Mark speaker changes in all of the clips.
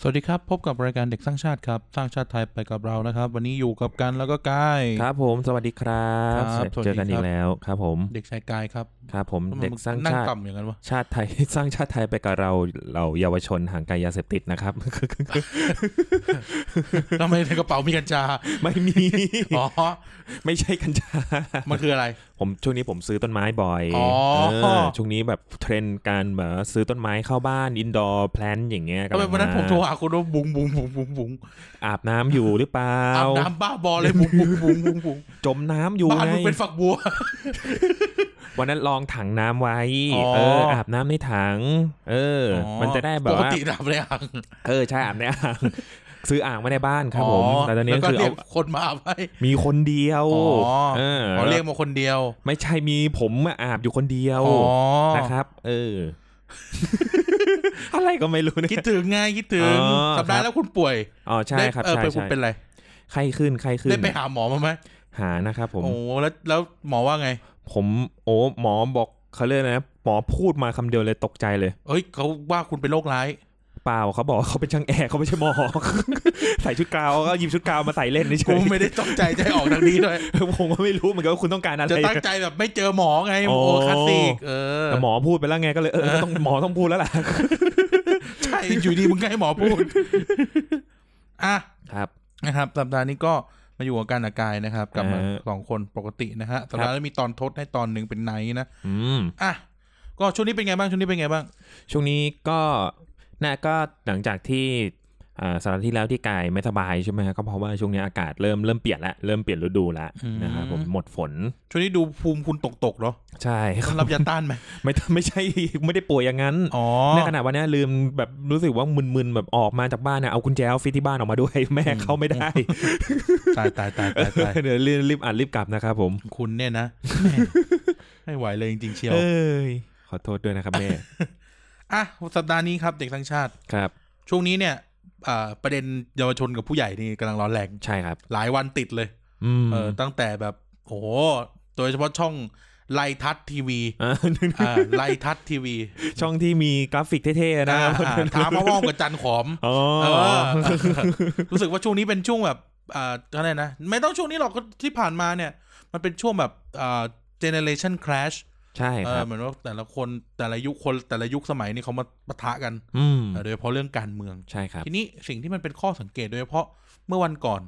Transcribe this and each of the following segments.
Speaker 1: สวัสดีครับ พบกับรายการเด็กสร้างชาติครับ สร้างชาติไทยไปกับเรานะครับ วันนี้อยู่กับกันแล้วก็กาย
Speaker 2: ครับผม สวัสดีครับ
Speaker 1: ครับสวัสดี
Speaker 2: เจอกันอี
Speaker 1: ครั
Speaker 2: ก
Speaker 1: บ
Speaker 2: แล้วครับผม
Speaker 1: เด็กชายกายครับ
Speaker 2: ครับผม
Speaker 1: ทำไม
Speaker 2: เด็ก
Speaker 1: มึ
Speaker 2: สร้าง
Speaker 1: นั่ง
Speaker 2: ชาติ
Speaker 1: ต่ำอย่างนั้นวะ
Speaker 2: ชาติไทย สร้างชาติไทยไปกับเราเราเยาวชนห่างไกลยาเสพติดนะครับ
Speaker 1: ทำไมในกระเป๋ามีกัญชา
Speaker 2: ไม่มี
Speaker 1: อ๋อ
Speaker 2: ไม่ใช่กัญชา
Speaker 1: มันคืออะไร
Speaker 2: ผมช่วงนี้ผมซื้อต้นไม้บ่อย
Speaker 1: อ๋อ
Speaker 2: เออช่วงนี้แบบเทรนด์การแบบซื้อต้นไม้เข้าบ้านอินดอร์แพลนอย่างเงี้ย
Speaker 1: ทำไม
Speaker 2: กำลัง
Speaker 1: วันนั้นผมโทรหาคุณว่าบุ้งบุ้งบุ้งบุ้งบุ้ง
Speaker 2: อาบน้ำอยู่หรือเปล่า
Speaker 1: อาบน้ำบ้าบอเลยบุ้งบุ้งบุ้งบุ้งบุ้ง
Speaker 2: จมน้ำอยู่
Speaker 1: บ้าน
Speaker 2: ไง
Speaker 1: มึงเป็นฝักบัว
Speaker 2: วันนั้นลองถังน้ำไว้
Speaker 1: อ๋อ
Speaker 2: เอออาบน้ำในถัง เออ มันจะได้แบบ
Speaker 1: ปก
Speaker 2: ว่า
Speaker 1: ติอาบในอ่าง
Speaker 2: เออใช่อาบในอ่าง ซื้ออ่างไว้ในบ้านครับผมแต่ตอนนี้
Speaker 1: แล้วก็
Speaker 2: คือ
Speaker 1: เรีย
Speaker 2: เอา
Speaker 1: กคนมาอาบให้
Speaker 2: มีคนเดียว
Speaker 1: อ๋อ
Speaker 2: เออ
Speaker 1: เขาเรียกมาคนเดียว
Speaker 2: ไม่ใช่มีผมมาอาบอยู่คนเดียว
Speaker 1: อ๋อ
Speaker 2: นะครับ เอ อ อะไรก็ไม่รู้เนี่ย
Speaker 1: คิดถึงไงคิดถึง
Speaker 2: อ๋อ
Speaker 1: สัปดาห์แล้วคุณป่วย
Speaker 2: อ๋อใช่
Speaker 1: ได้
Speaker 2: ครับ
Speaker 1: เออ
Speaker 2: ใช่
Speaker 1: ไปคุณ
Speaker 2: ใช่
Speaker 1: เป็นอะไร
Speaker 2: ไข้ขึ้นไข้ขึ้น
Speaker 1: ได้ไปหาหมอมาไหม
Speaker 2: หานะครับผม
Speaker 1: โอ้โหแล้วแล้วหมอว่าไง
Speaker 2: ผมโอ้หมอบอกเขาเรียกอะไรนะหมอพูดมาคำเดียวเลยตกใจเลย
Speaker 1: เอ้ยเขาว่าคุณเป็นโรค ร้าย
Speaker 2: เปล่าเขาบอกว่าเขาเป็นช่างแอร์เขาไม่ใช่หมอ ใส่ชุดกาวก็หยิบชุดกาวมาใส่เล่นเฉ
Speaker 1: กู
Speaker 2: ย
Speaker 1: ไม่ได้ตั้งใจจะให้ออกทางนี้ด้วย
Speaker 2: ๆผมก็ไม่รู้เหมือนกันว่าคุณต้องการอะไร
Speaker 1: จะตั้งใจแบบไม่เจอหมอไง
Speaker 2: อ๋
Speaker 1: โอ้
Speaker 2: อ
Speaker 1: คลาสสิกเออ
Speaker 2: แต่หมอพูดไปแล้วไงก็เลยเออก็ต้องหมอต้องพูดแล้วล่ะ
Speaker 1: ใช่อยู่ดีมึงก็ให้หมอพูด อ่ะ
Speaker 2: ครับ
Speaker 1: นะครับ สัปดาห์นี้ก็มาอยู่กับการอากายนะครับ กลับมา
Speaker 2: อ่า
Speaker 1: สองคนปกตินะฮะสัปดาห์แล้วมีตอนทดให้ตอนหนึ่งเป็นไนท์นะ
Speaker 2: อืม
Speaker 1: อ่ะก็ช่วงนี้เป็นไงบ้างช่วงนี้เป็นไงบ้าง
Speaker 2: ช่วงนี้ก็น่าก็หลังจากที่อ่าสัปดาห์ที่แล้วที่กายไม่สบายใช่ไหมฮะก็เพราะว่าช่วงนี้อากาศเริ่มเริ่มเปลี่ยนละเริ่มเปลี่ยนฤดูละ
Speaker 1: อืม
Speaker 2: นะครับผมหมดฝน
Speaker 1: ช่วงนี้ดูภูมิคุณตกตกๆเหรอ
Speaker 2: ใช่ ค
Speaker 1: ต้อ
Speaker 2: รั
Speaker 1: บ งรับยาต้านไหม
Speaker 2: ไม่ไม่ใช่ไม่ได้ป่วยอย่างนั้น
Speaker 1: อ๋อ
Speaker 2: ในขณะวันนี้ลืมแบบรู้สึกว่ามึนๆแบบออกมาจากบ้านนะเอากุญแจออฟฟิศที่บ้านออกมาด้วย แม่เข้าไม่ได้
Speaker 1: ตายตายตายตายตาย
Speaker 2: เดี๋ยวรีบรีบอ่านรีบกลับนะครับผม
Speaker 1: คุณเนี่ย นะแหม่ไม่ไหวเลยจริงๆเชียว
Speaker 2: เอ้ยขอโทษด้วยนะครับแม่
Speaker 1: อ่ะสัปดาห์นี้ครับเด็กทั้งชาติ
Speaker 2: ครับ
Speaker 1: ช่วงนี้เนี่ยอ่าประเด็นเยาวชนกับผู้ใหญ่นี่กำลังร้อนแรง
Speaker 2: ใช่ครับ
Speaker 1: หลายวันติดเลย
Speaker 2: อืม
Speaker 1: เออตั้งแต่แบบโอ้โหโดยเฉพาะช่องไลทัศน์ทีวี
Speaker 2: อ่า
Speaker 1: อ่าไลทัศน์ทีวี
Speaker 2: ช่องที่มีกราฟิกเท่ๆนะ
Speaker 1: อ่าอ่าถามพระว่องกับจันขอม
Speaker 2: อ๋อ
Speaker 1: เออรู้สึกว่าช่วงนี้เป็นช่วงแบบอ่าอะไรนะ ไม่ต้องช่วงนี้หรอกก็ที่ผ่านมาเนี่ย มันเป็นช่วงแบบอ่าเจเนเรชันคลช
Speaker 2: ใช่
Speaker 1: เอ
Speaker 2: ค
Speaker 1: อ
Speaker 2: รับ
Speaker 1: เหมือนว่าแต่ละคนแต่ละยุคคนแต่ละยุคสมัยนี่เขามาปะทะกัน
Speaker 2: อืม
Speaker 1: เออโดยเฉพาะเรื่องการเมือง
Speaker 2: ใช่ครับ
Speaker 1: ทีนี้สิ่งที่มันเป็นข้อสังเกตโดยเฉพาะเมื่อวันก่อน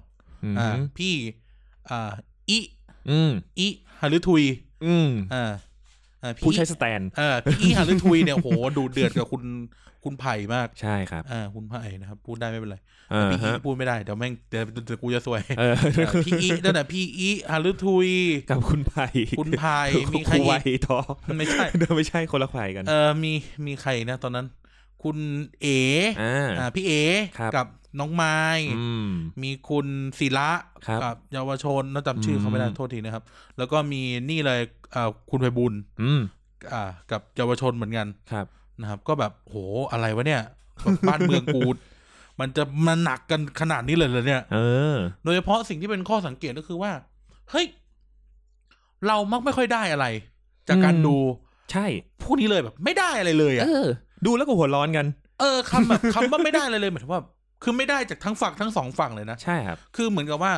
Speaker 2: อืม
Speaker 1: อ่าพี่อ่าอิ
Speaker 2: อืม
Speaker 1: อิฮารุทุย
Speaker 2: อืม
Speaker 1: อ่าอ่าพี่
Speaker 2: ผู้ใช้สแตน
Speaker 1: เออพี่อิฮารุทุยเนี่ยโหดูเดือดกับคุณคุณไผ่มาก
Speaker 2: ใช่ครับ
Speaker 1: อ่าคุณไผ่นะครับ พูดได้ไม่เป็นไร
Speaker 2: อ่า
Speaker 1: พี่อิ
Speaker 2: ฮะ
Speaker 1: พูดไม่ได้เดี๋ยวแม่งเดี๋ยวเดี๋ยวกูจะส วย
Speaker 2: เออ
Speaker 1: เออพี่อินั่นแหละพี่อิฮารุทุย
Speaker 2: กับคุณไผ่
Speaker 1: คุณไผ่ มีใคร
Speaker 2: คุ
Speaker 1: อี
Speaker 2: ไว
Speaker 1: ก
Speaker 2: ทอ
Speaker 1: ไม่ใช่
Speaker 2: เดี๋ยวไม่ใช่คนละไผ่กัน
Speaker 1: เออมีมีใครนะตอนนั้น คุณเอ
Speaker 2: อ่า
Speaker 1: อ่าพี่เอ
Speaker 2: ครับ
Speaker 1: กับน้องไม้
Speaker 2: อืม
Speaker 1: มีคุณศิระ
Speaker 2: ครับ
Speaker 1: กับเยาวชนนะจำชื่ออ
Speaker 2: ม
Speaker 1: เขาไม่ได้โทษทีนะครับ แล้วก็มีนี่เลยเอ่อคุณไพบุญ
Speaker 2: อืม
Speaker 1: อ่า กับเยาวชนเหมือนกัน
Speaker 2: ครับ
Speaker 1: นะครับ ก็แบบโหอะไรวะเนี่ยแบบ บ้านเมืองกู มันจะมาหนักกันขนาดนี้เลยเหรอเนี่ย
Speaker 2: เออ
Speaker 1: โดยเฉพาะสิ่งที่เป็นข้อสังเกตก็คือว่า เฮ้ย เรามักไม่ค่อยได้อะไร จากการ
Speaker 2: อืม
Speaker 1: ดู
Speaker 2: ใช่
Speaker 1: พวกนี้เลยแบบ ไม่ได้อะไรเลยอะ
Speaker 2: เออ ดูแล้วก็หัวร้อนกัน
Speaker 1: เออคำแบบคำว่าไม่ได้อะไรเลยหมายถึงว่า คือไม่ได้จากทั้งฝั่งทั้งสองฝั่งเลยนะ
Speaker 2: ใช่ครับ
Speaker 1: คือเหมือนกับว่า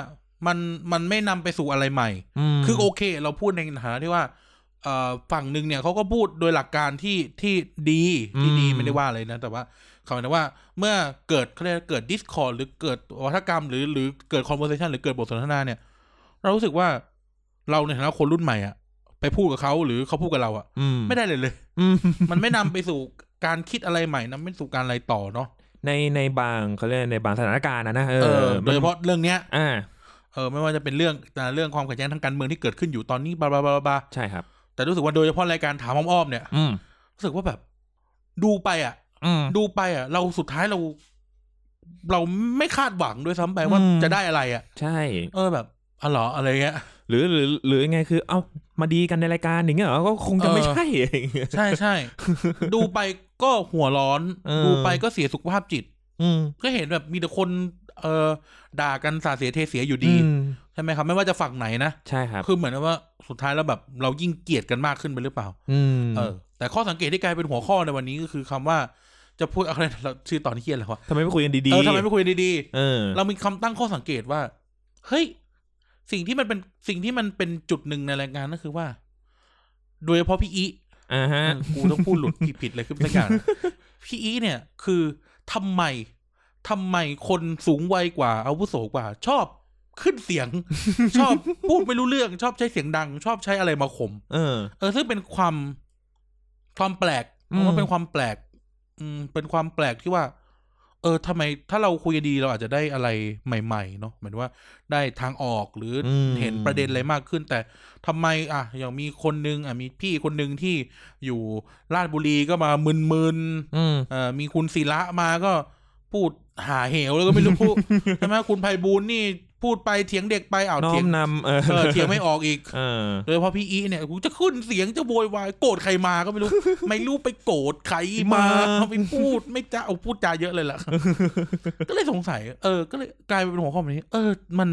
Speaker 1: มันมันไม่นำไปสู่อะไรใหม่
Speaker 2: อืม
Speaker 1: คือโอเค เราพูดในฐานะที่ว่าเอ่อฝั่งหนึ่งเนี่ยเขาก็พูดโดยหลักการที่ที่ดีที่ดี
Speaker 2: อืม
Speaker 1: ไม่ได้ว่าอะไรนะ แต่ว่าเขาหมายถึงว่าเมื่อเกิดเขาเรียกเกิด discord หรือเกิดวัฒกรรม หรือหรือเกิด conversation หรือเกิดบทสนทนาเนี่ย เรารู้สึกว่าเราในฐานะคนรุ่นใหม่อะไปพูดกับเขาหรือเขาพูดกับเราอะ
Speaker 2: อืม
Speaker 1: ไม่ได้เลยเลย
Speaker 2: อืม
Speaker 1: มันไม่นำไปสู่การคิดอะไรใหม่นำไปสู่การอะไรต่อเนาะ
Speaker 2: ในในบางเขาเรียกในบางสถานการณ์นะนะเอ
Speaker 1: เอ
Speaker 2: อ
Speaker 1: อโดยเฉพาะเรื่องเนี้ย
Speaker 2: อ่า
Speaker 1: เออไม่ว่าจะเป็นเรื่องแต่เรื่องความขัดแย้งทางการเมืองที่เกิดขึ้นอยู่ตอนนี้บลาบลาบลาบลา
Speaker 2: ใช่ครับ
Speaker 1: แต่รู้สึกว่าโดยเฉพาะรายการถามอ้อมๆเนี่ย
Speaker 2: อืม
Speaker 1: รู้สึกว่าแบบ ดูไปอ่ะ
Speaker 2: อืม
Speaker 1: ดูไปอ่ะ เราสุดท้ายเรา เราไม่คาดหวังด้วยซ้ำไปว่า
Speaker 2: อืม
Speaker 1: จะได้อะไรอ่ะ
Speaker 2: ใช่
Speaker 1: เออแบบอ๋อเหรออะไรเงี้ย
Speaker 2: หรือหรือหรือยังไงคือ เอ้ามาดีกันในรายการอย่างเงี้ยเหรอก็คงจะไม่
Speaker 1: เออ
Speaker 2: ใช่อย่างเงี้ย
Speaker 1: ใช่ ใช่ ดูไปก็หัวร้อน
Speaker 2: เออ
Speaker 1: ดูไปก็เสียสุขภาพจิต
Speaker 2: อืม
Speaker 1: ก็เห็นแบบมีแต่คน เออด่ากันสาดเสียเทเสียอยู่ดี
Speaker 2: อืม
Speaker 1: ใช่ไหมครับ ไม่ว่าจะฝั่งไหนนะ
Speaker 2: ใช่ครับ
Speaker 1: คือเหมือนว่าสุดท้ายแล้วแบบ เรายิ่งเกลียดกันมากขึ้นไปหรือเปล่า
Speaker 2: อืม
Speaker 1: เออแต่ข้อสังเกตที่กลายเป็นหัวข้อในวันนี้ก็คือคำว่า จะพูดอะไรเราชื่อตอนที่เขียนแล้ววะ
Speaker 2: ทำไมไม่คุยกันดี
Speaker 1: เออทำไมไม่คุยดี
Speaker 2: เออ
Speaker 1: ๆ เรามีคำตั้งข้อสังเกตว่า เฮ้ย สิ่งที่มันเป็นสิ่งที่มันเป็นจุดหนึ่งในรายการก็คือว่า โดยเฉพาะพี่อี
Speaker 2: อ่าฮะ
Speaker 1: เออกูต้องพูดห ลุดผิดผิดเลยขึ้นสักอย่างนะ พี่อีเนี่ย คือทำไมทำไมคนสูงวัยกว่าอาวุโสกว่า ชอบขึ้นเสียง ชอบพูดไม่รู้เรื่อง ชอบใช้เสียงดัง ชอบใช้อะไรมาข่ม
Speaker 2: เออ
Speaker 1: เออซึ่งเป็นความความแปลก
Speaker 2: อืม
Speaker 1: มันเป็นความแปลก อืม เป็นความแปลกที่ว่า เออทำไมถ้าเราคุยกันดีเราอาจจะได้อะไรใหม่ๆเนาะหมายถึงว่าได้ทางออกหรืออ
Speaker 2: อืม
Speaker 1: เห็นประเด็นอะไรมากขึ้น แต่ทำไมอ่ะอย่างมีคนนึงอ่ะมีพี่คนนึงที่อยู่ราชบุรีก็มามึน
Speaker 2: อืม
Speaker 1: ๆเอ่อมีคุณศิระมาก็พูดหาเหวแล้วก็ไม่รู้พูด ใช่ไหมคุณไพบูลย์นี่พูดไปเถียงเด็กไปอ้าว
Speaker 2: น้อ
Speaker 1: เถีย
Speaker 2: ม
Speaker 1: ง
Speaker 2: นำเออ
Speaker 1: เออเถียงไม่ออกอีก
Speaker 2: เออ
Speaker 1: โดยเฉพาะพี่อีเนี่ยกูจะขึ้นเสียงจะโวยวายโกรธใครมาก็ไม่ รู้ ไม่รู้ไปโกรธใครมา
Speaker 2: มา
Speaker 1: ไปพูดไม่จ้าเอาพูดจาเยอะเลย ล่ะ ก็เลยสงสัย เออ ก็เลยกลายเป็นหัวข้อแบบนี้ เออ มัน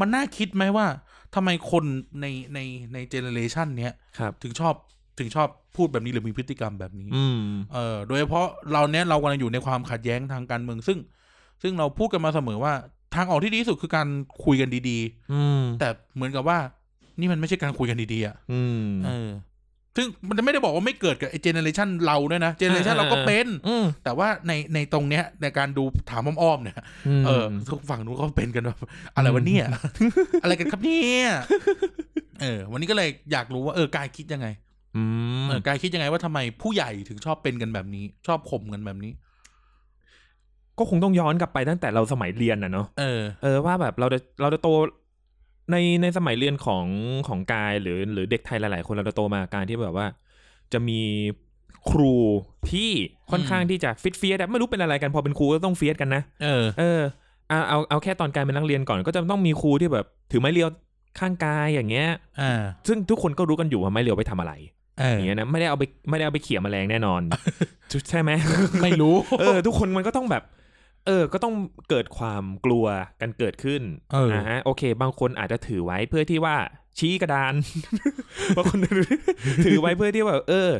Speaker 1: มันน่าคิดไหมว่าทำไมคนใน ใน ในเจเนเรชันเนี้ย
Speaker 2: ครับ
Speaker 1: ถึงชอบ ถึงชอบพูดแบบนี้หรือมีพฤติกรรมแบบนี้
Speaker 2: อืม
Speaker 1: เออ โดยเฉพาะเราเนี้ยเรากำลังอยู่ในความขัดแย้งทางการเมือง ซึ่ง ซึ่งเราพูดกันมาเสมอว่า ทางออกที่ดีที่สุดคือการคุยกันดี
Speaker 2: อืม
Speaker 1: ๆ แต่เหมือนกับว่า นี่มันไม่ใช่การคุยกันดีๆอ่ะ
Speaker 2: อืม
Speaker 1: เออ ซึ่งมันจะไม่ได้บอกว่าไม่เกิดกับไอ้เจเนเรชันเราด้วยนะ เจเนเรชันเราก็เป็น
Speaker 2: อืม
Speaker 1: แต่ว่าใน ในตรงเนี้ย ในการดูถามอ้อมๆเนี่ย เออ
Speaker 2: ม
Speaker 1: ทุกฝั่งนู้นเขาเป็นกันแบบอะไรวะเนี่ย อะไรกันครับเนี่ยเออ วันนี้ก็เลยอยากรู้ว่าเออกายคิดยังไง
Speaker 2: อืม
Speaker 1: เออกายคิดยังไงว่าทำไมผู้ใหญ่ถึงชอบเป็นกันแบบนี้ ชอบข่มกันแบบนี้
Speaker 2: ก็คงต้องย้อนกลับไปตั้งแต่เราสมัยเรียนนะเนาะ
Speaker 1: เออ
Speaker 2: เออว่าแบบเราจะเราจะโตในในสมัยเรียนของของกายหรือหรือเด็กไทยหลาย ๆ คนเราจะโตมากับการที่แบบว่า จะมีครูที่ค่อนข้างที่จะฟิตเฟียดอะไม่รู้เป็นอะไรกันพอเป็นครูก็ต้องเฟียดกันนะ
Speaker 1: เออ
Speaker 2: เออเอาเอาเอาแค่ตอนกายเป็นนักเรียนก่อนก็จะต้องมีครูที่แบบถือไม้เรียวข้างกายอย่างเงี้ย
Speaker 1: อ่า
Speaker 2: ซึ่งทุกคนก็รู้กันอยู่ว่าไม้เรียวไปทำอะไร
Speaker 1: เออ
Speaker 2: อย่างเงี้ยนะไม่ได้เอาไปไม่ได้เอาไปเขี่ยแมลงแน่นอน ใช่ไหม
Speaker 1: ไม่รู้
Speaker 2: เออทุกคนมันก็ต้องแบบ เออ ก็ต้องเกิดความกลัวกันเกิดขึ้น
Speaker 1: เอออ่
Speaker 2: ฮะโอเค บางคนอาจจะถือไว้เพื่อที่ว่าชี้กระดาน บางคนถือไว้เพื่อที่ว่า เออ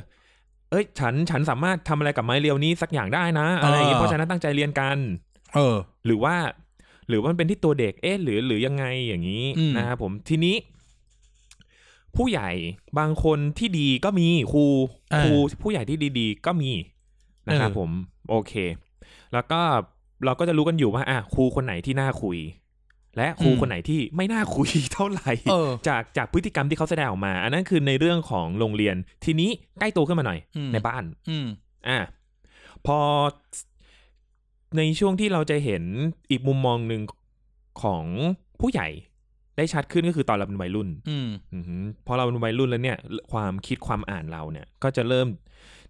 Speaker 2: เอ้ย ฉันฉันสามารถทำอะไรกับไม้เรียวนี้สักอย่างได้นะอะไรอย่างงี้เพราะฉะนั้นตั้งใจเรียนกัน
Speaker 1: เออ
Speaker 2: หรือว่า หรือว่ามันเป็นที่ตัวเด็กเอ๊ะหรือหรือยังไงอย่างนี้
Speaker 1: อืม
Speaker 2: นะครับผมทีนี้ ผู้ใหญ่บางคนที่ดีก็มีครูครูผู้ใหญ่ที่ดีๆ ก็มีนะครับผม โอเค แล้วก็เราก็จะรู้กันอยู่ว่า อ่ะครูคนไหนที่น่าคุย และครูคนไหนที่ไม่น่าคุย เท่าไหร่
Speaker 1: เออ
Speaker 2: จากจากพฤติกรรมที่เขาแสดงออกมา อันนั้นคือในเรื่องของโรงเรียน ทีนี้ใกล้ตัวขึ้นมาหน่อย
Speaker 1: อืม
Speaker 2: ในบ้าน
Speaker 1: อืม
Speaker 2: อ่ะพอในช่วงที่เราจะเห็นอีกมุมมองหนึ่งของผู้ใหญ่ได้ชัดขึ้นก็คือตอนเราเป็นวัยรุ่น
Speaker 1: อืม
Speaker 2: ออหือพอเราเป็นวัยรุ่นแล้วเนี่ย ความคิดความอ่านเราเนี่ย ก็จะเริ่ม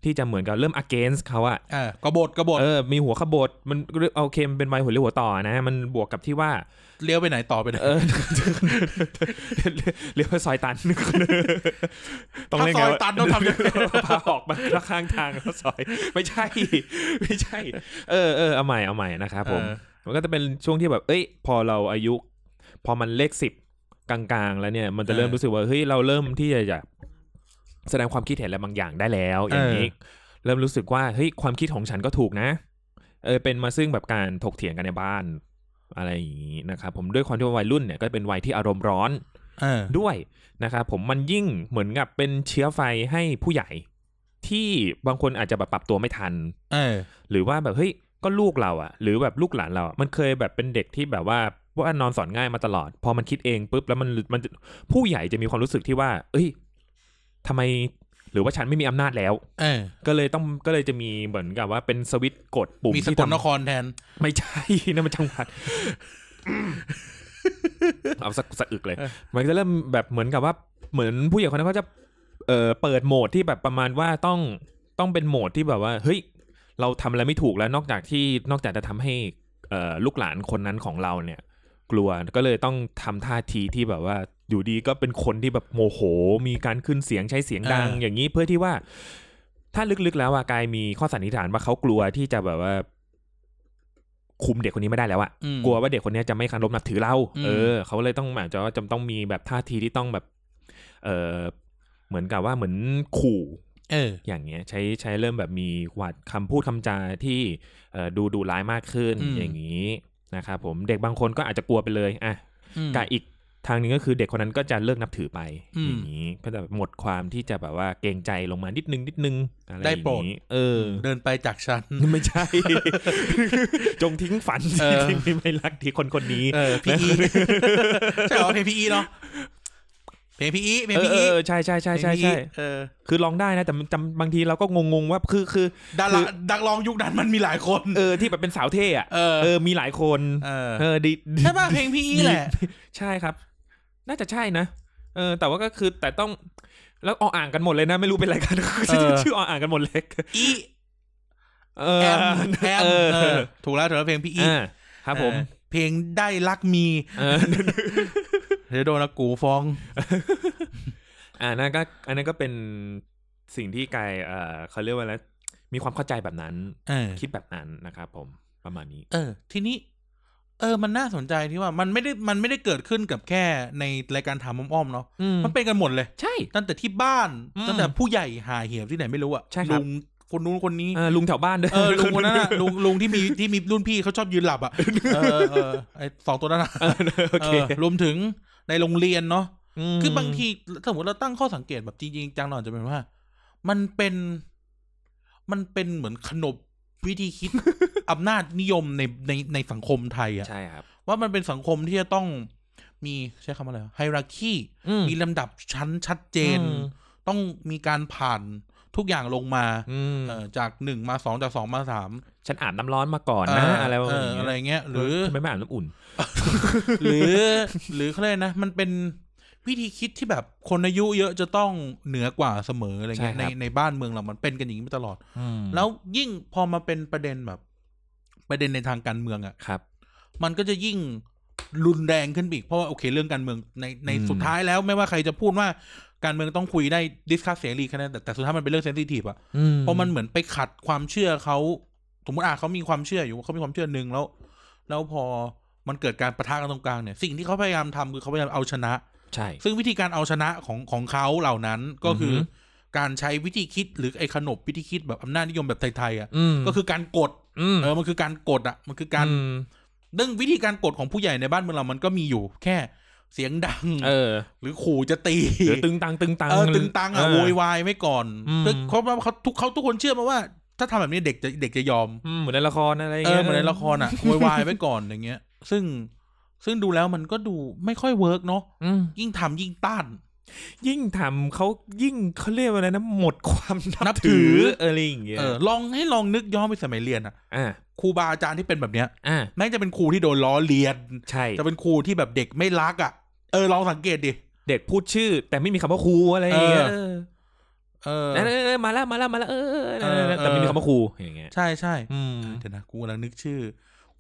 Speaker 2: ที่จะเหมือนกับเริ่ม against เขาอะ
Speaker 1: อ่ากบฏกบฏ
Speaker 2: เออ มีหัวขบฏมันเอาเคมนเป็นวัยหัวเรียวหัวต่อนะมันบวกกับที่ว่า
Speaker 1: เลี้ยวไปไหนต่อไปไหน
Speaker 2: เออเรียกว่าซอยตันต้อง
Speaker 1: ถ้า
Speaker 2: เรียก
Speaker 1: ซอยว
Speaker 2: ไงะ
Speaker 1: ตันต้องทำยังไง
Speaker 2: พาออกมาแล้วข้างทางแล้วซอย ไม่ใช่ ไม่ใช่ เออเออเอาใหม่เอาใหม่นะครับผม
Speaker 1: เออ
Speaker 2: มันก็จะเป็นช่วงที่แบบ เอ้ย พอเราอายุ พอมันเลขสิบกลางๆ แล้วเนี่ย มันจะเริ่มรู้สึกว่าเฮ้ยเราเริ่มที่จะอยากแสดงความคิดเห็นอะไรบางอย่างได้แล้ว อย่างนี้ เริ่มรู้สึกว่าเฮ้ยความคิดของฉันก็ถูกนะ เออเป็นมาซึ่งแบบการถกเถียงกันในบ้าน อะไรอย่างนี้นะครับผมด้วยความที่ว่าวัยรุ่นเนี่ยก็เป็นวัยที่อารมณ์ร้อน
Speaker 1: เออ
Speaker 2: ด้วยนะครับผมมันยิ่งเหมือนกับเป็นเชื้อไฟให้ผู้ใหญ่ ที่บางคนอาจจะแบบปรับตัวไม่ทัน
Speaker 1: เออ
Speaker 2: หรือว่าแบบเฮ้ยก็ลูกเราอะหรือแบบลูกหลานเราอะมันเคยแบบเป็นเด็กที่แบบว่าว่านอนสอนง่ายมาตลอด พอมันคิดเองปุ๊บแล้วมันมันผู้ใหญ่จะมีความรู้สึกที่ว่า เอ้ยทำไมหรือว่าฉันไม่มีอำนาจแล้ว
Speaker 1: เออ
Speaker 2: ก็เลยต้องก็เลยจะมีเหมือนกับว่าเป็นสวิตช์กดปุ่ม
Speaker 1: มีส
Speaker 2: ที่
Speaker 1: ก
Speaker 2: ทำ
Speaker 1: ลนครแทน
Speaker 2: ไม่ใช่ นั่นมันจังหวัด เอาสักสะอึกเลย
Speaker 1: เออ
Speaker 2: มันจะเริ่มแบบเหมือนกับว่า เหมือนผู้ใหญ่คนนั้นก็จะ เอ่อเปิดโหมดที่แบบประมาณว่าต้องต้องเป็นโหมดที่แบบว่า เฮ้ย เราทำอะไรไม่ถูกแล้วนอกจากที่นอกจากจะทำให้เอ่อลูกหลานคนนั้นของเราเนี่ย กลัวก็เลยต้องทำท่าทีที่แบบว่า อยู่ดีก็เป็นคนที่แบบโมโห มีการขึ้นเสียงใช้เสียงดัง
Speaker 1: เอออ
Speaker 2: อย่างนี้เพื่อที่ว่า ถ้าลึกๆแล้วอะกายมีข้อสันนิษฐานว่าเขากลัวที่จะแบบว่า คุมเด็กคนนี้ไม่ได้แล้วอะ
Speaker 1: อืม
Speaker 2: กลัวว่าเด็กคนนี้จะไม่เคารพนับถือเรา
Speaker 1: อืม
Speaker 2: เออ เขาเลยต้องแบบจะว่าจำต้องมีแบบท่าทีที่ต้องแบบ เออเหมือนกับว่าเหมือนขู่
Speaker 1: เออ
Speaker 2: อย่างเงี้ยใช้ใช้เริ่มแบบมีหวัดคำพูดคำจาที่เอ่อดูดุร้ายมากขึ้น
Speaker 1: อืม
Speaker 2: อย่างนี้นะครับผมเด็กบางคนก็อาจจะกลัวไปเลยอ่ะ
Speaker 1: อืม
Speaker 2: กับอีกทางหนึงก็คือเด็กคนนั้นก็จะเลิกนับถือไป
Speaker 1: อืม
Speaker 2: อย่างนี้ก็จะแบบหมดความที่จะแบบว่าเกรงใจลงมานิดนึงนิดนึงอะไรอ
Speaker 1: ได้
Speaker 2: ย่าง
Speaker 1: โปรด
Speaker 2: นี้เออ
Speaker 1: เดินไปจากฉัน
Speaker 2: ไม่ใช่ จงทิ้งฝัน
Speaker 1: เออ
Speaker 2: ที่ไม่รักที่คนคนนี้
Speaker 1: เออพี่อีใช่เหรอเพลงพี่อีเนาะเพลงพี่อีเพลง
Speaker 2: เออ
Speaker 1: พี่
Speaker 2: เอ
Speaker 1: อี
Speaker 2: อใช่ใช่ใช่ใช่
Speaker 1: เพลงพี่
Speaker 2: ใช่
Speaker 1: อีเออ
Speaker 2: คือร้องได้นะแต่มันจำบางทีเราก็งงๆว่าคือคือ
Speaker 1: ดารา
Speaker 2: คือ
Speaker 1: ดักร้องยุคนั้นมันมีหลายคน
Speaker 2: เออที่แบบเป็นสาวเท่อะ
Speaker 1: เออ
Speaker 2: เออมีหลายคน
Speaker 1: เออ
Speaker 2: เออดีดี
Speaker 1: ใช่ป่ะเพลงพี่อีแหละ
Speaker 2: ใช่ครับ น่าจะใช่นะ เออ แต่ว่าก็คือแต่ต้อง แล้วออ่างกันหมดเลยนะ ไม่รู้เป็นอะไรกัน
Speaker 1: เออ
Speaker 2: ชื่อออ่างกันหมดเลย
Speaker 1: อี
Speaker 2: เอ
Speaker 1: แอ
Speaker 2: อ
Speaker 1: มแอม
Speaker 2: เออ
Speaker 1: เออถูกแล้วถูกแล้วเพลงพี่อี
Speaker 2: อ่าครับผม
Speaker 1: เออเพลงได้รักมี
Speaker 2: เออ
Speaker 1: เดี๋ยวโดนอากูฟ้อง
Speaker 2: อ่านั่นก็ อันนั้นก็เป็นสิ่งที่กายเออเขาเรียกว่าอะไรมีความเข้าใจแบบนั้น
Speaker 1: เออ
Speaker 2: คิดแบบนั้นนะครับผมประมาณนี้
Speaker 1: เออ ทีนี้ เออ มันน่าสนใจที่ว่ามันไม่ได้มันไม่ได้เกิดขึ้นกับแค่ในรายการถามอ้อมๆเนาะ
Speaker 2: อืม
Speaker 1: มันเป็นกันหมดเลย
Speaker 2: ใช่
Speaker 1: ตั้งแต่ที่บ้าน
Speaker 2: อืม
Speaker 1: ตั้งแต่ผู้ใหญ่หาเหี่ยวที่ไหนไม่รู้อะ
Speaker 2: ใช่ครับ
Speaker 1: ลุงคนนู้นคนนี้
Speaker 2: เออลุงแถวบ้านด้วย
Speaker 1: เออลุงคนนั้นอะ ลุงลุงที่มีที่มีรุ่นพี่เขาชอบยืนหลับอะเออเออไอสองตัวนั้นอะ
Speaker 2: เออโอ
Speaker 1: เอ
Speaker 2: เค
Speaker 1: อรวมถึงในโรงเรียนเนาะ
Speaker 2: ม
Speaker 1: คือบางทีสมมติเราตั้งข้อสังเกตแบบจริงๆจังหน่อยจะเป็นว่า มันเป็น มันเป็นเหมือนขนบวิธี คิด อำนาจนิยมในในในสังคมไทยอะ
Speaker 2: ใช่ครับ
Speaker 1: ว่ามันเป็นสังคมที่จะต้องมีใช้คำว่าอะไรไฮรักี
Speaker 2: อืม
Speaker 1: มีลำดับชั้นชัดเจน
Speaker 2: อืม
Speaker 1: ต้องมีการผ่านทุกอย่างลงมา
Speaker 2: อืม
Speaker 1: เอ่อจากหนึ่งมาสองจากสองมาสาม
Speaker 2: ฉันอาบน้ำร้อนมาก่อนนะ อะไรประ
Speaker 1: เอ
Speaker 2: มาณ
Speaker 1: ออะไร
Speaker 2: นี้
Speaker 1: เงี้ย หรือ
Speaker 2: ทำไมไม่อาบน้ำอุ่น
Speaker 1: หรือ หรือเขาเรียกนะ มันเป็นวิธีคิดที่แบบคนอายุเยอะจะต้องเหนือกว่าเสมออะไรเงี้ย
Speaker 2: ใช่
Speaker 1: ใน
Speaker 2: ครับ
Speaker 1: ในบ้านเมืองเรามันเป็นกันอย่างนี้มาตลอด
Speaker 2: แล้
Speaker 1: แล้ว วยิ่งพอมาเป็นประเด็นแบบ ประเด็นในทางการเมืองอะ
Speaker 2: ครับ
Speaker 1: มันก็จะยิ่งรุนแรงขึ้นไปอีกเพราะว่าโอเคเรื่องการเมืองในใน
Speaker 2: อืม
Speaker 1: สุดท้ายแล้วไม่ว่าใครจะพูดว่าการเมืองต้องคุยได้ดิสคัสเสรีแค่นั้นแต่แต่สุดท้ายมันเป็นเรื่องเซนซิทีฟอะเพราะมันเหมือนไปขัดความเชื่อเขาสมมติอ่ะเขามีความเชื่ออยู่เขามีความเชื่อหนึ่งแล้ว แล้วพอมันเกิดการประทะกันตรงกลางเนี่ย สิ่งที่เขาพยายามทำคือเขาพยายามเอาชนะ
Speaker 2: ใช่
Speaker 1: ซึ่งวิธีการเอาชนะของของเขาเหล่านั้นก็คืออ
Speaker 2: อหื
Speaker 1: การใช้วิธีคิดหรือไอ้ขนบวิธีคิดแบบอำนาจนิยมแบบไทยๆอะ
Speaker 2: อืม
Speaker 1: ก็คือการกด
Speaker 2: ม
Speaker 1: เออมันคือการกดอะมันคือการ
Speaker 2: อืม
Speaker 1: ซึ่งวิธีการกดของผู้ใหญ่ในบ้านเมืองเรามันก็มีอยู่แค่เสียงดัง
Speaker 2: เออ
Speaker 1: หรือขู่จะตี
Speaker 2: หรือตึงตังตึงตัง
Speaker 1: เออตึงตังอ่ะโวยวายไม่ก่อน
Speaker 2: อืม
Speaker 1: เพื่อเพราะว่าเขาทุกเขาทุกคนเชื่อมาว่า ถ้าทำแบบนี้เด็กจะเด็กจะยอม
Speaker 2: อืมเหมือนในละครอะไรย่าง
Speaker 1: เอ
Speaker 2: งี้
Speaker 1: อย เหมือนในละคร อ่ะโวยวายไว้ก่อนอย่างเงี้ย ซึ่งซึ่งดูแล้วมันก็ดูไม่ค่อยเวิร์กเนาะ
Speaker 2: อืม
Speaker 1: ยิ่งทำยิ่งต้าน
Speaker 2: ยิ่งทำเขายิ่งเขาเรียกว่าอะไรนะหมดความ
Speaker 1: นั
Speaker 2: นั
Speaker 1: บบ ถื
Speaker 2: ถื
Speaker 1: อ
Speaker 2: ออะไรอย่างเงี้ย
Speaker 1: เออลองให้ลองนึกย้อนไปสมัยเรียนอ่ะ
Speaker 2: อ่า
Speaker 1: ครูบาอาจารย์ที่เป็นแบบเนี้ย
Speaker 2: อ่า
Speaker 1: แม้จะเป็นครูที่โดนล้อเลียน
Speaker 2: ใช่
Speaker 1: จะเป็นครูที่แบบเด็กไม่รักอ่ะเออลองสังเกตดิ
Speaker 2: เด็กพูดชื่อ แต่ไม่มีคำว่าครูอะไรอย่างเงี้ย
Speaker 1: เอ เออ
Speaker 2: เออเออเออมาแล้วมาแล้วมาแล้วเออเออเออ
Speaker 1: เออ
Speaker 2: แต่ไม่มีคำว่าครูอย่างเงี้ย
Speaker 1: ใช่ใช่
Speaker 2: อืม
Speaker 1: เดี๋ยวนะกูกำลังนึกชื่อ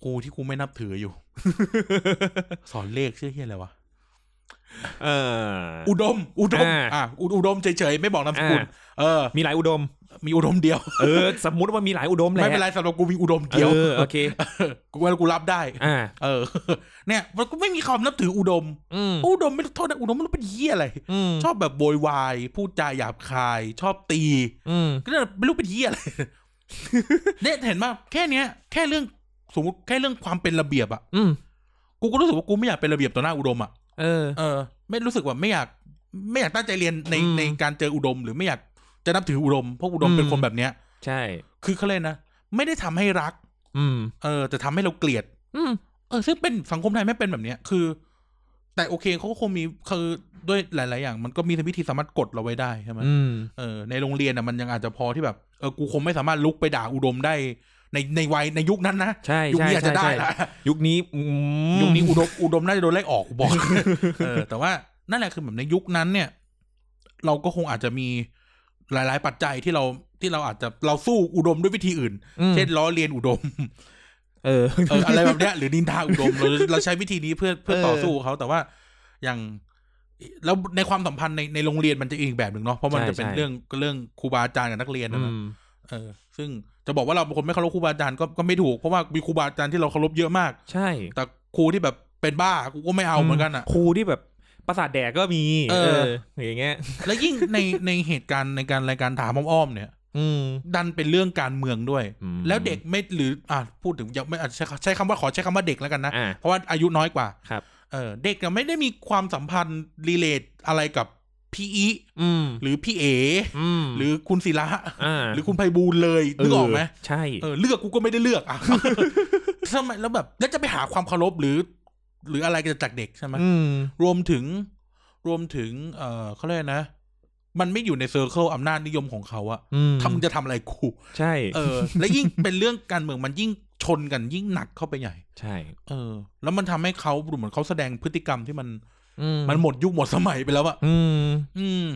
Speaker 1: กูที่กูไม่นับถืออยู่ สอนเลขชื่อเฮียอะไรวะ
Speaker 2: เออ
Speaker 1: อุดม อุดม
Speaker 2: อ่า
Speaker 1: อ่ะอุอุดมเฉยๆไม่บอกนามสกุล
Speaker 2: อ่า
Speaker 1: เออ
Speaker 2: มีหลายอุดม
Speaker 1: มีอุดมเดียว
Speaker 2: เออ สมมุติว่ามีหลายอุดมแหละ
Speaker 1: ไม่เป็นไรสำหรับกูมีอุดม
Speaker 2: เดี
Speaker 1: เดี
Speaker 2: ย
Speaker 1: ยวว
Speaker 2: โอเค
Speaker 1: กูว่ากูรับได้
Speaker 2: อ่า
Speaker 1: เออ เนี่ยมันก็ไม่มีความนับถืออุดม
Speaker 2: อืม
Speaker 1: อุดมไม่รู้โทษนะอุดมไม่รู้เป็นเฮียอะไร
Speaker 2: อืม
Speaker 1: ชอบแบบโวยวายพูดจาหยาบคาย ชอบตี
Speaker 2: อืม
Speaker 1: ก็เนี่ยไม่รู้เป็นเหี้ยอะไร เนี่ยเห็นป่ะแค่เนี้ย แค่เรื่องสมมติแค่เรื่องความเป็นระเบียบอะ
Speaker 2: อืม
Speaker 1: กูก็รู้สึกว่ากูไม่อยากเป็นระเบียบต่อหน้าอุดมอะ
Speaker 2: เออ
Speaker 1: เออไม่รู้สึกว่าไม่อยากไม่อยากตั้งใจเรียนใน
Speaker 2: อืม
Speaker 1: ในการเจออุดม หรือไม่อยากจะนับถืออุดมเพราะอุดม
Speaker 2: อืม
Speaker 1: เป็นคนแบบเนี้ย
Speaker 2: ใช่
Speaker 1: คือเขาเลยกนะไม่ได้ทำให้รัก
Speaker 2: อืม
Speaker 1: เออแต่ทำให้เราเกลียด
Speaker 2: อืม
Speaker 1: เออซึ่งเป็นสังคมไทยไม่เป็นแบบเนี้ยคือ แต่โอเคเขาก็คงมีคือด้วยหลาย ๆ อย่าง มันก็มีวิธีสามารถกดเราไว้ได้ใช่ไหม
Speaker 2: อืม
Speaker 1: เออในโรงเรียนอ่ะมันยังอาจจะพอที่แบบเออกูคงไม่สามารถลุกไปด่าอุดมได้ ในในวัยในยุคนั้นนะ
Speaker 2: ใช่
Speaker 1: ยุค
Speaker 2: ใช่
Speaker 1: นี้อาจ
Speaker 2: ใช่
Speaker 1: จะได้
Speaker 2: ใช่
Speaker 1: ละ
Speaker 2: ยุคนี้อืม
Speaker 1: ยุคนี้อุดมอุดมน่าจะโดนไล่ออกกู บอก เออ แต่ว่านั่นแหละคือแบบในยุคนั้นเนี่ย เราก็คงอาจจะมีหลาย ๆ ปัจจัยที่เราที่เราอาจจะเราสู้อุดมด้วยวิธีอื่น
Speaker 2: อืม
Speaker 1: เช่นล้อเลียนอุดม
Speaker 2: เออ
Speaker 1: เอออะไรแบบเนี้ยหรือนินทาอุดมเราเราใช้วิธีนี้เพื่อเพื่อ
Speaker 2: เออ
Speaker 1: ต่อสู้เขาแต่ว่าอย่างแล้วในความสัมพันธ์ในในโรงเรียนมันจะอีกแบบหนึ่งเนาะเพราะมัน
Speaker 2: ใช่
Speaker 1: จะเป็น
Speaker 2: ใช่
Speaker 1: เรื่องเรื่องครูบาอาจารย์กับนักเรียนนะ
Speaker 2: อื
Speaker 1: นะ
Speaker 2: ม
Speaker 1: เออ ซึ่งจะบอกว่าเราเป็นคนไม่เคารพครูบาอาจารย์ก็ก็ไม่ถูกเพราะว่ามีครูบาอาจารย์ที่เราเคารพเยอะมาก
Speaker 2: ใช่
Speaker 1: แต่ครูที่แบบเป็นบ้ากูก็ไม่เอาเหมือนกันอ่ะ
Speaker 2: ครูที่แบบ ประสาทแดกก็มี
Speaker 1: เออ
Speaker 2: อย่างเงี้ย
Speaker 1: แล้วยิ่งในในเหตุการณ์ในการรายการถามอ้อมๆเนี่ย
Speaker 2: อืม
Speaker 1: ดันเป็นเรื่องการเมืองด้วย
Speaker 2: อืม
Speaker 1: แล้วเด็กไม่หรืออ่ะพูดถึงยังไม่อาจจะใช้ใช้คำว่าขอใช้คำว่าเด็กแล้วกันนะ
Speaker 2: อ่ะ
Speaker 1: เพราะว่าอายุน้อยกว่า
Speaker 2: ครับ
Speaker 1: เออเด็กอะไม่ได้มีความสัมพันธ์รีเลทอะไรกับพี่อี
Speaker 2: อืม
Speaker 1: หรือพี่เอ
Speaker 2: อืม
Speaker 1: หรือคุณศิระ
Speaker 2: อ่า
Speaker 1: หรือคุณไพบูลย์เลยนึกออกไหม
Speaker 2: เใช่
Speaker 1: เออเลือกกูก็ไม่ได้เลือกอ่ะ ทำไมแล้วแบบแล้วจะไปหาความเคารพหรือ หรืออะไรกันจากเด็กใช่ไหม
Speaker 2: อืม
Speaker 1: รวมถึงรวมถึง เออเขาเรียกนะ มันไม่อยู่ในเซอร์เคิลอำนาจนิยมของเขาอะ
Speaker 2: อืม
Speaker 1: ทำจะทำอะไรกู
Speaker 2: ใช่
Speaker 1: เออ และยิ่งเป็นเรื่องการเมืองมันยิ่งชนกันยิ่งหนักเข้าไปใหญ่
Speaker 2: ใช่
Speaker 1: เออ แล้วมันทำให้เขาดูเหมือนเขาแสดงพฤติกรรมที่มัน
Speaker 2: อืม
Speaker 1: มันหมดยุคหมดสมัยไปแล้วอะ
Speaker 2: อืม
Speaker 1: อืม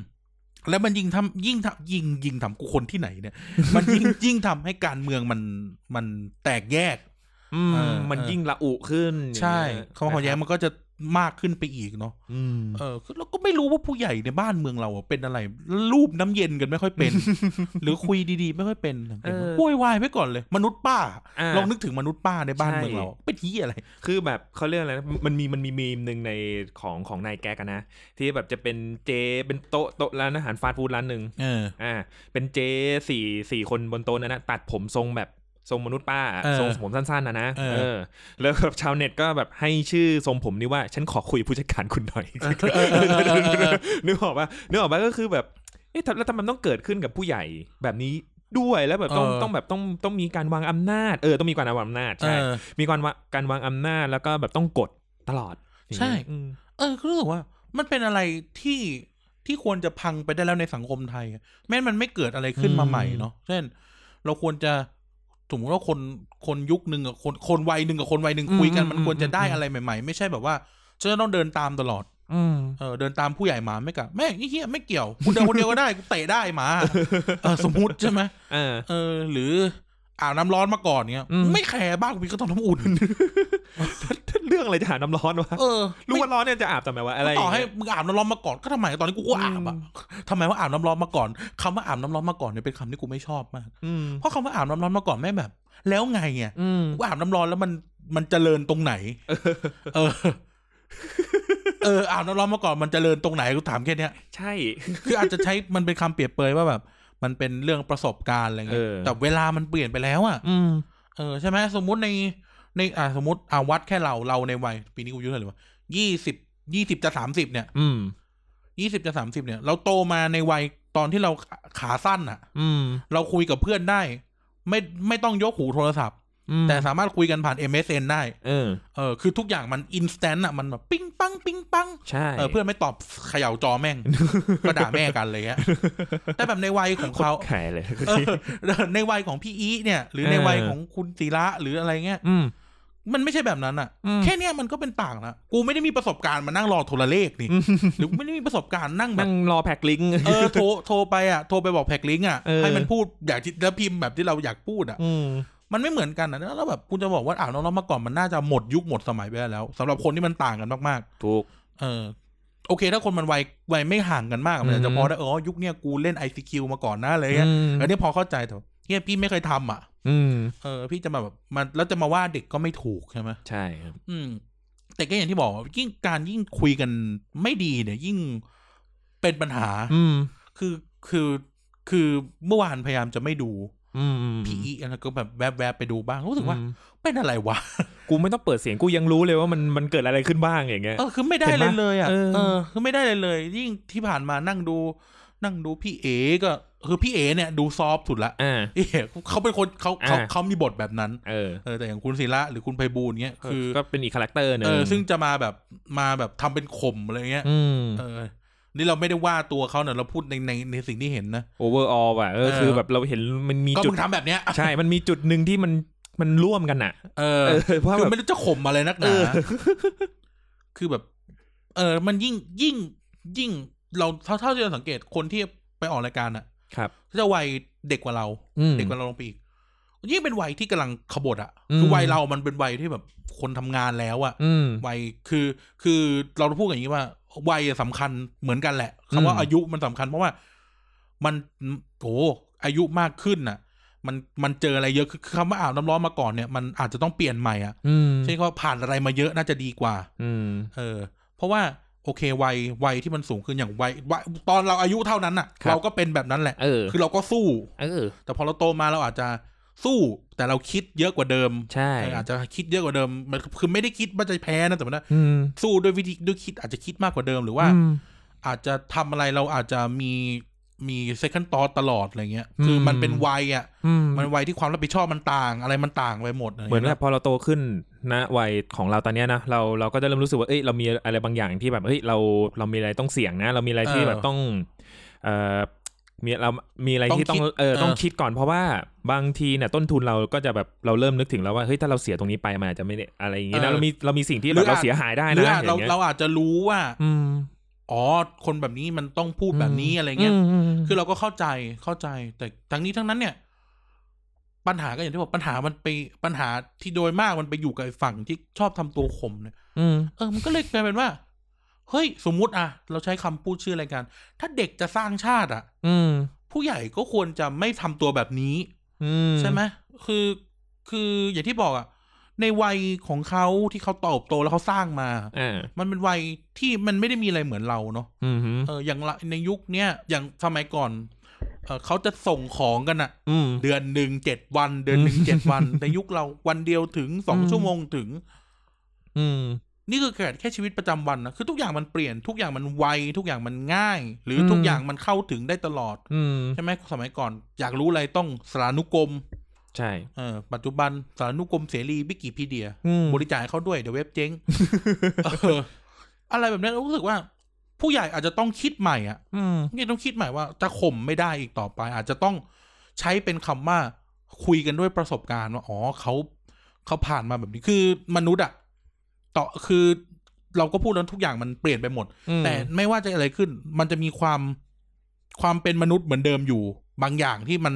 Speaker 1: แล้วมันยิ่งทำยิ่งทำยิ่งยิ่งทำกูคนที่ไหนเนี่ย มันยิ่ง ยิ่งทำให้การเมืองมันมันแตกแยก
Speaker 2: อืม
Speaker 1: เออ
Speaker 2: มัน
Speaker 1: เออ
Speaker 2: ยิ่งละอุขึ้น
Speaker 1: ใช่ความขัดแย้ง
Speaker 2: นะครับ
Speaker 1: มันก็จะมากขึ้นไปอีกเนาะ
Speaker 2: อืม
Speaker 1: เออคือเราก็ไม่รู้ว่าผู้ใหญ่ในบ้านเมืองเราอะเป็นอะไร รูปน้ำเย็นกันไม่ค่อย เป็น หรือคุยดีๆ ไม่ค่อยเป็นสังเกตไหมโวยวายไว้ก่อนเลย มนุษย์ป้า
Speaker 2: อ่ะ
Speaker 1: ลองนึกถึงมนุษย์ป้าในบ้าน
Speaker 2: ใช่
Speaker 1: เมืองเราอะเป็นที่อะไร
Speaker 2: คือแบบเขาเรียกอะไรนะมันมีมันมีมีมหนึ่งในของของนายแก๊กอะนะ ที่แบบจะเป็นเจเป็นโต๊ะโต๊ะร้านอาหารฟาสต์ฟู้ดร้านหนึ่ง
Speaker 1: เออ
Speaker 2: อ่าเป็นเจสี่สี่คนบนโต๊ะนั้นนะตัดผมทรงแบบทรงมนุษย์ป้าอะ
Speaker 1: เออ
Speaker 2: ทรงผมสั้นๆนะนะ
Speaker 1: เออ
Speaker 2: เออ แล้วแบบชาวเน็ตก็แบบให้ชื่อทรงผมนี่ว่า ฉันขอคุยผู้จัดการคุณหน่อย
Speaker 1: เออเอ อเออเออ
Speaker 2: นึกออกปะนึกออกปะก็คือแบบเอ๊ะทำแล้วทำไมมันต้องเกิดขึ้นกับผู้ใหญ่แบบนี้ด้วยแล้วแบบต้อง
Speaker 1: เออ
Speaker 2: ต้องแบบต้องต้องมีการวางอำนาจ เออต้องมีการวางอำนาจ
Speaker 1: เอ
Speaker 2: ใช่
Speaker 1: อ
Speaker 2: มีการวางการวางอำนาจแล้วก็แบบต้องกดตลอด
Speaker 1: ใช่
Speaker 2: อืม
Speaker 1: เออคือรู้สึกว่า มันเป็นอะไรที่ที่ควรจะพังไปได้แล้วในสังคมไทยอะแม้มันไม่เกิดอะไรขึ้นมาใหม่เนาะเช่น เราควรจะสมมติว่าคนคนยุคหนึ่งกับคนคนวัยหนึ่งกับคนวัยหนึ่งคุยกันมันควรจะได้อะไรใหม่ ๆ ไม่ใช่แบบว่าฉันจะต้องเดินตามตลอด
Speaker 2: อืม
Speaker 1: เออเดินตามผู้ใหญ่หมาไม่กลับแม่งไอ้เฮียไม่เกี่ยวกูเดินคนเดียวก็ได้กูเตะได้หมาเออสมมติใช่ไหม
Speaker 2: เอ อ
Speaker 1: เออ หรืออาบน้ำร้อนมาก่อนเนี้ย
Speaker 2: อืม
Speaker 1: ไม่แคร์บ้างกูมีก็ต้องน้ำอุ่น
Speaker 2: ถ้าเรื่องอะไรจะหาน้ำร้อนวะ
Speaker 1: เออ
Speaker 2: รู้ว่าร้อนเนี่ยจะอาบทำไมวะอะไร
Speaker 1: ไม่
Speaker 2: ย่าง
Speaker 1: ต่อให้
Speaker 2: เงี้ย
Speaker 1: มึงอาบน้ำร้อนมาก่อนก็ทำไมตอนนี้กูก็อาบอ่ะ
Speaker 2: อืม
Speaker 1: ทำไมว่าอาบน้ำร้อนมาก่อนคำว่าอาบน้ำร้อนมาก่อนเนี่ยเป็นคำที่กูไม่ชอบมาก
Speaker 2: อืม
Speaker 1: เพราะคำว่าอาบน้ำร้อนมาก่อนแม่งแบบ แล้วไงอ่ะ
Speaker 2: อืม
Speaker 1: กูอาบน้ำร้อนแล้วมันมันเจริญตรงไหน เออ เอออาบน้ำร้อนมาก่อนมันเจริญตรงไหนกูถามแค่เนี้ย
Speaker 2: ใช่
Speaker 1: คืออาจจะใช้มันเป็นคำเปรียบเปรยว่าแบบ มันเป็นเรื่องประสบการณ์อะไรเงี้ย
Speaker 2: เออ
Speaker 1: แต่เวลามันเปลี่ยนไปแล้วอ่ะ
Speaker 2: อืม
Speaker 1: เออใช่ไหมสมมุติในในอ่าสมมติอาวัดแค่เราเราในวัย ปีนี้กูอายุเท่าไหร่วะยี่สิบยี่สิบจะสามสิบเนี่ย
Speaker 2: อืม
Speaker 1: ยี่สิบจะสามสิบเนี่ย เราโตมาในวัยตอนที่เราขาสั้นอ่ะ
Speaker 2: อืม
Speaker 1: เราคุยกับเพื่อนได้ ไม่ไม่ต้องยกหูโทรศัพท์
Speaker 2: อืม
Speaker 1: แต่สามารถคุยกันผ่าน MSN ได้
Speaker 2: เออ
Speaker 1: เออคือทุกอย่างมันอินสแตนต์อ่ะมันแบบปิ้งปังปิ้งปัง
Speaker 2: ใช่
Speaker 1: เออเพื่อนไม่ตอบเขย่าจอแม่ ง ก็ด่าแม่กันเลยฮะแต่แบบในวัยของเขา
Speaker 2: แข่เลย
Speaker 1: เออ ในวัยของพี่อีเนี่ย หรือใน
Speaker 2: เออ
Speaker 1: วัยของคุณศิระหรืออะไรเงี้ย
Speaker 2: อืม
Speaker 1: มันไม่ใช่แบบนั้นอ่ะ
Speaker 2: อืม
Speaker 1: แค่เนี้ยมันก็เป็นต่างละกูไม่ได้มีประสบการณ์มานั่งรอโทรเลข นี่หรือไม่ได้มีประสบการณ์นั่งแบ
Speaker 2: นั่
Speaker 1: บ
Speaker 2: งรอแพ็คลิงก์
Speaker 1: เออโทรโทรไปอ่ะโทรไปบอกแพ็กลิงก์อ่ะ
Speaker 2: เออ
Speaker 1: ให้มันพูดอยากที่แล้วพิมพ์แบบที่เราอยากพูดอ่ะ
Speaker 2: อืม
Speaker 1: มันไม่เหมือนกันอ่ะแล้วแบบคุณจะบอกว่าอ่าวน้องๆมาก่อนมันน่าจะหมดยุคหมดสมัยไปแล้วสำหรับคนที่มันต่างกันมากๆ
Speaker 2: ถูก
Speaker 1: เออโอเค ถ้าคนมันวัยวัยไม่ห่างกันมากมันอาจ
Speaker 2: อื
Speaker 1: จะ
Speaker 2: ม
Speaker 1: พอได้เออยุคเนี้ยกูเล่นไอซีคิวมาก่อนนะอะไรเงี้ย
Speaker 2: ม
Speaker 1: อันนี้พอเข้าใจแต่ว่าเนี่ยพี่ไม่เคยทำอ่ะ
Speaker 2: อืม
Speaker 1: เออพี่จะมาแบบมันแล้วจะมาว่าเด็กก็ไม่ถูกใช่ไหม
Speaker 2: ใช่ครับ
Speaker 1: อืม แต่ก็อย่างที่บอกว่ายิ่งการยิ่งคุยกันไม่ดีเนี่ย ยิ่งเป็นปัญหา
Speaker 2: อืม
Speaker 1: คือคือคือเมื่อวานพยายามจะไม่ดู
Speaker 2: อืมอืม
Speaker 1: พีอีแล้วก็แบบแวบๆไปดูบ้างรู้สึกว่า
Speaker 2: อืม
Speaker 1: เป็นอะไรวะ
Speaker 2: กูไม่ต้องเปิดเสียงกูยังรู้เลยว่ามันมันเกิดอะไรขึ้นบ้างอย่างเงี้ย
Speaker 1: เออคือไม่ได้เลยเลยอ่ะ
Speaker 2: เห็นปะเออ
Speaker 1: เออ คือไม่ได้เลยเลย ยิ่งที่ผ่านมานั่งดู นั่งดูพี่เอก็คือพี่เอเนี่ยดูซอฟต์สุดละ
Speaker 2: อ่า
Speaker 1: เอ๊ะเขาเป็นคนเขาเขา
Speaker 2: อ่า
Speaker 1: เขามีบทแบบนั้น
Speaker 2: เออ
Speaker 1: เออแต่อย่างคุณศิระหรือคุณไพบูลย์เงี้ย
Speaker 2: คื
Speaker 1: คืออ
Speaker 2: ก็เป็นอีกคาแรคเตอร์หนึ่ง
Speaker 1: เออซึ่งจะมาแบบมาแบบทำเป็นข่มอะไรเงี้ย
Speaker 2: อืม
Speaker 1: เออ นี่เราไม่ได้ว่าตัวเขาเนอะเราพูดในในในสิ่งที่เห็นนะ
Speaker 2: โอเวอร์ออลอ่ะเออ
Speaker 1: เออ
Speaker 2: คือแบบเราเห็นมันมี
Speaker 1: ก็
Speaker 2: จุด
Speaker 1: มึงทำแบบเนี้ย
Speaker 2: ใช่ มันมีจุดหนึ่งที่มันมันร่วมกันอ่ะ
Speaker 1: เอ
Speaker 2: เอ
Speaker 1: อ
Speaker 2: อเพราะ
Speaker 1: คือ
Speaker 2: แบบ
Speaker 1: ไม่รู้จะข่มอะไรนักห
Speaker 2: เอ
Speaker 1: นา
Speaker 2: อ
Speaker 1: คือแบบ เออ มันยิ่งยิ่งยิ่งเราเท่าเท่าที่เราสังเกตคนที่ไปออกรายการอ่ะ
Speaker 2: ครับ
Speaker 1: ก็จะวัยเด็กกว่าเรา
Speaker 2: อืม
Speaker 1: เด็กกว่าเราลงไปอีกยิ่งเป็นวัยที่กำลังขบฏอ่ะ
Speaker 2: อืม
Speaker 1: คือวัยเรามันเป็นวัยที่แบบคนทำงานแล้วอ่ะ
Speaker 2: อืม
Speaker 1: วัยคือคือเราพูดกันอย่างนี้ว่า วัยสำคัญเหมือนกันแหละคำว่า
Speaker 2: อืม
Speaker 1: อายุมันสำคัญเพราะว่า มันโอ้อายุมากขึ้นน่ะ มันมันเจออะไรเยอะคือคือคำว่าอาบน้ำร้อนมาก่อนเนี่ยมันอาจจะต้องเปลี่ยนใหม่อ่ะ
Speaker 2: อืม
Speaker 1: ใช่ว่าผ่านอะไรมาเยอะน่าจะดีกว่า
Speaker 2: อืม
Speaker 1: เออ เพราะว่า โอเควัยวัยที่มันสูงขึ้นอย่างวัยวัยตอนเราอายุเท่านั้นน่ะ
Speaker 2: ครับ
Speaker 1: เราก็เป็นแบบนั้นแหละ
Speaker 2: เออ
Speaker 1: คือเราก็สู้
Speaker 2: เออ
Speaker 1: แต่พอเราโตมาเราอาจจะสู้ แต่เราคิดเยอะกว่าเดิม
Speaker 2: ใช่
Speaker 1: เอออาจจะคิดเยอะกว่าเดิมมันคือไม่ได้คิดว่าจะแพ้นะแต่ว่า
Speaker 2: อืม
Speaker 1: สู้ด้วยวิธีด้วยคิดอาจจะคิดมากกว่าเดิมหรือว่า
Speaker 2: อืม
Speaker 1: อาจจะทำอะไรเราอาจจะมีมี second thought ตลอดอะไรเงี้ย คืออ
Speaker 2: ม
Speaker 1: มันเป็นวัยอ่ะ
Speaker 2: อืม
Speaker 1: มันวัยที่ความรับผิดชอบมันต่าง อะไรมันต่างไปหมดะไร
Speaker 2: เหมื
Speaker 1: เงี้
Speaker 2: อน
Speaker 1: ย
Speaker 2: แบบพอเราโตขึ้นนะวัยของเราตอนเนี้ยนะเราเราก็จะเริ่มรู้สึกว่าเอ้ยเรามีอะไรบางอย่างที่แบบเฮ้ยเราเรามีอะไรต้องเสี่ยงนะ เรามีอะไรที่แบบต้องเอ่อมีเรามีอะไรที่ต้องเออต้องคิดก่อนเพราะว่าบางทีเนี่ยต้นทุนเราก็จะแบบเราเริ่มนึกถึงแล้วว่าเฮ้ยถ้าเราเสียตรงนี้ไปมันอาจจะไม่ได้อะไรอย่างงี้นะเรามีเรามีสิ่งที่แบบเราเสียหายได้
Speaker 1: ห
Speaker 2: นะ
Speaker 1: รือ
Speaker 2: อ
Speaker 1: อาจเรา
Speaker 2: ย่างเงี้ย
Speaker 1: เราอาจจะรู้ว่า
Speaker 2: อืม
Speaker 1: อ๋อ คนแบบนี้มันต้องพูดแบบนี้อะไรเงี้ย คือเราก็เข้าใจเข้าใจ แต่ทั้งนี้ทั้งนั้นเนี่ย ปัญหาก็อย่างที่บอกปัญหามันไปปัญหาที่โดยมากมันไปอยู่กับไอ้ฝั่งที่ชอบทำตัวข่มเนี่ย
Speaker 2: อืม
Speaker 1: เออ มันก็เลยกลายเป็นว่า เฮ้ย สมมุติอะเราใช้คำพูดชื่อรายการ ถ้าเด็กจะสร้างชาติอะ
Speaker 2: อืม
Speaker 1: ผู้ใหญ่ก็ควรจะไม่ทำตัวแบบนี้
Speaker 2: อื
Speaker 1: ใช่ไหมคือ คืออย่างที่บอกอะในวัยของเขาที่เขาเตบโตแล้วเขาสร้างมา
Speaker 2: อ่า
Speaker 1: มันเป็นวัยที่มันไม่ได้มีอะไรเหมือนเราเนาะ
Speaker 2: อืม
Speaker 1: เออ อย่างละในยุคเนี้ย อย่างสมัยก่อน เออเขาจะส่งของกันอะ
Speaker 2: อืม
Speaker 1: เดือนหนึ่งเจ็ดวัน เดือนหนึ่งเจ็ด วัน ในยุคเราวันเดียวถึงสอง
Speaker 2: อืม
Speaker 1: ชั่วโมงถึง
Speaker 2: อืม
Speaker 1: นี่คือแค่แค่ชีวิตประจำวันนะคือทุกอย่างมันเปลี่ยนทุกอย่างมันไวทุกอย่างมันง่าย หรืออ
Speaker 2: ม
Speaker 1: ทุกอย่างมันเข้าถึงได้ตลอด
Speaker 2: อืม
Speaker 1: ใช่ไหมสมัยก่อน อยากรู้อะไรต้องสารานุกรม
Speaker 2: ใช่
Speaker 1: เออปัจจุบันสารานุกรมเสรีวิกิพีเดีย
Speaker 2: อืม
Speaker 1: บริจาคให้เขาด้วยเดี๋ยวเว็บเจ๊ง เอออะไรแบบนี้เรารู้สึกว่า ผู้ใหญ่อาจจะต้องคิดใหม่อ่ะ
Speaker 2: อืม
Speaker 1: นี่ต้องคิดใหม่ว่าจะข่มไม่ได้อีกต่อไป อาจจะต้องใช้เป็นคำว่าคุยกันด้วยประสบการณ์ว่าอ๋อเขาเขาผ่านมาแบบนี้คือมนุษย์อ่ะต่อคือเราก็พูดแล้วทุกอย่างมันเปลี่ยนไปหมด
Speaker 2: อืม
Speaker 1: แต่ไม่ว่าจะอะไรขึ้น มันจะมีความความเป็นมนุษย์เหมือนเดิมอยู่ บางอย่างที่มัน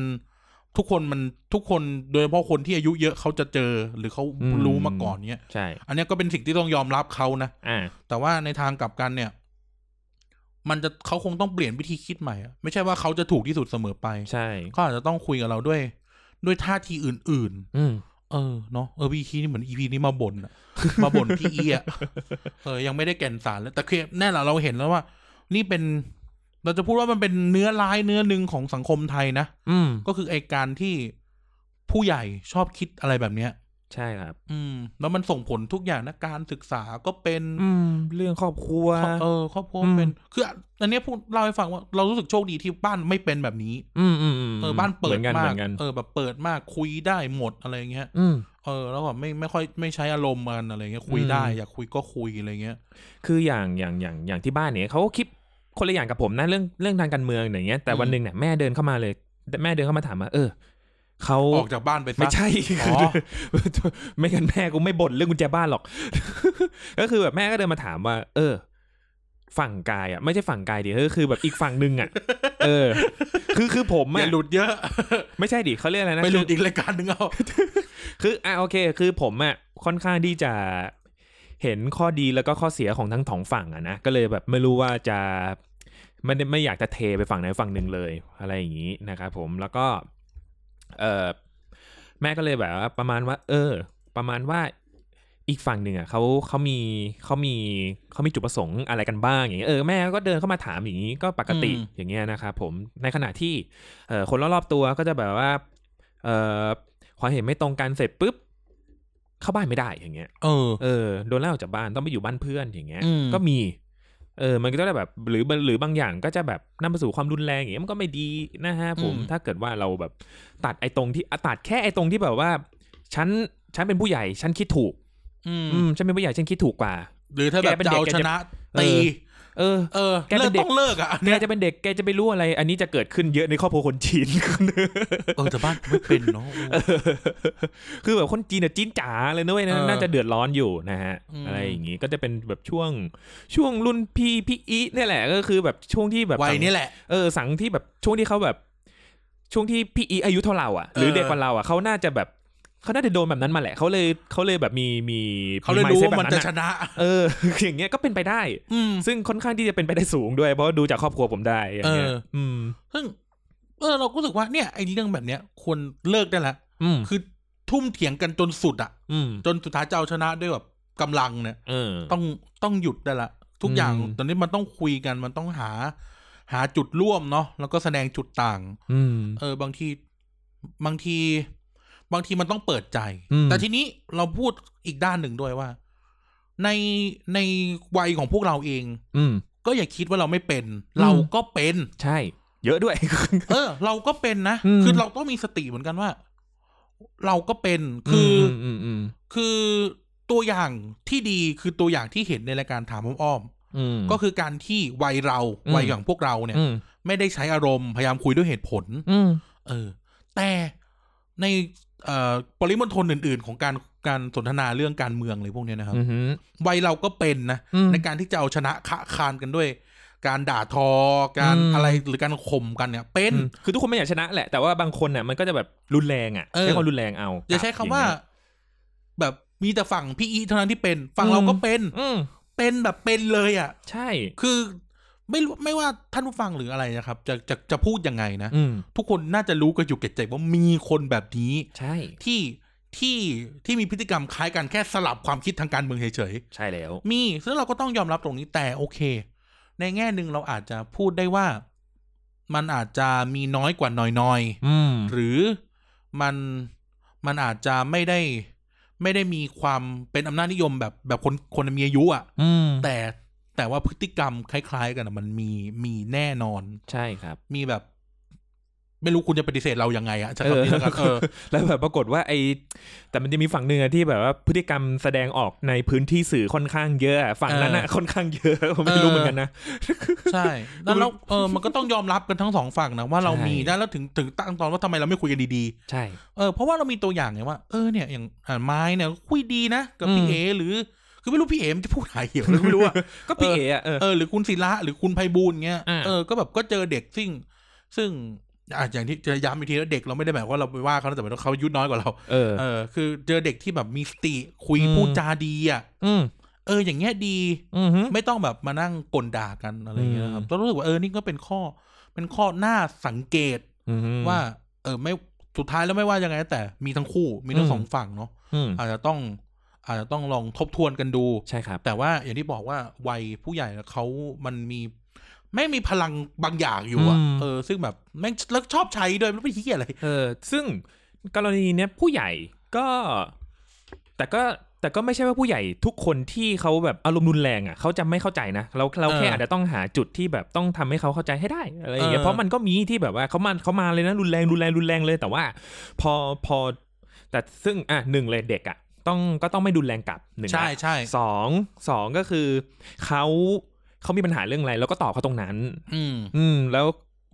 Speaker 1: ทุกคนมันทุกคนโดยเฉพาะคนที่อายุเยอะเขาจะเจอหรือเขารู้มาก่อนเนี้ย
Speaker 2: ใช่
Speaker 1: อันเนี้ยก็เป็นสิ่งที่ต้องยอมรับเขานะ
Speaker 2: อ่า
Speaker 1: แต่ว่าในทางกลับกันเนี่ย มันจะเขาคงต้องเปลี่ยนวิธีคิดใหม่อะไม่ใช่ว่าเขาจะถูกที่สุดเสมอไป
Speaker 2: ใช่
Speaker 1: เขาอาจจะต้องคุยกับเราด้วย ด้วยท่าทีอื่น
Speaker 2: อืม
Speaker 1: ๆ เออเนาะเออพีนี่เหมือนอีพีนี้มาบ่นอะ มาบ่นพี่เอียอะเออยังไม่ได้แก่นสารเลยแต่คือแน่ละเราเห็นแล้วว่า นี่เป็น เราจะพูดว่ามันเป็นเนื้อร้ายเนื้อหนึ่งของสังคมไทยนะ
Speaker 2: อืม
Speaker 1: ก็คือไอการที่ผู้ใหญ่ชอบคิดอะไรแบบเนี้ย
Speaker 2: ใช่ครับ
Speaker 1: อืม แล้วมันส่งผลทุกอย่างนะการศึกษาก็เป็น
Speaker 2: อืม เรื่องครอบครัว
Speaker 1: ครอบเออครอบครัว
Speaker 2: อืม
Speaker 1: เป็นคืออันเนี้ยพูดเล่าให้ฟังว่าเรารู้สึกโชคดีที่บ้านไม่เป็นแบบนี้
Speaker 2: อืมอืมอืม
Speaker 1: เออบ้านเปิ
Speaker 2: หมื
Speaker 1: ด
Speaker 2: อกัน
Speaker 1: มา
Speaker 2: เหมื
Speaker 1: ก
Speaker 2: อนกัน
Speaker 1: เออแบบเปิดมากคุยได้หมดอะไรเงี้ย
Speaker 2: อืม
Speaker 1: เออแล้วก็ไม่ไม่ค่อยไม่ใช้อารมณ์กันอะไรเงี้ยคุย
Speaker 2: อืม
Speaker 1: ได้อยากคุยก็คุยอะไรเงี้ย
Speaker 2: คืออย่างอย่างอย่างอย่างที่บ้านเนี่ยเขาก็คิดคนละอย่างกับผมนะเรื่องเรื่องทางการเมืองอย่างเงี้ย แต่
Speaker 1: อืม
Speaker 2: วันหนึ่งเนี่ยแม่เดินเข้ามาเลย แม่เดินเข้ามาถามว่าเออเขา
Speaker 1: ออกจากบ้านไปซะ
Speaker 2: ไม่ใช่
Speaker 1: อ๋
Speaker 2: คือ อ ไม่กันแม่กูไม่บ่นเรื่องกุญแจบ้านหรอก ก็คือแบบแม่ก็เดินมาถามว่า เออ ฝั่งกายอ่ะไม่ใช่ฝั่งกายดิเออคือแบบอีกฝั่งหนึ่งอ่ะ เออ คือคือผม
Speaker 1: อ
Speaker 2: อ่ะ
Speaker 1: ย่าหลุดเยอะ
Speaker 2: ไม่ใช่ดิเขาเรียกอะไรนะ
Speaker 1: ไปหลุดอีกรายการหนึ่งเอา
Speaker 2: คืออ่ะโอเค คือผมอ่ะค่อนข้างที่จะเห็นข้อดีแล้วก็ข้อเสียของทั้งสองฝั่งอ่ะนะก็เลยแบบไม่รู้ว่าจะไม่ได้ไม่อยากจะเทไปฝั่งไหนฝั่งหนึ่งเลยอะไรอย่างนี้นะครับผมแล้วก็เออแม่ก็เลยแบบว่าประมาณว่า เออ ประมาณว่าอีกฝั่งหนึ่งอ่ะเขาเขามีเขามีเขามีจุดประสงค์อะไรกันบ้างอย่างเงี้ยเออแม่ก็เดินเข้ามาถามอย่างนี้ก็ปกติอย่างเงี้ยนะครับผมในขณะที่เออคนรอบๆตัวก็จะแบบว่า เออความเห็นไม่ตรงกันเสร็จปุ๊บ เข้าบ้านไม่ได้อย่างเงี้ย
Speaker 1: เออ
Speaker 2: เออโดนไล่ออกจากบ้านต้องไปอยู่บ้านเพื่อนอย่างเงี้ย
Speaker 1: อืม
Speaker 2: ก็มี เออ มันก็จะแบบหรือหรือบางอย่างก็จะแบบนำไปสู่ความรุนแรงอย่างเงี้ยมันก็ไม่ดีนะฮะผม
Speaker 1: อืม
Speaker 2: ถ้าเกิดว่าเราแบบตัดไอ้ตรงที่อ่ะตัดแค่ไอ้ตรงที่แบบว่าฉันฉันเป็นผู้ใหญ่ฉันคิดถูก
Speaker 1: อืม
Speaker 2: อืมฉันเป็นผู้ใหญ่ฉันคิดถูกกว่า
Speaker 1: หรือถ้าแบบ
Speaker 2: แกเป็น
Speaker 1: จะ
Speaker 2: เด็ก
Speaker 1: เอา
Speaker 2: แก
Speaker 1: ช
Speaker 2: จะ
Speaker 1: นะ ตี
Speaker 2: เออ
Speaker 1: เออ
Speaker 2: แกเป็
Speaker 1: เลิก
Speaker 2: นเด็ก
Speaker 1: ต้องเลิกอ่ะอัน
Speaker 2: แก
Speaker 1: เนี้ย
Speaker 2: จะเป็นเด็กแกจะไปรู้อะไร อันนี้จะเกิดขึ้นเยอะในครอบครัวคนจีน
Speaker 1: เออแต่บ้านกูไม่เป็นเนาะ
Speaker 2: คือแบบคนจีนเนี่ยจีนจ๋าเลยนะเว้ยนะ
Speaker 1: เออ
Speaker 2: น่าจะเดือดร้อนอยู่นะฮะ
Speaker 1: อืม
Speaker 2: อะไรอย่างงี้ก็จะเป็นแบบช่วงช่วงรุ่นพี่พี่อีเนี่ยแหละก็คือแบบช่วงที่แบบ
Speaker 1: วัย
Speaker 2: สัง
Speaker 1: นี้แหละ
Speaker 2: เออสังที่แบบช่วงที่เขาแบบ ช่วงที่พี่อีอายุเท่าเราอ่ะ หรือ
Speaker 1: เออ
Speaker 2: เด็กกว่าเราอ่ะเขาน่าจะแบบเขาน่าจะโดนแบบนั้นมาแหละเขาเลยเขาเลยแบบมีมี
Speaker 1: เขาเลยรู้ว่ามันจะ
Speaker 2: แบบ
Speaker 1: ชนะ
Speaker 2: เออ อย่างเงี้ยก็เป็นไปได้
Speaker 1: อืม
Speaker 2: ซึ่งค่อนข้างที่จะเป็นไปได้สูงด้วยเพราะว่าดูจากครอบครัวผมได้อย่างเงี้ย
Speaker 1: เออ
Speaker 2: อืม
Speaker 1: ซึ่งเออเราก็รู้สึกว่าเนี่ยไอ้เรื่องแบบเนี้ยควรเลิกได้ละ
Speaker 2: อืม
Speaker 1: คือทุ่มเถียงกันจนสุดอะ
Speaker 2: อืม
Speaker 1: จนสุดท้ายจะเอาชนะด้วยแบบกำลังเนี่ย
Speaker 2: เออ
Speaker 1: ต้องต้องหยุดได้ละ ทุกอย่าง
Speaker 2: อืม
Speaker 1: ตอนนี้มันต้องคุยกันมันต้องหา หาจุดร่วมเนาะแล้วก็แสดงจุดต่าง
Speaker 2: อืม
Speaker 1: เออบางทีบางที บางทีมันต้องเปิดใจ
Speaker 2: อืม
Speaker 1: แต่ทีนี้เราพูดอีกด้านหนึ่งด้วยว่า ในในวัยของพวกเราเอง
Speaker 2: อืม
Speaker 1: ก็อย่าคิดว่าเราไม่เป็น
Speaker 2: อืม
Speaker 1: เราก็เป็น
Speaker 2: ใช่ เยอะด้วย
Speaker 1: เออ เราก็เป็นนะ
Speaker 2: อืม
Speaker 1: คือเราต้องมีสติเหมือนกันว่า เราก็เป็นคือ
Speaker 2: มอืมอืม
Speaker 1: คือตัวอย่างที่ดีคือตัวอย่างที่เห็นในรายการถามอ้อม
Speaker 2: อืม
Speaker 1: ๆก็คือการที่วัยเรา
Speaker 2: อืม
Speaker 1: วัยอย่างพวกเราเนี่ย
Speaker 2: อืม
Speaker 1: ไม่ได้ใช้อารมณ์พยายามคุยด้วยเหตุผล
Speaker 2: อืม
Speaker 1: เออ แต่ในเอ่อปริมณฑลอื่น ๆ ของการการสนทนาเรื่องการเมืองอะไรพวกเนี้ยนะครับ
Speaker 2: อืมอืม
Speaker 1: วัยเราก็เป็นนะ
Speaker 2: อืม
Speaker 1: ในการที่จะเอาชนะคะคานกันด้วย การด่าทอการ
Speaker 2: อืม
Speaker 1: อะไรหรือการข่มกันเนี่ย เป็น
Speaker 2: คือทุกคนไม่อยากชนะแหละ แต่ว่าบางคนเนี่ยมันก็จะแบบรุนแรงอ่ะ
Speaker 1: เออ
Speaker 2: ใช้ความรุนแรงเอา
Speaker 1: อย่าใช้คำว่า
Speaker 2: อย่งเงี้ย
Speaker 1: แบบมีแต่ฝั่งพี่อีเท่านั้นที่เป็นฝั่ง
Speaker 2: อืม
Speaker 1: เราก็เป็น
Speaker 2: อืม
Speaker 1: เป็นแบบเป็นเลยอ่ะ
Speaker 2: ใช่
Speaker 1: คือไม่รู้ไม่ว่าท่านผู้ฟังหรืออะไรนะครับ จะจะจะพูดยังไงนะ
Speaker 2: อืม
Speaker 1: ทุกคนน่าจะรู้กันอยู่แก่ใจว่ามีคนแบบนี้
Speaker 2: ใช่
Speaker 1: ที่ที่ที่มีพฤติกรรมคล้ายกันแค่สลับความคิดทางการเมืองเฉย
Speaker 2: ใช่แล้ว
Speaker 1: ๆมีซึ่งเราก็ต้องยอมรับตรงนี้แต่โอเค ในแง่หนึ่งเราอาจจะพูดได้ว่า มันอาจจะมีน้อยกว่าน้อย
Speaker 2: อืม
Speaker 1: ๆหรือมันมันอาจจะไม่ได้ ไม่ได้มีความเป็นอำนาจนิยมแบบแบบคนคนมีอายุอ่ะ
Speaker 2: อืม
Speaker 1: แต่แต่ว่าพฤติกรรมคล้าย ๆ กันอะมันมีมีแน่นอน
Speaker 2: ใช่ครับ
Speaker 1: มีแบบ ไม่รู้คุณจะปฏิเสธเรายังไงอะใช้คำนี้แล้วกันเออ
Speaker 2: แล้วแบบปรากฏว่าไอแต่มันจะมีฝั่งหนึ่งอะที่แบบว่าพฤติกรรมแสดงออกในพื้นที่สื่อค่อนข้างเยอะอะฝั่งนั้นอะค่อนข้างเยอะ ผมไม่รู้เหมือนกันนะ
Speaker 1: ใช่แล้วเราเออมันก็ต้องยอมรับกันทั้งสองฝั่งนะว่าเรา
Speaker 2: ใช่
Speaker 1: มีนะแล้วถึงถึงตั้งตอนว่าทำไมเราไม่คุยกันดี
Speaker 2: ใช่
Speaker 1: ๆเออเพราะว่าเรามีตัวอย่างไงว่าเออเนี่ยอย่างอ่าไม้เนี่ยคุยดีนะกับพี่เอหรือ คือไม่รู้พี่เอมันจะพูดหายเหี่ยวห รือไม่รู้อะ
Speaker 2: ก็พี่เออะเออ
Speaker 1: เออหรือคุณศิระหรือคุณไพบูลย์เงี้ย
Speaker 2: อ่า
Speaker 1: เออก็แบบก็เจอเด็กซึ่ง ซึ่งอ่ะอย่างที่จะย้ำอีกทีว่าเด็กเราไม่ได้หมายความว่าเราไปว่าเขานะแต่หมายถึงว่าเขาอายุน้อยกว่าเรา
Speaker 2: เออ
Speaker 1: เออ คือเจอเด็กที่แบบมีสติคุย
Speaker 2: อืม
Speaker 1: พูดจาดีอ่ะ
Speaker 2: อืม
Speaker 1: เออ อย่างเงี้ยดี
Speaker 2: อืม
Speaker 1: ไม่ต้องแบบมานั่งกลด่ากันอะไรอย่างเงี้ยนะครับ
Speaker 2: อืม
Speaker 1: ก็รู้สึกว่าเออนี่ก็เป็นข้อ เป็นข้อหน้าสังเกต
Speaker 2: อืม
Speaker 1: ว่า เออไม่สุดท้ายแล้วไม่ว่ายังไงแต่มีทั้งคู่มีทั้
Speaker 2: อื
Speaker 1: ง
Speaker 2: ม
Speaker 1: สองฝั่งเนาะ
Speaker 2: อืม
Speaker 1: อาจจะต้อง อาจจะต้องลองทบทวนกันดู
Speaker 2: ใช่ครับ
Speaker 1: แต่ว่าอย่างที่บอกว่าวัยผู้ใหญ่แล้วเขามันมีไม่งมีพลังบางอย่างอยู่อะเออ ซึ่งแบบแม่งแล้วชอบใช้ด้วยไม่รู้เป็นที่อะไร
Speaker 2: เออซึ่งกรณีเนี้ยผู้ใหญ่ก็ แต่ก็แต่ก็ไม่ใช่ว่าผู้ใหญ่ทุกคนที่เขาแบบอารมณ์รุนแรงอ่ะเขาจะไม่เข้าใจนะเราเราแค่
Speaker 1: เอออ
Speaker 2: อาจจะต้องหาจุดที่แบบต้องทำให้เขาเข้าใจให้ได้อะไรอย่างเงี้ย
Speaker 1: เออ
Speaker 2: เพราะมันก็มีที่แบบว่าเขามาเขามาเลยนะรุนแรงรุนแรงรุนแรงเลย แต่ว่า พอพอ แต่ซึ่งอ่ะหนึ่งเลยเด็กอ่ะ ต้องก็ต้องไม่ดุนแรงกลับหนึ่งละ
Speaker 1: ใช่ใช่
Speaker 2: สองสองก็คือเขาเขามีปัญหาเรื่องอะไร แล้วก็ตอบเขาตรงนั้น
Speaker 1: อืม
Speaker 2: อืมแล้ว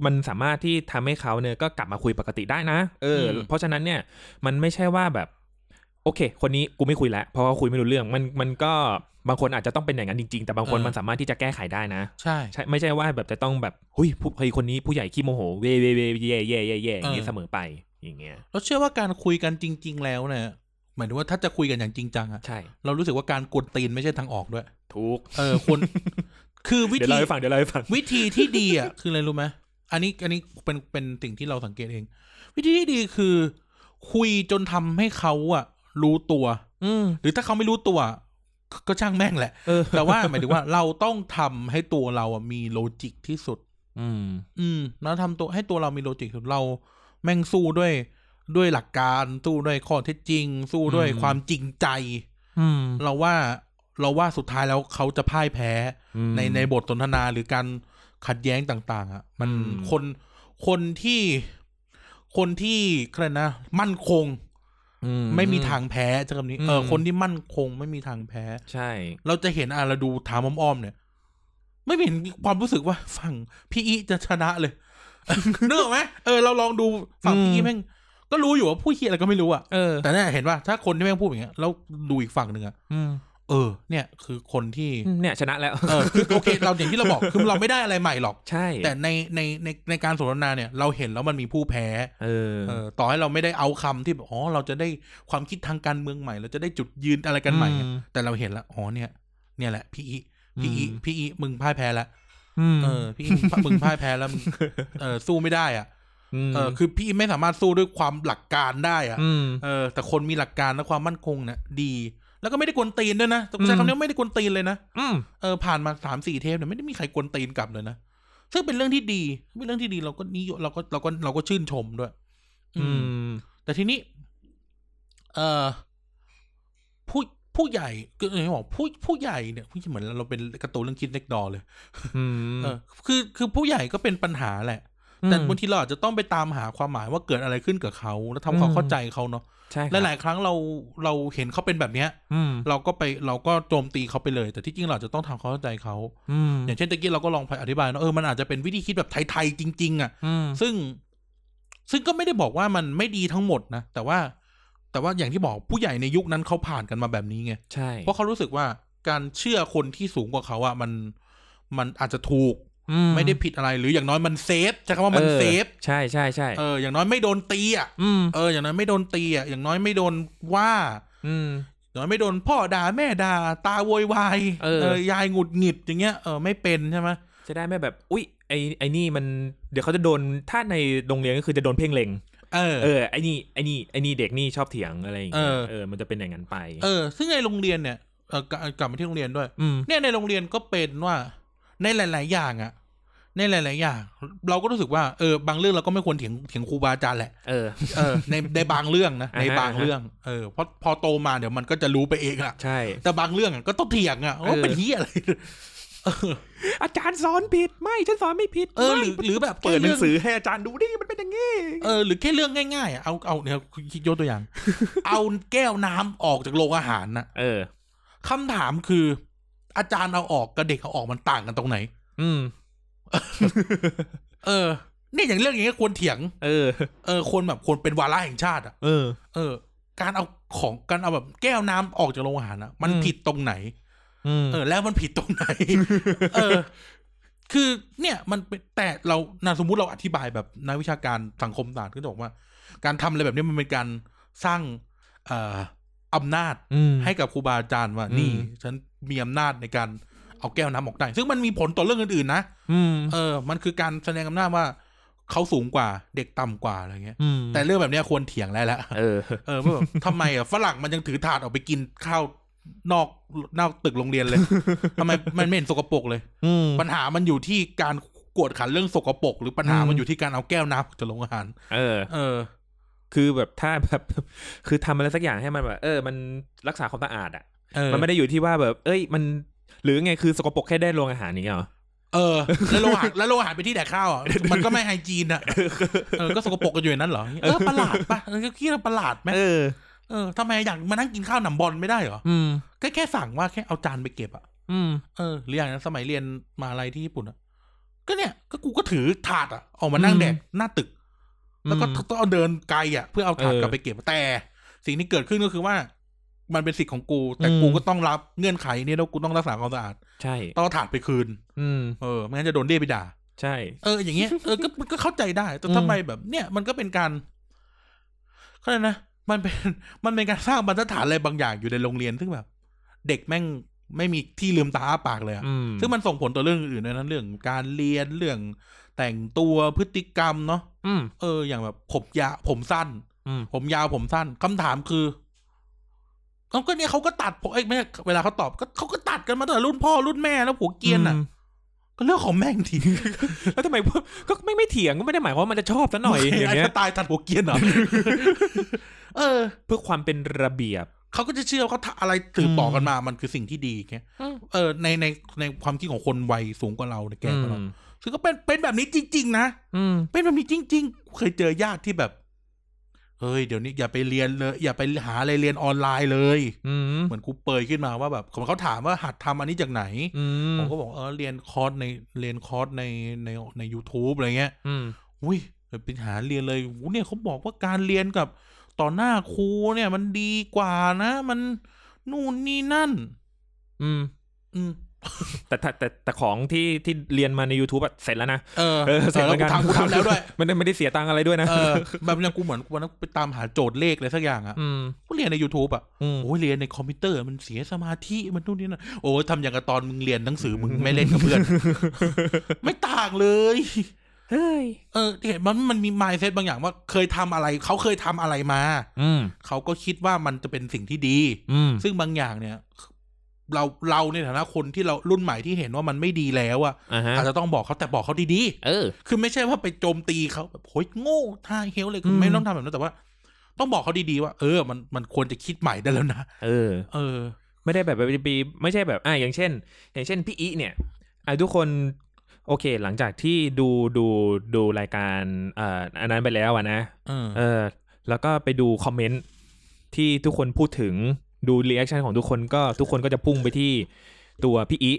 Speaker 2: มันสามารถที่ทำให้เขาเนี่ยก็กลับมาคุยปกติได้นะเอออ
Speaker 1: ม
Speaker 2: เพราะฉะนั้นเนี่ย มันไม่ใช่ว่าแบบ โอเค คนนี้กูไม่คุยแล้วเพราะว่าคุยไม่รู้เรื่อง มันมันก็บางคนอาจจะต้องเป็นอย่างนั้นจริงๆ แต่บางคนมันสามารถที่จะแก้ไขได้นะ
Speaker 1: ใช่
Speaker 2: ใช่ไม่ใช่ว่าแบบจะต้องแบบเฮ้ยผู้เฮ้ยคนนี้ผู้ใหญ่ขี้โมโหเวยเวยเวยเย่เย่เย่เย่อย่างนี้
Speaker 1: เออ
Speaker 2: เสมอไปอย่างเงี้ย
Speaker 1: เราเชื่อว่าการคุยกันจริง ๆ แล้วเนี่ยหมายถึงว่าถ้าจะคุยกันอย่างจริงจังอะ
Speaker 2: ใช่
Speaker 1: เรารู้สึกว่าการกดตีนไม่ใช่ทางออกด้วย
Speaker 2: ถูก
Speaker 1: เออคน คือวิ
Speaker 2: เดี๋ย
Speaker 1: ธี
Speaker 2: วเล่าให้ฟังเดี๋ยวเล่าให้ฟัง
Speaker 1: วิธีที่ดีอะคืออะไรรู้ไหมอันนี้อันนี้เป็นเป็นสิ่งที่เราสังเกตเอง วิธีที่ดีคือ คุยจนทำให้เขาอะรู้ตัว
Speaker 2: อืม
Speaker 1: หรือถ้าเขาไม่รู้ตัวก็ก็ช่างแม่งแหละ
Speaker 2: เออ
Speaker 1: แต่ว่าหมายถึงว่าเราต้องทำให้ตัวเราอะมีโลจิกที่สุด
Speaker 2: อืม
Speaker 1: อืมแล้วทำตัวให้ตัวเรามีโลจิกที่สุดเราแม่งสู้ด้วย ด้วยหลักการสู้ด้วยข้อเท็จจริง สู้ด้วย
Speaker 2: อืม
Speaker 1: ความจริงใจ
Speaker 2: อืม
Speaker 1: เราว่าเราว่าสุดท้ายแล้วเขาจะพ่ายแพ้ ในในบทสนทนาหรือการขัดแย้งต่างๆอ่ะมัน
Speaker 2: อืม
Speaker 1: คนคนที่คนที่ใครยกนะมั่นคง
Speaker 2: อื
Speaker 1: ไม่มีทางแพ้ใช้คำนี้เอออ
Speaker 2: ม
Speaker 1: คนที่มั่นคงไม่มีทางแพ้
Speaker 2: ใช่
Speaker 1: เราจะเห็นอ่ะเราดูถามอ้อมๆเนี่ย ไม่เห็นมีความรู้สึกว่าฝั่งพี่อีจะชนะเลย นึกออกไหมเออเราลองดูฝั่ง
Speaker 2: อืม
Speaker 1: พี่อีแม่ง ก็รู้อยู่ว่าผู้เฮียอะไรก็ไม่รู้อ่ะ
Speaker 2: เออ
Speaker 1: แต่เนี่ยเห็นว่าถ้าคนที่แม่งพูดอย่างเงี้ยแล้วดูอีกฝั่งหนึ่งอ่ะ
Speaker 2: อืม
Speaker 1: เออเนี่ยคือคนที่
Speaker 2: เนี่ยชนะแล้ว
Speaker 1: เออคือโอเค เราอย่างที่เราบอกคือเราไม่ได้อะไรใหม่หรอก
Speaker 2: ใช่
Speaker 1: แต่ในในในในการสนทนาเนี่ย เราเห็นแล้วมันมีผู้แพ้
Speaker 2: เออ
Speaker 1: เออต่อให้เราไม่ได้เอาคำที่แบบอ๋อเราจะได้ความคิดทางการเมืองใหม่ เราจะได้จุดยืนอะไรกันใหม่อะ
Speaker 2: อืม
Speaker 1: แต่เราเห็นแล้วอ๋อเนี่ย เนี่ยแหละพี่อีพี่อี
Speaker 2: อืม
Speaker 1: พี่อีมึงพ่ายแพ้แล้ว
Speaker 2: อืม
Speaker 1: เออพี่อีมึง พ่ายมึงพ่ายแพ้แล้วมึงเออสู้ไม่ได้อ่ะ
Speaker 2: ม
Speaker 1: เออคือพี่อีไม่สามารถสู้ด้วยความหลักการได้อ่ะ
Speaker 2: ม
Speaker 1: เออแต่คนมีหลักการและความมั่นคงเนี่ยดี แล้วก็ไม่ได้กวนตีนด้วยนะต้องใช้คำนี้ว่าไม่ได้กวนตีนเลยนะ
Speaker 2: อืม
Speaker 1: เออผ่านมาสามสี่เทปเนี่ยไม่ได้มีใครกวนตีนกลับเลยนะ ซึ่งเป็นเรื่องที่ดี เป็นเรื่องที่ดีเราก็นิยมเราก็เราก็เราก็ชื่นชมด้วย อื
Speaker 2: อื
Speaker 1: ม
Speaker 2: ม
Speaker 1: แต่ทีนี้ เออผู้ผู้ใหญ่ก็อย่างที่บอกผู้ผู้ใหญ่เนี่ยผู้ใหญ่เหมือนเราเป็นการะตูนเรื่องคิดเล็กดอเลย
Speaker 2: อืม
Speaker 1: เออคือคือผู้ใหญ่ก็เป็นปัญหาแหละ แต่บางทีเราอาจจะต้องไปตามหาความหมายว่าเกิดอะไรขึ้นกับเขา แล้วทำความเข้าใจเขาเนาะ
Speaker 2: ใช่
Speaker 1: และหลายครั้งเราเราเห็นเขาเป็นแบบเนี้ย
Speaker 2: อืม
Speaker 1: เราก็ไปเราก็โจมตีเขาไปเลย แต่ที่จริงเราอาจจะต้องทำความเข้าใจเขา
Speaker 2: อืม
Speaker 1: อย่างเช่นตะกี้เราก็ลองไปอธิบายเนาะเออมันอาจจะเป็นวิธีคิดแบบไทยๆจริง ๆ อ่ะ
Speaker 2: อืม
Speaker 1: ซึ่งซึ่งก็ไม่ได้บอกว่ามันไม่ดีทั้งหมดนะ แต่ว่า แต่ว่าอย่างที่บอกผู้ใหญ่ในยุคนั้นเขาผ่านกันมาแบบนี้ไง
Speaker 2: ใช่
Speaker 1: เพราะเขารู้สึกว่าการเชื่อคนที่สูงกว่าเขาอะมันมันอาจจะถูก
Speaker 2: อื
Speaker 1: ไม่ได้ผิดอะไรหรืออย่างน้อยมันเซฟใช้คำว่ามัน
Speaker 2: ออ
Speaker 1: เซฟ
Speaker 2: ใช่ใช่ใช่
Speaker 1: เอออย่างน้อยไม่โดนตีอะ
Speaker 2: อืม
Speaker 1: เอออย่างน้อยไม่โดนตีอะอย่างน้อยไม่โดนว่า
Speaker 2: อืม
Speaker 1: อย่างน้อยไม่โดนพ่อด่าแม่ด่าตาโวยวาย
Speaker 2: เออ
Speaker 1: ยายหงุดหงิดอย่างเงี้ยเออไม่เป็นใช่ไหม
Speaker 2: จะได้ไม่แบบ อุ้ยไอไอนี่มันเดี๋ยวเขาจะโดนถ้าในโรงเรียนก็คือจะโดนเพ่งเล็ง
Speaker 1: เออ
Speaker 2: เออไอนี่ไอนี่ไอนี่เด็กนี่ชอบเถียงอะไรอย่างเงี้ย
Speaker 1: เออ
Speaker 2: เออมันจะเป็นอย่างนั้นไป
Speaker 1: เออ ซึ่งในโรงเรียนเนี่ยเออกลับกลับมาที่โรงเรียนด้วย
Speaker 2: อืม
Speaker 1: เนี่ยในโรงเรียนก็เป็นว่าในหลาย ๆ อย่างอะในหลาย ๆ อย่าง เราก็รู้สึกว่าเออบางเรื่องเราก็ไม่ควรเถียงเถียงครูบาอาจารย์แหละ
Speaker 2: เออ
Speaker 1: เออในในบางเรื่องนะ
Speaker 2: อ่าฮะ
Speaker 1: ในบางเรื่องเออเพราะพอโตมาเดี๋ยวมันก็จะรู้ไปเองอะ
Speaker 2: ใช่
Speaker 1: แต่บางเรื่องอะก็ต้องเถียงอะว่า
Speaker 2: เออ
Speaker 1: เป็นเฮียอะไรเออ
Speaker 2: อาจารย์สอนผิดไม่ฉันสอนไม่ผิด
Speaker 1: เออหรือหรือแบบ
Speaker 2: เปิดห
Speaker 1: แค่
Speaker 2: นัง
Speaker 1: รื่
Speaker 2: สือให้อาจารย์ดูดิมันเป็นอย่างงี้
Speaker 1: เออหรือแค่เรื่องง่าย ๆอะเอาเอาเนี่ยยกตัว อย่าง เอาแก้วน้ำออกจากโรงอาหารน่ะ
Speaker 2: เออ
Speaker 1: คำถามคือ อาจารย์เอาออกกับเด็กเอาออกมันต่างกันตรงไหน
Speaker 2: อืม
Speaker 1: เออเนี่ยอย่างเรื่องอย่างเงี้ยควรเถียง
Speaker 2: เออ
Speaker 1: เออควรแบบควรเป็นวาระแห่งชาติอ่ะ
Speaker 2: เออ
Speaker 1: เออ การเอาของการเอาแบบแก้วน้ำออกจากโรงอาหารอ่ะมัน
Speaker 2: อืม
Speaker 1: ผิดตรงไหน
Speaker 2: อืม
Speaker 1: เออ แล้วมันผิดตรงไหน เออ คือเนี่ยมันเป็นแต่เรานะสมมุติเราอธิบายแบบนักวิชาการสังคมศาสตร์ก็จะบอกว่า การทำอะไรแบบนี้มันเป็นการสร้างเอ่ออำนาจ
Speaker 2: ม
Speaker 1: ให้กับครูบาอาจารย์ว่า
Speaker 2: อืม
Speaker 1: นี่ ฉันมีอำนาจในการเอาแก้วน้ำออกได้ ซึ่งมันมีผลต่อเรื่องอื่นๆนะ
Speaker 2: อืม
Speaker 1: เออ มันคือการแสดงอำนาจว่าเขาสูงกว่าเด็กต่ำกว่าอะไรเงี้ย
Speaker 2: อืม
Speaker 1: แต่เรื่องแบบเนี้ยควรเถียงแล้วแหละ
Speaker 2: เออ
Speaker 1: เออว่า แบบทำไมอ่ะฝรั่งมันยังถือถาดออกไปกินข้าวนอกนอกตึกโรงเรีย นเลย ทำไมมันไม่เห็นสกปรกเลย
Speaker 2: อืม
Speaker 1: ปัญหามันอยู่ที่การกวดขันเรื่องสกปรกหรือปัญหา
Speaker 2: อืม
Speaker 1: มันอยู่ที่การเอาแก้วน้ำจากโรงอาหาร
Speaker 2: เออ
Speaker 1: เออ
Speaker 2: คือแบบถ้าแบบ คือทำอะไรสักอย่างให้มันแบบ เออ มันรักษาความสะอาดอ่ะ
Speaker 1: เออ
Speaker 2: มันไม่ได้อยู่ที่ว่าแบบ เอ้ย มัน หรือไง คือสกปรกแค่ได้โรงอาหารอย่างเงี้ยเหรอ
Speaker 1: เออ แล้วโรงอาหารแล้วโรงอาหารไปนที่แดกข้าวอ่ะ มันก็ไม่ไฮจีนอ่ะ เออ ก็สกปรกกันอยู่อย่างนั้นเหรอ เออประหลาดปะเออก็คิดว่าประหลาดไหม
Speaker 2: เออ
Speaker 1: เออทำไมอยากมานั่งกินข้าวหนำบอลไม่ได้เหรอ
Speaker 2: อืม
Speaker 1: ก็แค่สั่งว่าแค่เอาจานไปเก็บอ่ะ
Speaker 2: อืม
Speaker 1: เออหรืออย่างนั้นสมัยเรียนมหาลัยที่ญี่ปุ่นอ่ะ ก็เนี่ย ก็กูก็ถือถาดอ่ะ ออกมานั่ง
Speaker 2: อืม
Speaker 1: แดกหน้าตึก แล้วก็
Speaker 2: อืม
Speaker 1: ต้องเอาเดินไกลอ่ะ เพื่อเอาถาด
Speaker 2: เออก
Speaker 1: ลับไปเก็บแต่ สิ่งที่เกิดขึ้นก็คือว่า มันเป็นสิทธิ์ของกู แต่
Speaker 2: อืม
Speaker 1: กูก็ต้องรับเงื่อนไขนี้แล้วกูต้องรักษาความสะอาด
Speaker 2: ใช่
Speaker 1: ต้องเอาถาดไปคืน
Speaker 2: อืม
Speaker 1: เออไม่งั้นจะโดนเรียกไปด่า
Speaker 2: ใช่
Speaker 1: เอออย่างเงี้ยเออก็มันก็เข้าใจได้ แต่
Speaker 2: อืม
Speaker 1: ทำไมแบบเนี่ยมันก็เป็นการเขาเรียกนะมันเป็น มันเป็นการสร้างบรรทัดฐานอะไรบางอย่างอยู่ในโรงเรียนซึ่งแบบ เด็กแม่งไม่มีที่ลืมตาอ้าปากเลยอะ
Speaker 2: อืม
Speaker 1: ซึ่งมันส่งผลต่อเรื่องอื่นด้วยนะเรื่องการเรียนเรื่องแต่งตัวพฤติกรรมเนาะ
Speaker 2: อืม
Speaker 1: เอออย่างแบบผมยาวผมสั้น
Speaker 2: อืม
Speaker 1: ผมยาวผมสั้นคำถามคือเอาก็เนี่ยเขาก็ตัดผมเอ้ยไม่ใช่เวลาเขาตอบก็เขาก็ตัดกันมาตั้งแต่รุ่นพ่อรุ่นแม่แล้วผัวเกรียนอ่ะ ก็เรื่องของแม่งที
Speaker 2: แล้วทำไมพวกก็ไม่ไม่เถียงก็ไม่ได้หมายความว่ามันจะชอบซะหน่อยอย่างเงี้ย
Speaker 1: ไสไตายตัดหัวเกรียนเหรอ เออ
Speaker 2: เพื่อความเป็นระเบียบ
Speaker 1: เขาก็จะเชื่อว่าเขาทำอะไรถือต่อกันมามันคือสิ่งที่ดีแค่
Speaker 2: อืม
Speaker 1: เออในในในความคิดของคนวัยสูงกว่าเราเนี่ยแก่กว่าเรา
Speaker 2: อืม
Speaker 1: ซึ่งก็เป็นเป็นแบบนี้จริง ๆ นะ
Speaker 2: อืม
Speaker 1: เป็นแบบนี้จริงๆ เคยเจอญาติที่แบบ เฮ้ย เดี๋ยวนี้อย่าไปเรียนเลย อย่าไปหาอะไรเรียนออนไลน์เลย
Speaker 2: อืม
Speaker 1: เหมือนครูเปยขึ้นมาว่าแบบเขาถามว่าหัดทำอันนี้จากไหน
Speaker 2: อืม
Speaker 1: ผมก็บอกเออเรียนคอร์สในเรียนคอร์สในในใน u t u b e อะไรเงี้ย
Speaker 2: อืม
Speaker 1: อุ้ยไปหาเรียนเลยอู้เนี่ยเขาบอกว่าการเรียนกับต่อหน้าครูเนี่ย มันดีกว่านะ มันนู่นนี่นั่น
Speaker 2: อืม
Speaker 1: อืม
Speaker 2: แต่แต่แต่แต่ของที่ที่เรียนมาใน YouTube อะเสร็จแล้วนะ
Speaker 1: เออ
Speaker 2: เออเสร็จ
Speaker 1: แล้
Speaker 2: แล้ว ว
Speaker 1: กู
Speaker 2: กัน
Speaker 1: ทำกูทำแล้วด้วย
Speaker 2: ไม่ได้ไม่ได้เสียตังค์อะไรด้วยนะ
Speaker 1: เออ แบบนั้นกูเหมือนวันนั้นกูไปตามหาโจทย์เลขอะไรสักอย่างอะ
Speaker 2: ม
Speaker 1: กูเรียนใน YouTube อะ
Speaker 2: อืม
Speaker 1: โอ้ยเรียนในคอมพิวเตอร์มันเสียสมาธิมันนู่นนี่นะโอ้ ยทำอย่างกับตอนมึงเรียนหนังสือมึงไม่เล่นกับเพื่อน ไม่ต่างเลย
Speaker 2: เฮ้ย
Speaker 1: เออเห็นมันมันมีมายเซตบางอย่างว่าเคยทำอะไร เขาเคยทำอะไรมา
Speaker 2: อืม
Speaker 1: เขาก็คิดว่ามันจะเป็นสิ่งที่ดี
Speaker 2: อืม
Speaker 1: ซึ่งบางอย่างเนี่ย เราเราในฐานะคนที่เรารุ่นใหม่ที่เห็นว่ามันไม่ดีแล้วอะ
Speaker 2: อ่าฮะ
Speaker 1: อาจจะต้องบอกเขาแต่บอกเขาดี
Speaker 2: เออ
Speaker 1: ๆ คือไม่ใช่ว่าไปโจมตีเขาแบบโหยโง่ท่าเฮลเลยคือไม่
Speaker 2: อืม
Speaker 1: ต้องทำแบบนั้นแต่ว่า ต้องบอกเขาดีๆว่า เออ มันมันควรจะคิดใหม่ได้แล้วนะ
Speaker 2: เออ
Speaker 1: เออ
Speaker 2: ไม่ได้แบบไปปีไม่ใช่แบบอ่าอย่างเช่น อย่างเช่นพี่อีเนี่ยอ่ะทุกคนโอเค หลังจากที่ดูดูดูรายการเอ่ออันนั้นไปแล้วอะนะ
Speaker 1: เออ
Speaker 2: เออ แล้วก็ไปดูคอมเมนต์ที่ทุกคนพูดถึงดูรีแอคชั่นของทุกคนก็ทุกคนก็จะพุ่งไปที่ตัวพี่อี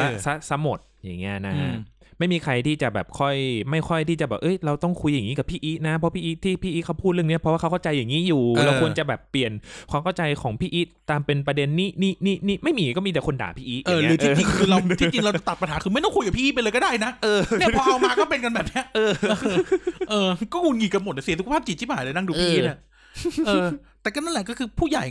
Speaker 1: เอ
Speaker 2: ะ
Speaker 1: อ
Speaker 2: ซะซะหมดอย่างเงี้ยนะ
Speaker 1: อื
Speaker 2: ฮะ
Speaker 1: ม
Speaker 2: ไม่มีใครที่จะแบบค่อย ไม่ค่อยที่จะแบบเอ้ยเราต้องคุยอย่างนี้กับพี่อีนะเพราะพี่อีที่พี่อีเขาพูดเรื่องเนี้ยเพราะว่าเขาเข้าใจอย่างนี้อยู่
Speaker 1: เออ
Speaker 2: เราควรจะแบบเปลี่ยนความเข้าใจของพี่อีตามเป็นประเด็นนี้นี่นี่นี่ไม่มีก็มีแต่คนด่าพี่อี
Speaker 1: เออย่าง ห
Speaker 2: เงี้ย
Speaker 1: รือที่จริงคือเราที่จริงเราตัดปัญหาคือไม่ต้องคุยกับพี่ไปเลยก็ได้นะ
Speaker 2: เออ
Speaker 1: เนี่ยพอเอามาก็เป็นกันแบบเนี้ยเออ เออ ก็งุนงีกันหมดเสียสุขภาพจิตชิบหายเลยนั่งดูพี่
Speaker 2: เออ
Speaker 1: เนี่ยเออ แต่ก็นั่นแหละก็คือผู้ใหญ่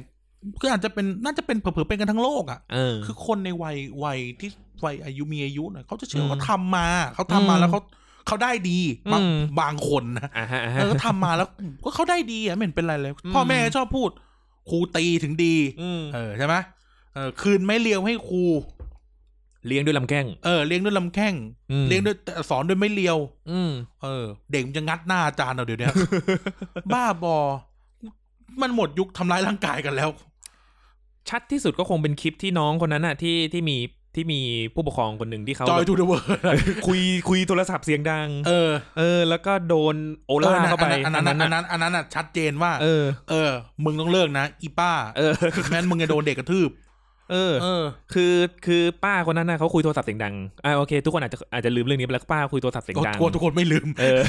Speaker 1: ก็อาจจะเป็นน่าจะเป็นเผลอๆเป็นกันทั้งโลกอ่ะ
Speaker 2: เออ
Speaker 1: คือคนในวัยวัยที่วัยอายุมีอายุหน่อยเขาจะเชื่อ
Speaker 2: อืม
Speaker 1: ว่าเขาทำมาเขาทำมา
Speaker 2: อืม
Speaker 1: แล้วเขาเขาได้ดีบาง
Speaker 2: อืม
Speaker 1: บางคนนะ
Speaker 2: อ่าฮะอ่า
Speaker 1: เอ
Speaker 2: ฮะ
Speaker 1: อทำมาแล้ว ก็เขาได้ดีอ่ะไม่เห็นเป็นไรเลย
Speaker 2: อืม
Speaker 1: พ่อแม่ชอบพูดครูตีถึงดี
Speaker 2: ม
Speaker 1: เออใช่ไหมเออคืนไม่เลี้ยวให้ครู
Speaker 2: เลี้ยงด้วยลำแข้ง
Speaker 1: เออเลี้ยงด้วยลำแข้ง
Speaker 2: อืม
Speaker 1: เลี้ยงด้วยแต่สอนด้วยไม่เลียว
Speaker 2: อืม
Speaker 1: เออ เด็กมันจะงัดหน้าอาจารย์เอาเดี๋ยวเนี้ย บ้าบอ มันหมดยุคทำร้ายร่างกายกันแล้ว
Speaker 2: ชัดที่สุดก็คงเป็นคลิปที่น้องคนนั้นน่ะที่ที่มีที่มีผู้ปกครองคนหนึ่งที่เขา
Speaker 1: จอยทูเดเวิร์
Speaker 2: เออคุยคุยโทรศัพท์เสียงดัง
Speaker 1: เออ
Speaker 2: เออ แล้วก็โดนโอ
Speaker 1: เอ
Speaker 2: ล่า
Speaker 1: อ
Speaker 2: เข้าไป
Speaker 1: อันนั้นอันนั้นอันนั้นอั
Speaker 2: น่ะ
Speaker 1: นนั้นอ่ะชัดเจนว่า
Speaker 2: เออ
Speaker 1: เออ มึงต้องเลิกนะ อีป้า
Speaker 2: เออ
Speaker 1: แม่นมึงจะโดนเด็กกระทืบ
Speaker 2: เออ
Speaker 1: เออ
Speaker 2: คือคือป้าคนนั้นนะเขาคุยโทรศัพท์เสียงดังอ่าโอเค ทุกคนอาจจะอาจจะลืมเรื่องนี้ไปแล้วป้าคุยโทรศัพท์เสียงดัง
Speaker 1: กลัวทุกคนไม่ลืม
Speaker 2: เอ อ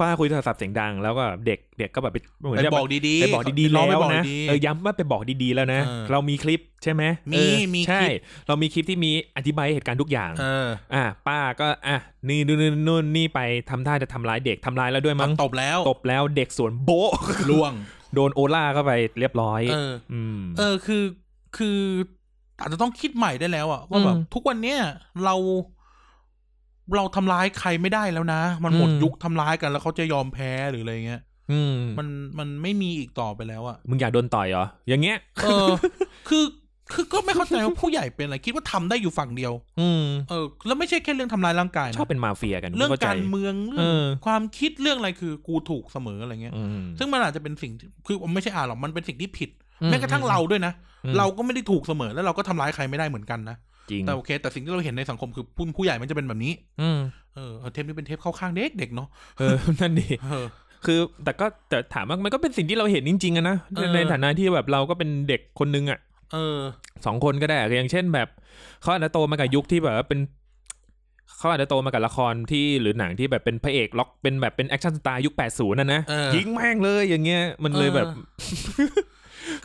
Speaker 2: ป้าคุยโทรศัพท์เสียงดังแล้วก็เด็กเด็กก็แบบไปเหมือน
Speaker 1: ไป
Speaker 2: จะ
Speaker 1: บอกดีๆ
Speaker 2: ไปบอกดีๆ
Speaker 1: น้องไป
Speaker 2: แล้ว
Speaker 1: บอก
Speaker 2: นะ
Speaker 1: ดี
Speaker 2: เออย้ำว่าไปบอกดีๆแล้วนะ
Speaker 1: เออ
Speaker 2: เรามีคลิปใช่ไหม
Speaker 1: มี
Speaker 2: เออ
Speaker 1: มีคลิป
Speaker 2: ใช่ เรามีคลิปที่มีอธิบายเหตุการณ์ทุกอย่าง
Speaker 1: เออ
Speaker 2: อ่ะป้าก็อ่ะนี่นู่นนู่นนู่นนี่ไปทำท่าจะทำร้ายเด็กทำร้ายแล้วด้วยมั้ง
Speaker 1: ตบแล้ว
Speaker 2: ตบแล้วเด็กสวนโบ๊ะ
Speaker 1: ล่วง
Speaker 2: โดนโอล่าเข้าไปเรียบร้อย
Speaker 1: เออ
Speaker 2: อืม
Speaker 1: เออคือคืออาจจะต้องคิดใหม่ได้แล้วอะว่าแบบ
Speaker 2: อืม
Speaker 1: ทุกวันเนี้ยเรา เราทำร้ายใครไม่ได้แล้วนะ มันหมด
Speaker 2: อืม
Speaker 1: ยุคทำร้ายกันแล้วเขาจะยอมแพ้หรืออะไรเงี้ย
Speaker 2: อืม
Speaker 1: มันมันไม่มีอีกต่อไปแล้วอะ
Speaker 2: มึงอยากโดนต่อยเหรออย่างเงี้ย
Speaker 1: เออ คือคือก็ไม่เข้าใจว่าผู้ใหญ่เป็นอะไรคิดว่าทำได้อยู่ฝั่งเดียว
Speaker 2: อืม
Speaker 1: เออ แล้วไม่ใช่แค่เรื่องทำลายร่างกายนะ
Speaker 2: ชอบเป็นมาเฟียกัน
Speaker 1: เรื่อง
Speaker 2: ไม่ข้ใจ
Speaker 1: การเมืองเรื่
Speaker 2: เอ
Speaker 1: อง
Speaker 2: อ
Speaker 1: ความคิดเรื่องอะไรคือกูถูกเสมออะไรเงี้ย
Speaker 2: อืม
Speaker 1: ซึ่งมันอาจจะเป็นสิ่งที่คือไม่ใช่อ่านหรอกมันเป็นสิ่งที่ผิด
Speaker 2: อื
Speaker 1: แม้กระทั่งเราด้วยนะ
Speaker 2: อืม
Speaker 1: เราก็ไม่ได้ถูกเสมอแล้วเราก็ทำร้ายใครไม่ได้เหมือนกันนะ
Speaker 2: จริง
Speaker 1: แต่โอเค แต่สิ่งที่เราเห็นในสังคมคือผู้ผู้ใหญ่มันจะเป็นแบบนี้
Speaker 2: อืม
Speaker 1: เออเทปนี้เป็นเทปเข้าข้างเด็กเด็กๆเนาะ
Speaker 2: เออ นั่นดิ
Speaker 1: เออ
Speaker 2: คือแต่ก็แต่ถามว่ามันก็เป็นสิ่งที่เราเห็นจริงๆอะนะ
Speaker 1: เออ
Speaker 2: ในฐานะที่แบบเราก็เป็นเด็กคนนึงอ่ะ
Speaker 1: เออ
Speaker 2: สองคนก็ได้อะอย่างเช่นแบบเขาอาจจะโตมากับยุคที่แบบว่าเป็นเขาอาจจะโตมากับละครที่หรือหนังที่แบบเป็นพระเอกล็อกเป็นแบบเป็นแอคชั่นสไตล์ยุค 80นั่นนะ
Speaker 1: เออ
Speaker 2: ยิงแม่งเลยอย่างเงี้ยมันเลยแบบ
Speaker 1: เอ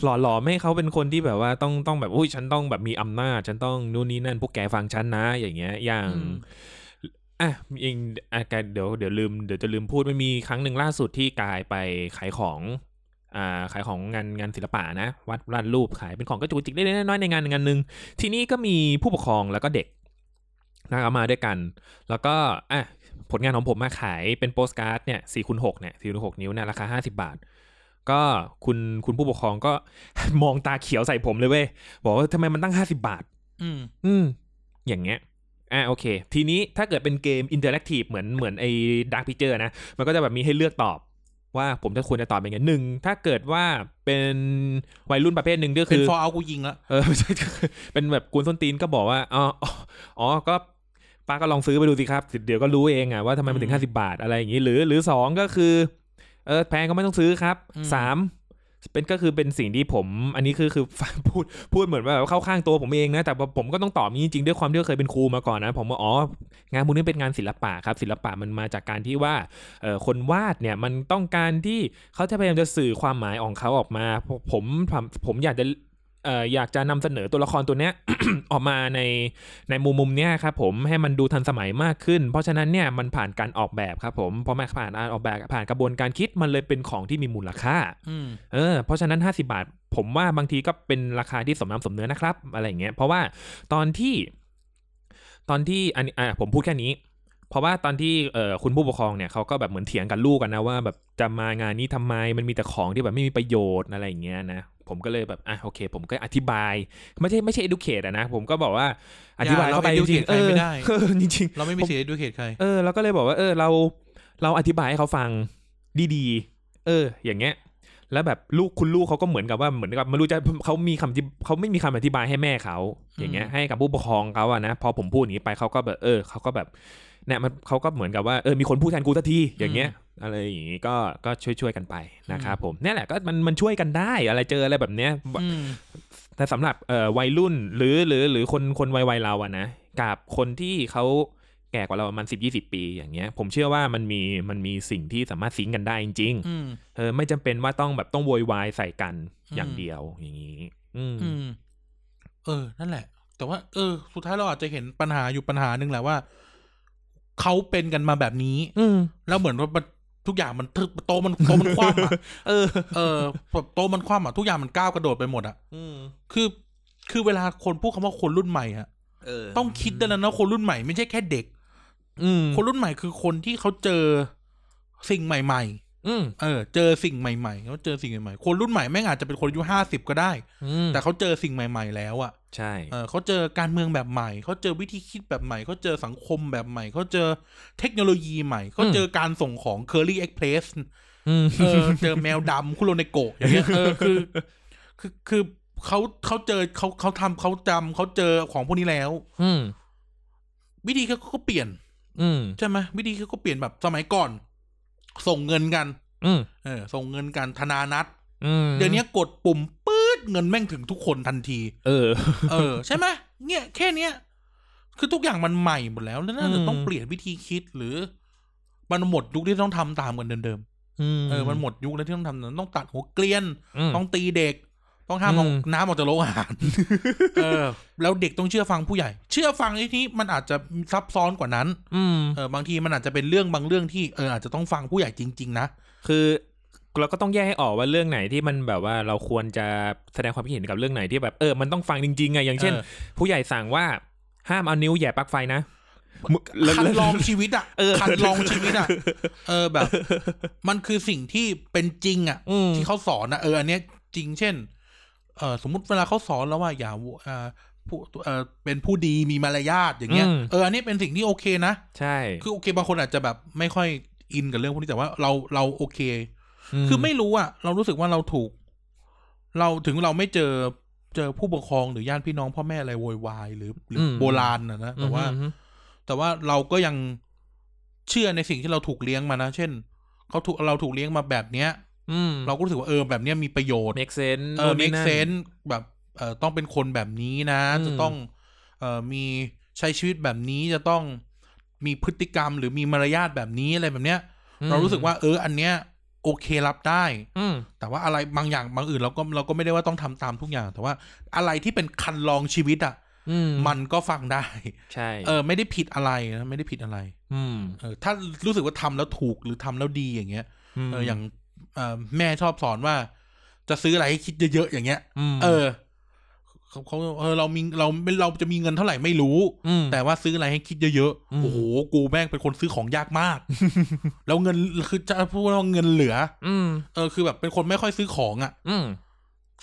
Speaker 2: หล่อหลอมให้เขาเป็นคนที่แบบว่าต้องต้องแบบอุ้ยฉันต้องแบบมีอำนาจฉันต้องนู่นนี่นั่นพวกแกฟังฉันนะ อย่างเงี้ยอย่าง
Speaker 1: อืม
Speaker 2: อ่ะเองอ่ะกายเดี๋ยวเดี๋ยวลืมเดี๋ยวจะลืมพูดมันมีครั้งหนึ่งล่าสุดที่กายไปขายของ อ่าขายของงานงานศิลปะนะวัดร้านรูปขายเป็นของกระจุกกระจิกเล็กๆน้อยๆในงานงานหนึ่งที่นี่ก็มีผู้ปกครองแล้วก็เด็กนะครับมาด้วยกัน แล้วก็อ่ะผลงานของผมมาขายเป็นโปสการ์ดเนี่ยสี่คูณหกเนี่ยสี่คูณหกนิ้วเนี่ยราคาห้าสิบาท ก็คุณคุณผู้ปกครองก็ มองตาเขียวใส่ผมเลยเว้ยบอกว่าทำไมมันตั้งห้าสิบาท
Speaker 1: อืม
Speaker 2: อืม อย่างเงี้ย อ่ะโอเค ทีนี้ถ้าเกิดเป็นเกมอินเทอร์แอคทีฟเหมือนเหมือนไอ้ดาร์ p พิเจอร์นะ มันก็จะแบบมีให้เลือกตอบว่าผมจะควรจะตอบเป็นไงหนึ่ง ถ้าเกิดว่าเป็นวัยรุ่นประเภทหนึ่งก็
Speaker 1: เป็
Speaker 2: คื
Speaker 1: น
Speaker 2: อ
Speaker 1: ฟอร์เอากูยิงละ
Speaker 2: เออ ไม่ใช่เป็นแบบกวนส้นตีนก็บอกว่าอ๋ออ๋ออ๋อก็ป้าก็ลองซื้อไปดูสิครับ เดี๋ยวก็รู้เองอะว่าทำไมมันถึงห้าสิบาทอะไรอย่างนี้ หรือหรือสองก็คือเออแพงก็ไม่ต้องซื้อครับสามเป็นก็คือเป็นสิ่งที่ผม อันนี้คือ คือฟังพูดพูดเหมือนว่าแบบเข้าข้างตัวผมเองนะ แต่ว่าผมก็ต้องตอบนี้จริงๆด้วยความที่เคยเป็นครูมาก่อนนะ ผมว่าอ๋องานมูลนี้เป็นงานศิลปะครับ ศิลปะมันมาจากการที่ว่า เอ่อคนวาดเนี่ยมันต้องการที่เขาจะพยายามจะสื่อความหมายของเขาออกมาผมผมผมผมอยากจะเอ่ออยากจะนำเสนอตัวละครตัวเนี้ย ออกมาในในมุมมุมเนี้ยครับผมให้มันดูทันสมัยมากขึ้น เพราะฉะนั้นเนี่ยมันผ่านการออกแบบครับผมพอมันผ่านการออกแบบผ่านกระบวนการคิดมันเลยเป็นของที่มีมูลค่า
Speaker 1: อืม
Speaker 2: เออเพราะฉะนั้น 50 บาท ผมว่าบางทีก็เป็นราคาที่สมน้ำสมเนื้อนะครับ อะไรอย่างเงี้ยเพราะว่าตอนที่ ตอนที่อันนี้อ่ะผมพูดแค่นี้ เพราะว่าตอนที่เอ่อคุณผู้ปกครองเนี่ยเขาก็แบบเหมือนเถียงกับลูกกันนะว่าแบบจะมางานนี้ทำไมมันมีแต่ของที่แบบไม่มีประโยชน์อะไรอย่างเงี้ยนะผมก็เลยแบบอ่ะโอเค ผมก็อธิบายไม่ใช่ไม่ใช่ educate อะนะผมก็บอกว่าอธิบายเข้าไปจริงๆ
Speaker 1: เรา educate ใครไม่ได้
Speaker 2: เออจริง
Speaker 1: เราไม่มีสิทธิ์ด้วยเขตใคร
Speaker 2: ๆเออเราก็เลยบอกว่าเออเราเราอธิบายให้เขาฟังดีๆ เออ อย่างเงี้ย แล้วแบบลูกคุณลูกเขาก็เหมือนกับว่าเหมือนกับไม่รู้จะเขามีคำที่เขาไม่มีคำอธิบายให้แม่เขาอย่างเงี้ย
Speaker 1: อืม
Speaker 2: ให้กับผู้ปกครองเขาอะนะพอผมพูดอย่างนี้ไปเขาก็แบบเออเขาก็แบบเนี่ยมันเขาก็เหมือนกับว่าเออมีคนพูดแทนกูสักทีอย่างเงี้ยอะไรอย่างงี้ก็ก็ช่วยช่วยๆกันไปนะครับผมเนี่ยแหละก็มันมันช่วยกันได้อะไรเจออะไรแบบเนี้ย
Speaker 1: อืม
Speaker 2: แต่สำหรับเอ่อวัยรุ่นหรือหรือหรือคนคนวัยวัยเราอะนะกับคนที่เขาแก่กว่าเราประมาณสิบยี่สิบปีอย่างเงี้ย ผมเชื่อว่ามันมีมันมีสิ่งที่สามารถซิงก์กันได้จริง
Speaker 1: อืม
Speaker 2: ๆเออไม่จำเป็นว่าต้องแบบต้องโวยวายใส่กัน
Speaker 1: อืม
Speaker 2: อย่างเดียวอย่างนี้ อืม
Speaker 1: อืม เออ นั่นแหละ แต่ว่า เออ สุดท้ายเราอาจจะเห็นปัญหาอยู่ปัญหาหนึ่งแหละว่า เขาเป็นกันมาแบบนี้
Speaker 2: อืม
Speaker 1: แล้วเหมือนว่ามันทุกอย่างมันทึบโตะมันโตะมันคว่ำอ่ะ
Speaker 2: เออ
Speaker 1: เออแบบโตะมันคว่ำอ่ะ ทุกอย่างมันก้าวกระโดดไปหมดอ่ะ
Speaker 2: อืม
Speaker 1: คือ คือเวลาคนพูดคำว่าคนรุ่นใหม่อ่ะ
Speaker 2: เออ
Speaker 1: ต้องคิดด้วยนะว่าคนรุ่นใหม่ไม่ใช่แค่เด็ก
Speaker 2: อืม
Speaker 1: คนรุ่นใหม่คือคนที่เขาเจอสิ่งใหม่
Speaker 2: อืม
Speaker 1: ๆ เออ เจอสิ่งใหม่ๆเขาเจอสิ่งใหม่ๆ คนรุ่นใหม่แม่งอาจจะเป็นคนอายุห้าสิบก็ได้
Speaker 2: อืม
Speaker 1: แต่เขาเจอสิ่งใหม่ ๆ แล้วอ่ะ
Speaker 2: ใช่
Speaker 1: เออเขาเจอการเมืองแบบใหม่ เขาเจอวิธีคิดแบบใหม่ เขาเจอสังคมแบบใหม่ เขาเจอเทคโนโลยีใหม่ เขาเจอการส่งของ Curly Express
Speaker 2: อืม
Speaker 1: เออ เจอแมวดำคุโรเนโกะอย่างเงี้ย เออ คือ คือ คือเขาเขาเจอเขาเขาทำเขาจำเขาเจอของพวกนี้แล้ว
Speaker 2: อืม
Speaker 1: วิธีเขาก็เปลี่ยน
Speaker 2: อืม
Speaker 1: ใช่ไหมวิธีเขาก็เปลี่ยนแบบสมัยก่อน ส่งเงินกัน
Speaker 2: อืม
Speaker 1: เออ ส่งเงินกันธนานัต
Speaker 2: อืม
Speaker 1: เดี๋ยวนี้กดปุ่มปื๊ดเงินแม่งถึงทุกคนทันที
Speaker 2: เออ
Speaker 1: เออใช่ไหมเนี่ยแค่เนี้ยคือทุกอย่างมันใหม่หมดแล้วแล้วน่าจะ
Speaker 2: อืม
Speaker 1: ต้องเปลี่ยนวิธีคิดหรือ มันหมดยุคที่ต้องทำตามกันเดิม
Speaker 2: อืม
Speaker 1: ๆเออมันหมดยุคแล้วที่ต้องทำนั้นต้องตัดหัวเกลียน
Speaker 2: อืม
Speaker 1: ต้องตีเด็ก ต้องห้ามเอา
Speaker 2: อืม
Speaker 1: น้ำออกจากโรงอาหารเออ แล้วเด็กต้องเชื่อฟังผู้ใหญ่ เชื่อฟังในที่นี้มันอาจจะซับซ้อนกว่านั้น
Speaker 2: อืม
Speaker 1: เออบางทีมันอาจจะเป็นเรื่องบางเรื่องที่เอออาจจะต้องฟังผู้ใหญ่จริง ๆ นะ
Speaker 2: คือเราก็ต้องแยกให้ออกว่าเรื่องไหนที่มันแบบว่าเราควรจะแสดงความคิดเห็นกับเรื่องไหนที่แบบเออมันต้องฟังจริงๆไงอย่างเช่น
Speaker 1: เออ
Speaker 2: ผู้ใหญ่สั่งว่าห้ามเอานิ้วแหย่ปลั๊กไฟนะมึงแล้ว
Speaker 1: คัด
Speaker 2: แล้ว
Speaker 1: ลองชีวิตอ่ะ
Speaker 2: เออ
Speaker 1: คัดลองชีวิต อ่ะเออแบบ มันคือสิ่งที่เป็นจริงอ่ะ
Speaker 2: อืม
Speaker 1: ที่เขาสอนนะเอออันเนี้ยจริงเช่น เออสมมติเวลาเขาสอนแล้วว่าอย่าวัวเอ่อผู้เออเป็นผู้ดีมีมารยาทอย่างเงี้ยเอออันนี้เป็นสิ่งที่โอเคนะ
Speaker 2: ใช่
Speaker 1: คือโอเคบางคนอาจจะแบบไม่ค่อยอินกับเรื่องพวกนี้แต่ว่าเราเราโอเค คือไม่รู้อะเรารู้สึกว่าเราถูก เราถึงเราไม่เจอเจอผู้ปกครองหรือญาติพี่น้องพ่อแม่อะไรโวยวายหรือหรืออโบราณนะนะแต่ว่า
Speaker 2: อืม
Speaker 1: แต่ว่าเราก็ยังเชื่อในสิ่งที่เราถูกเลี้ยงมานะเช่นเขาถูกเราถูกเลี้ยงมาแบบเนี้ย
Speaker 2: อืม
Speaker 1: เราก็รู้สึกว่าเออแบบเนี้ยมีประโยชน์
Speaker 2: เมกเซน
Speaker 1: เออ make sense แบบเออต้องเป็นคนแบบนี้นะ
Speaker 2: อืม
Speaker 1: จะต้องเออมีใช้ชีวิตแบบนี้จะต้องมีพฤติกรรมหรือมีมารยาทแบบนี้อะไรแบบเนี้ย เรารู้สึกว่า เออ อันเนี้ยโอเครับได้
Speaker 2: อืม
Speaker 1: แต่ว่าอะไรบางอย่างบางอื่นเราก็เราก็ไม่ได้ว่าต้องทำตามทุกอย่าง แต่ว่าอะไรที่เป็นคันลองชีวิตอ่ะ
Speaker 2: อืม
Speaker 1: มันก็ฟังได้
Speaker 2: ใช่
Speaker 1: เออ ไม่ได้ผิดอะไรนะไม่ได้ผิดอะไร
Speaker 2: อืม
Speaker 1: เออถ้ารู้สึกว่าทำแล้วถูกหรือทำแล้วดีอย่างเงี้ย เอออย่างเอ่อแม่ชอบสอนว่า จะซื้ออะไรให้คิดเยอะๆอย่างเงี้ย
Speaker 2: ม
Speaker 1: เออเขาเขาเออเรามีเราเราจะมีเงินเท่าไหร่ไม่รู้
Speaker 2: ม
Speaker 1: แต่ว่าซื้ออะไรให้คิดเยอะ
Speaker 2: อื
Speaker 1: ๆ
Speaker 2: ม
Speaker 1: โอ้โหกูแม่งเป็นคนซื้อของยากมาก แล้วเงินคือจะพูดว่าเงินเหลือ
Speaker 2: อืม
Speaker 1: เออคือแบบเป็นคนไม่ค่อยซื้อของอ่ะ
Speaker 2: อืม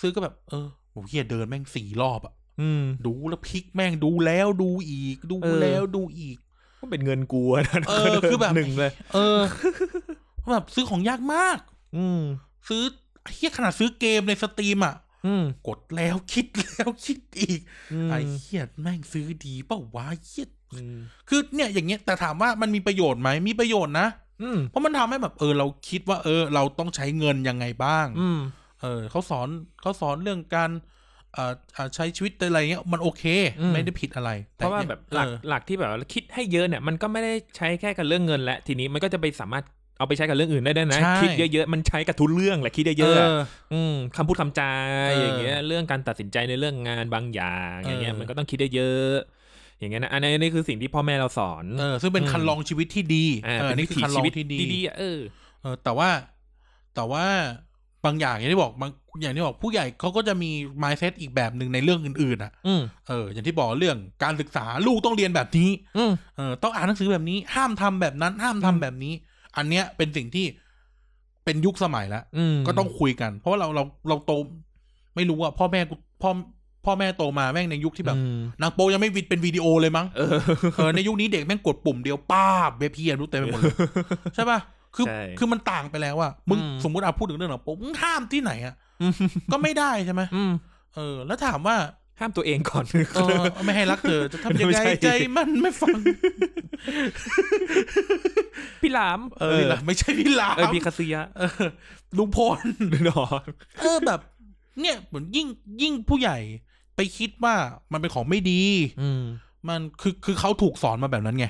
Speaker 1: ซื้อก็แบบ เออโหเฮียเดินแม่งสี่รอบอ่ะ
Speaker 2: อืม
Speaker 1: ดูแล้วพลิกแม่งดูแล้วดูอีก ดู
Speaker 2: เออ
Speaker 1: แล้วดูอีก
Speaker 2: ก็เป็นเงินกูอะนะ
Speaker 1: เออคือแบบ
Speaker 2: หนึ่งเลย
Speaker 1: เอ อ แบบซื้อของยากมาก
Speaker 2: อืม
Speaker 1: ซื้อเฮียขนาดซื้อเกมในสตรีมอ่ะ
Speaker 2: อืม
Speaker 1: กดแล้วคิดแล้วคิดอีก
Speaker 2: อืม
Speaker 1: ไอ้เฮียแม่งซื้อดีเปล่าวะเฮีย
Speaker 2: อืม
Speaker 1: คือเนี่ยอย่างเงี้ยแต่ถามว่ามันมีประโยชน์ไหมมีประโยชน์นะ
Speaker 2: อืม
Speaker 1: เพราะมันทำให้แบบเออเราคิดว่า เออ เราต้องใช้เงินยังไงบ้าง
Speaker 2: อืม
Speaker 1: เออเขาสอนเขาสอนเรื่องการเอ่อเอ่อใช้ชีวิตอะไรเงี้ยมันโอเค
Speaker 2: อืม
Speaker 1: ไม่ได้ผิดอะไร
Speaker 2: เพราะว่าแบบหลักหลักที่แบบว่าคิดให้เยอะเนี่ยมันก็ไม่ได้ใช้แค่กับเรื่องเงินและทีนี้มันก็จะไปสามารถเอาไปใช้กับเรื่องอื่นได้ด้วยนะ คิดเยอะๆมันใช้กับทุกเรื่องแหละคิด
Speaker 1: เย
Speaker 2: เยอะ
Speaker 1: อะ
Speaker 2: ๆอะืมคำพูดคำจา
Speaker 1: เออ
Speaker 2: อ
Speaker 1: อย่าง
Speaker 2: เงี้ยเรื่องการตัดสินใจในเรื่องงานบางอย่าง
Speaker 1: เออ
Speaker 2: อ
Speaker 1: อ
Speaker 2: ย่างเงี้ยมันก็ต้องคิดเยอะๆอย่างเงี้ยนะอันนี้อันนี้คือสิ่งที่พ่อแม่เราสอน
Speaker 1: เออซึ่งเป็นคันลองชีวิตที่ดี
Speaker 2: า
Speaker 1: เออนี่คือ
Speaker 2: วิถี
Speaker 1: คันลองที่ดี
Speaker 2: ดีๆอะเออ
Speaker 1: เออแต่ว่าแต่ว่า บางอย่างอย่างที่บอกบางอย่างที่บอกผู้ใหญ่เขาก็จะมี mindset อีกแบบหนึ่งในเรื่องอื่นๆอ่ะ
Speaker 2: อืม
Speaker 1: เอออย่างที่บอกเรื่องการศึกษาลูกต้องเรียนแบบนี้
Speaker 2: อืม
Speaker 1: เออต้องอ่านหนังสือแบบนี้ ห้ามทำแบบนั้น ห้ามทำ
Speaker 2: อืม
Speaker 1: แบบนี้ อันเนี้ยเป็นสิ่งที่เป็นยุคสมัยแล้ว
Speaker 2: อืม
Speaker 1: ก็ต้องคุยกัน เพราะว่าเราเราเราโต ไม่รู้ว่าพ่อแม่กูพ่อพ่อแม่โตมาแม่งในยุคที่แบบ
Speaker 2: อืม
Speaker 1: นางโปยังไม่วิดเป็นวิดีโอเลยมั้ง
Speaker 2: เออ
Speaker 1: เออใน ยุคนี้เด็กแม่งกดปุ่มเดียวป้าบเบพียรู้เต็มไปหม ดเลยใช่ปะคือ
Speaker 2: ใช่
Speaker 1: คือมันต่างไปแล้วว่ามึง
Speaker 2: อืม
Speaker 1: สมมติอ่ะพูดถึงเรื่องหนังโปมึงห้ามที่ไหน อ่ะก็ไม่ได้ใช่ไหม
Speaker 2: อืม
Speaker 1: เออแล้วถามว่า
Speaker 2: ห้ามตัวเองก่อน
Speaker 1: เอ อไม่ให้รักเธอจะทำยัง
Speaker 2: ไม่
Speaker 1: ไง
Speaker 2: ใช่
Speaker 1: ใจมันไม่ฟัง
Speaker 2: พี่หลาม
Speaker 1: เออไม่ใช่พี่ลา
Speaker 2: เออ
Speaker 1: ม
Speaker 2: พี่คาซิยะ
Speaker 1: เออลุงพล
Speaker 2: นอน
Speaker 1: เออแบบ เนี่ยเหมือนยิ่งยิ่งผู้ใหญ่ไปคิดว่ามันเป็นของไม่ดี
Speaker 2: อืม
Speaker 1: มันคือคือเขาถูกสอนมาแบบนั้นไง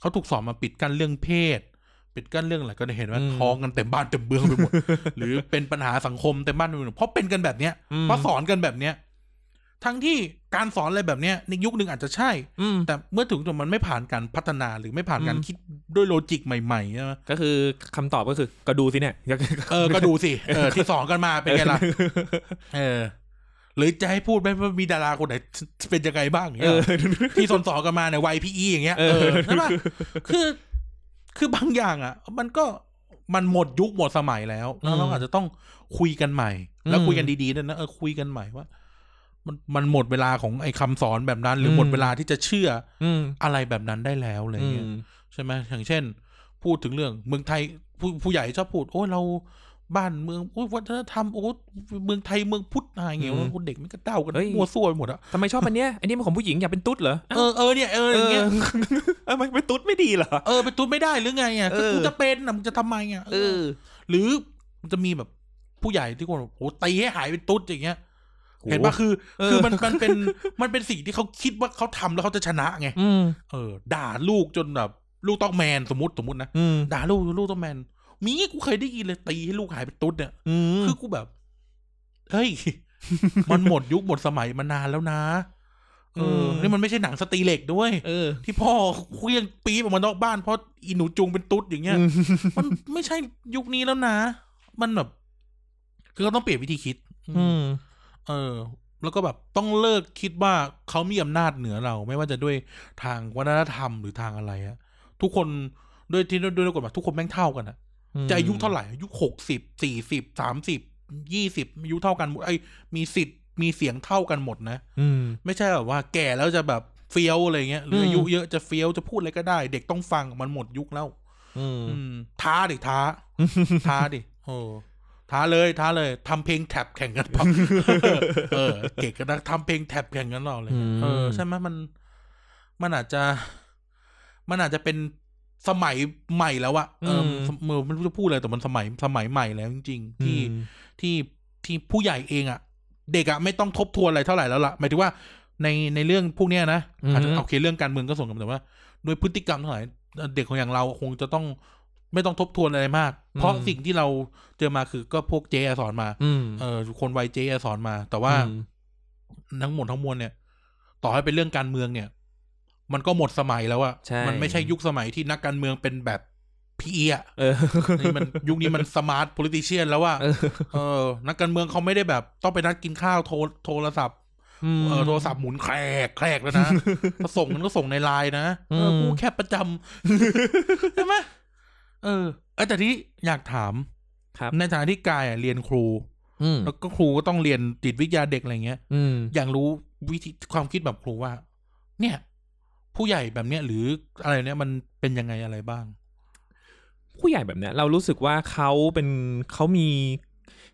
Speaker 1: เขาถูกสอนมาปิดกั้นเรื่องเพศ ปิดกั้นเรื่องอะไรก็ได้เห็นว่า
Speaker 2: อืม
Speaker 1: ท้องกันเต็มบ้านเต็มเมืองไปหมด หรือเป็นปัญหาสังคมเต็มบ้านเต็มเมืองเพราะเป็นกันแบบเนี้ย
Speaker 2: อืม
Speaker 1: เพราะสอนกันแบบเนี้ยทั้งที่การสอนอะไรแบบเนี้ยในยุคหนึ่งอาจจะใช่
Speaker 2: อืม
Speaker 1: แต่เมื่อถึงจุดมันไม่ผ่านการพัฒนาหรือไม่ผ่านการ
Speaker 2: อืม
Speaker 1: คิดด้วยโลจิกใหม่ๆใช่ไหม
Speaker 2: ก็คือคำตอบก็คือก็ดูสิเนี่ย
Speaker 1: เออ ก็ดูสิ เอ อ ที่สองกันมาเป็นไงล่ะ เออ หรือจะให้พูดไหมว่ามีดาราคนไหนเป็นยังไงบ้างอย่าง
Speaker 2: เอ
Speaker 1: เงี้ย
Speaker 2: อ
Speaker 1: หรอที่สอนสอนกันมาเนี่ยวัยพี่อีอย่างเงี้ย
Speaker 2: เอ
Speaker 1: เอ
Speaker 2: อ
Speaker 1: อ ใช่ปะคือ คือบางอย่างอ่ะ มันก็ มันหมดยุคหมดสมัยแล้วแล้วเรา
Speaker 2: อืม
Speaker 1: อาจจะต้องคุยกันใหม่ แล้ว
Speaker 2: อืม
Speaker 1: คุยกันดีๆด้วยนะ เออ คุยกันใหม่ว่า มัน มันหมดเวลาของไอ้คำสอนแบบนั้น หรืออ
Speaker 2: ม
Speaker 1: หมดเวลาที่จะเชื่อ
Speaker 2: อืม
Speaker 1: อะไรแบบนั้นได้แล้วอะไร
Speaker 2: อื
Speaker 1: เงี้ย
Speaker 2: ม
Speaker 1: ใช่ไหมอย่างเช่น พูดถึงเรื่องเมืองไทยผู้ผู้ใหญ่ชอบพูด โอ้ยเราบ้านเมืองโอ้ยวัฒนธรรมโอ้ยเมืองไทยเมืองพุทธอะไรเงี้ย
Speaker 2: อืม
Speaker 1: คนเด็กมันก็เต้ากัน
Speaker 2: เฮ้ย
Speaker 1: มัวซั่วไปหมดอะ
Speaker 2: ทำไมชอบอันเนี้ยอันนี้มันของผู้หญิงอยากเป็นตุ๊ดเหรอ
Speaker 1: เออเออเนี่ยเออ
Speaker 2: เอ
Speaker 1: อย่าง
Speaker 2: อ
Speaker 1: เงี้ย
Speaker 2: เออไม่เป็นตุ๊ดไม่ดีเหรอ
Speaker 1: เออเป็นตุ๊ดไม่ได้หรือไงอ่ะ
Speaker 2: เอ
Speaker 1: ก็
Speaker 2: อ
Speaker 1: กูจะเป็นนะมึงจะทำไมอ่ะ
Speaker 2: เออ
Speaker 1: หรือมันจะมีแบบผู้ใหญ่ที่คนบอกโอ้ตีให้หายเป็นตุ๊ดอย่างเงี้ย เห็
Speaker 2: เห็
Speaker 1: น
Speaker 2: น
Speaker 1: ปะ
Speaker 2: ปะ
Speaker 1: คือ
Speaker 2: เออ
Speaker 1: คือมันมัน เป็นมันเป็นสิ่งที่เขาคิดว่าเขาทำแล้วเขาจะชนะไง
Speaker 2: อืม
Speaker 1: เออ ด่าลูกจนแบบลูกต้องแมนสมมติสมมตินะ
Speaker 2: อืม
Speaker 1: ด่าลูกลูกต้องแมน มีงี้กูเคยได้ยินเลยตีให้ลูกหายเป็นตุ๊ดเนี่ย
Speaker 2: อืม
Speaker 1: คือกูแบบ เฮ้ย มันหมดยุคหมดสมัยมานานแล้วนะ เออ นี่มันไม่ใช่หนังสตรีเหล็กด้วย
Speaker 2: เออ
Speaker 1: ที่พ่อเคลี้ยงปี๊บออกมานอกบ้านเพราะอีหนูจุงเป็นตุ๊ดอย่างเงี้ย
Speaker 2: อืม
Speaker 1: มันไม่ใช่ยุคนี้แล้วนะ มันแบบ คือก็ต้องเปลี่ยนวิธีคิด
Speaker 2: อืม
Speaker 1: เออ แล้วก็แบบต้องเลิกคิดว่าเขามีอำนาจเหนือเรา ไม่ว่าจะด้วยทางวัฒนธรรมหรือทางอะไรอะทุกคนด้วยที่ด้วยด้วยกฎหมายทุกคนแม่งเท่ากันอะ จะอายุเท่าไหร่อายุหกสิบสี่สิบสามสิบยี่สิบอายุเท่ากันหมดไอ้ยมีสิทธิ์มีเสียงเท่ากันหมดนะ
Speaker 2: อืม
Speaker 1: ไม่ใช่แบบว่าแก่แล้วจะแบบเฟี้ยวอะไรเงี้ยหรือ
Speaker 2: ม
Speaker 1: อายุเยอะจะเฟี้ยวจะพูดอะไรก็ได้ เด็กต้องฟังมันหมดยุคแล้ว
Speaker 2: อืม
Speaker 1: อืมท้าดิท้า ท้าดิโอ้ท้าเลยท้าเลยทำเพลงแท็บแข่งกันเปล่า เออเก่งกันนะทำเพลงแท็บแข่งกันเปล่าเลย
Speaker 2: อืม
Speaker 1: เออใช่ไหมมัน มันอาจจะ มันอาจจะเป็นสมัยใหม่แล้วอะเออมันเออไม่รู้จะพูดอะไรแต่มันสมัยสมัยใหม่แล้วจริง ๆ ที่ที่ที่ผู้ใหญ่เองอะเด็กอะไม่ต้องทบทวนอะไรเท่าไหร่แล้วล่ะหมายถึงว่าในในเรื่องพวกเนี้ยนะ
Speaker 2: อืม
Speaker 1: อาจจะโอเคเรื่องการเมืองก็ส่งกันแต่ว่าโดวยพฤติกรรมทั้งหลายเด็กของอย่างเราคงจะต้องไม่ต้องทบทวนอะไรมาก เพราะสิ่งที่เราเจอมาคือก็พวกเจสอนมา
Speaker 2: อืม
Speaker 1: เออคนวัยเจสอนมา แต่ว่า
Speaker 2: อืม
Speaker 1: ทั้งหมดทั้งมวลเนี่ย ต่อให้เป็นเรื่องการเมืองเนี่ย มันก็หมดสมัยแล้วอะ
Speaker 2: ใช่
Speaker 1: มันไม่ใช่ยุคสมัยที่นักการเมืองเป็นแบบพี่เอียอะ
Speaker 2: เออ
Speaker 1: นี่มันยุคนี้มันสมาร์ท politician แล้วว่า
Speaker 2: เออ
Speaker 1: เออ นักการเมืองเขาไม่ได้แบบ ต้องไปนัดกินข้าวโทรโทรศัพท์เออโทรศัพท์หมุนแครกแครก แล้วนะ ก็ส่งกันก็ส่งในไลน์นะเออกูแค่ประจำ ใช่ไหมเออเออแต่ที่อยากถาม
Speaker 2: ครับ
Speaker 1: ในฐานะที่กายอะเรียนครู
Speaker 2: อืม
Speaker 1: แล้วก็ครูก็ต้องเรียนจิตวิทยาเด็กอะไรเงี้ย
Speaker 2: อืม
Speaker 1: อยากรู้วิธีความคิดแบบครูว่า เนี่ย ผู้ใหญ่แบบเนี้ยหรืออะไรเนี้ยมันเป็นยังไงอะไรบ้าง
Speaker 2: ผู้ใหญ่แบบเนี้ยเรารู้สึกว่าเขาเป็นเขามี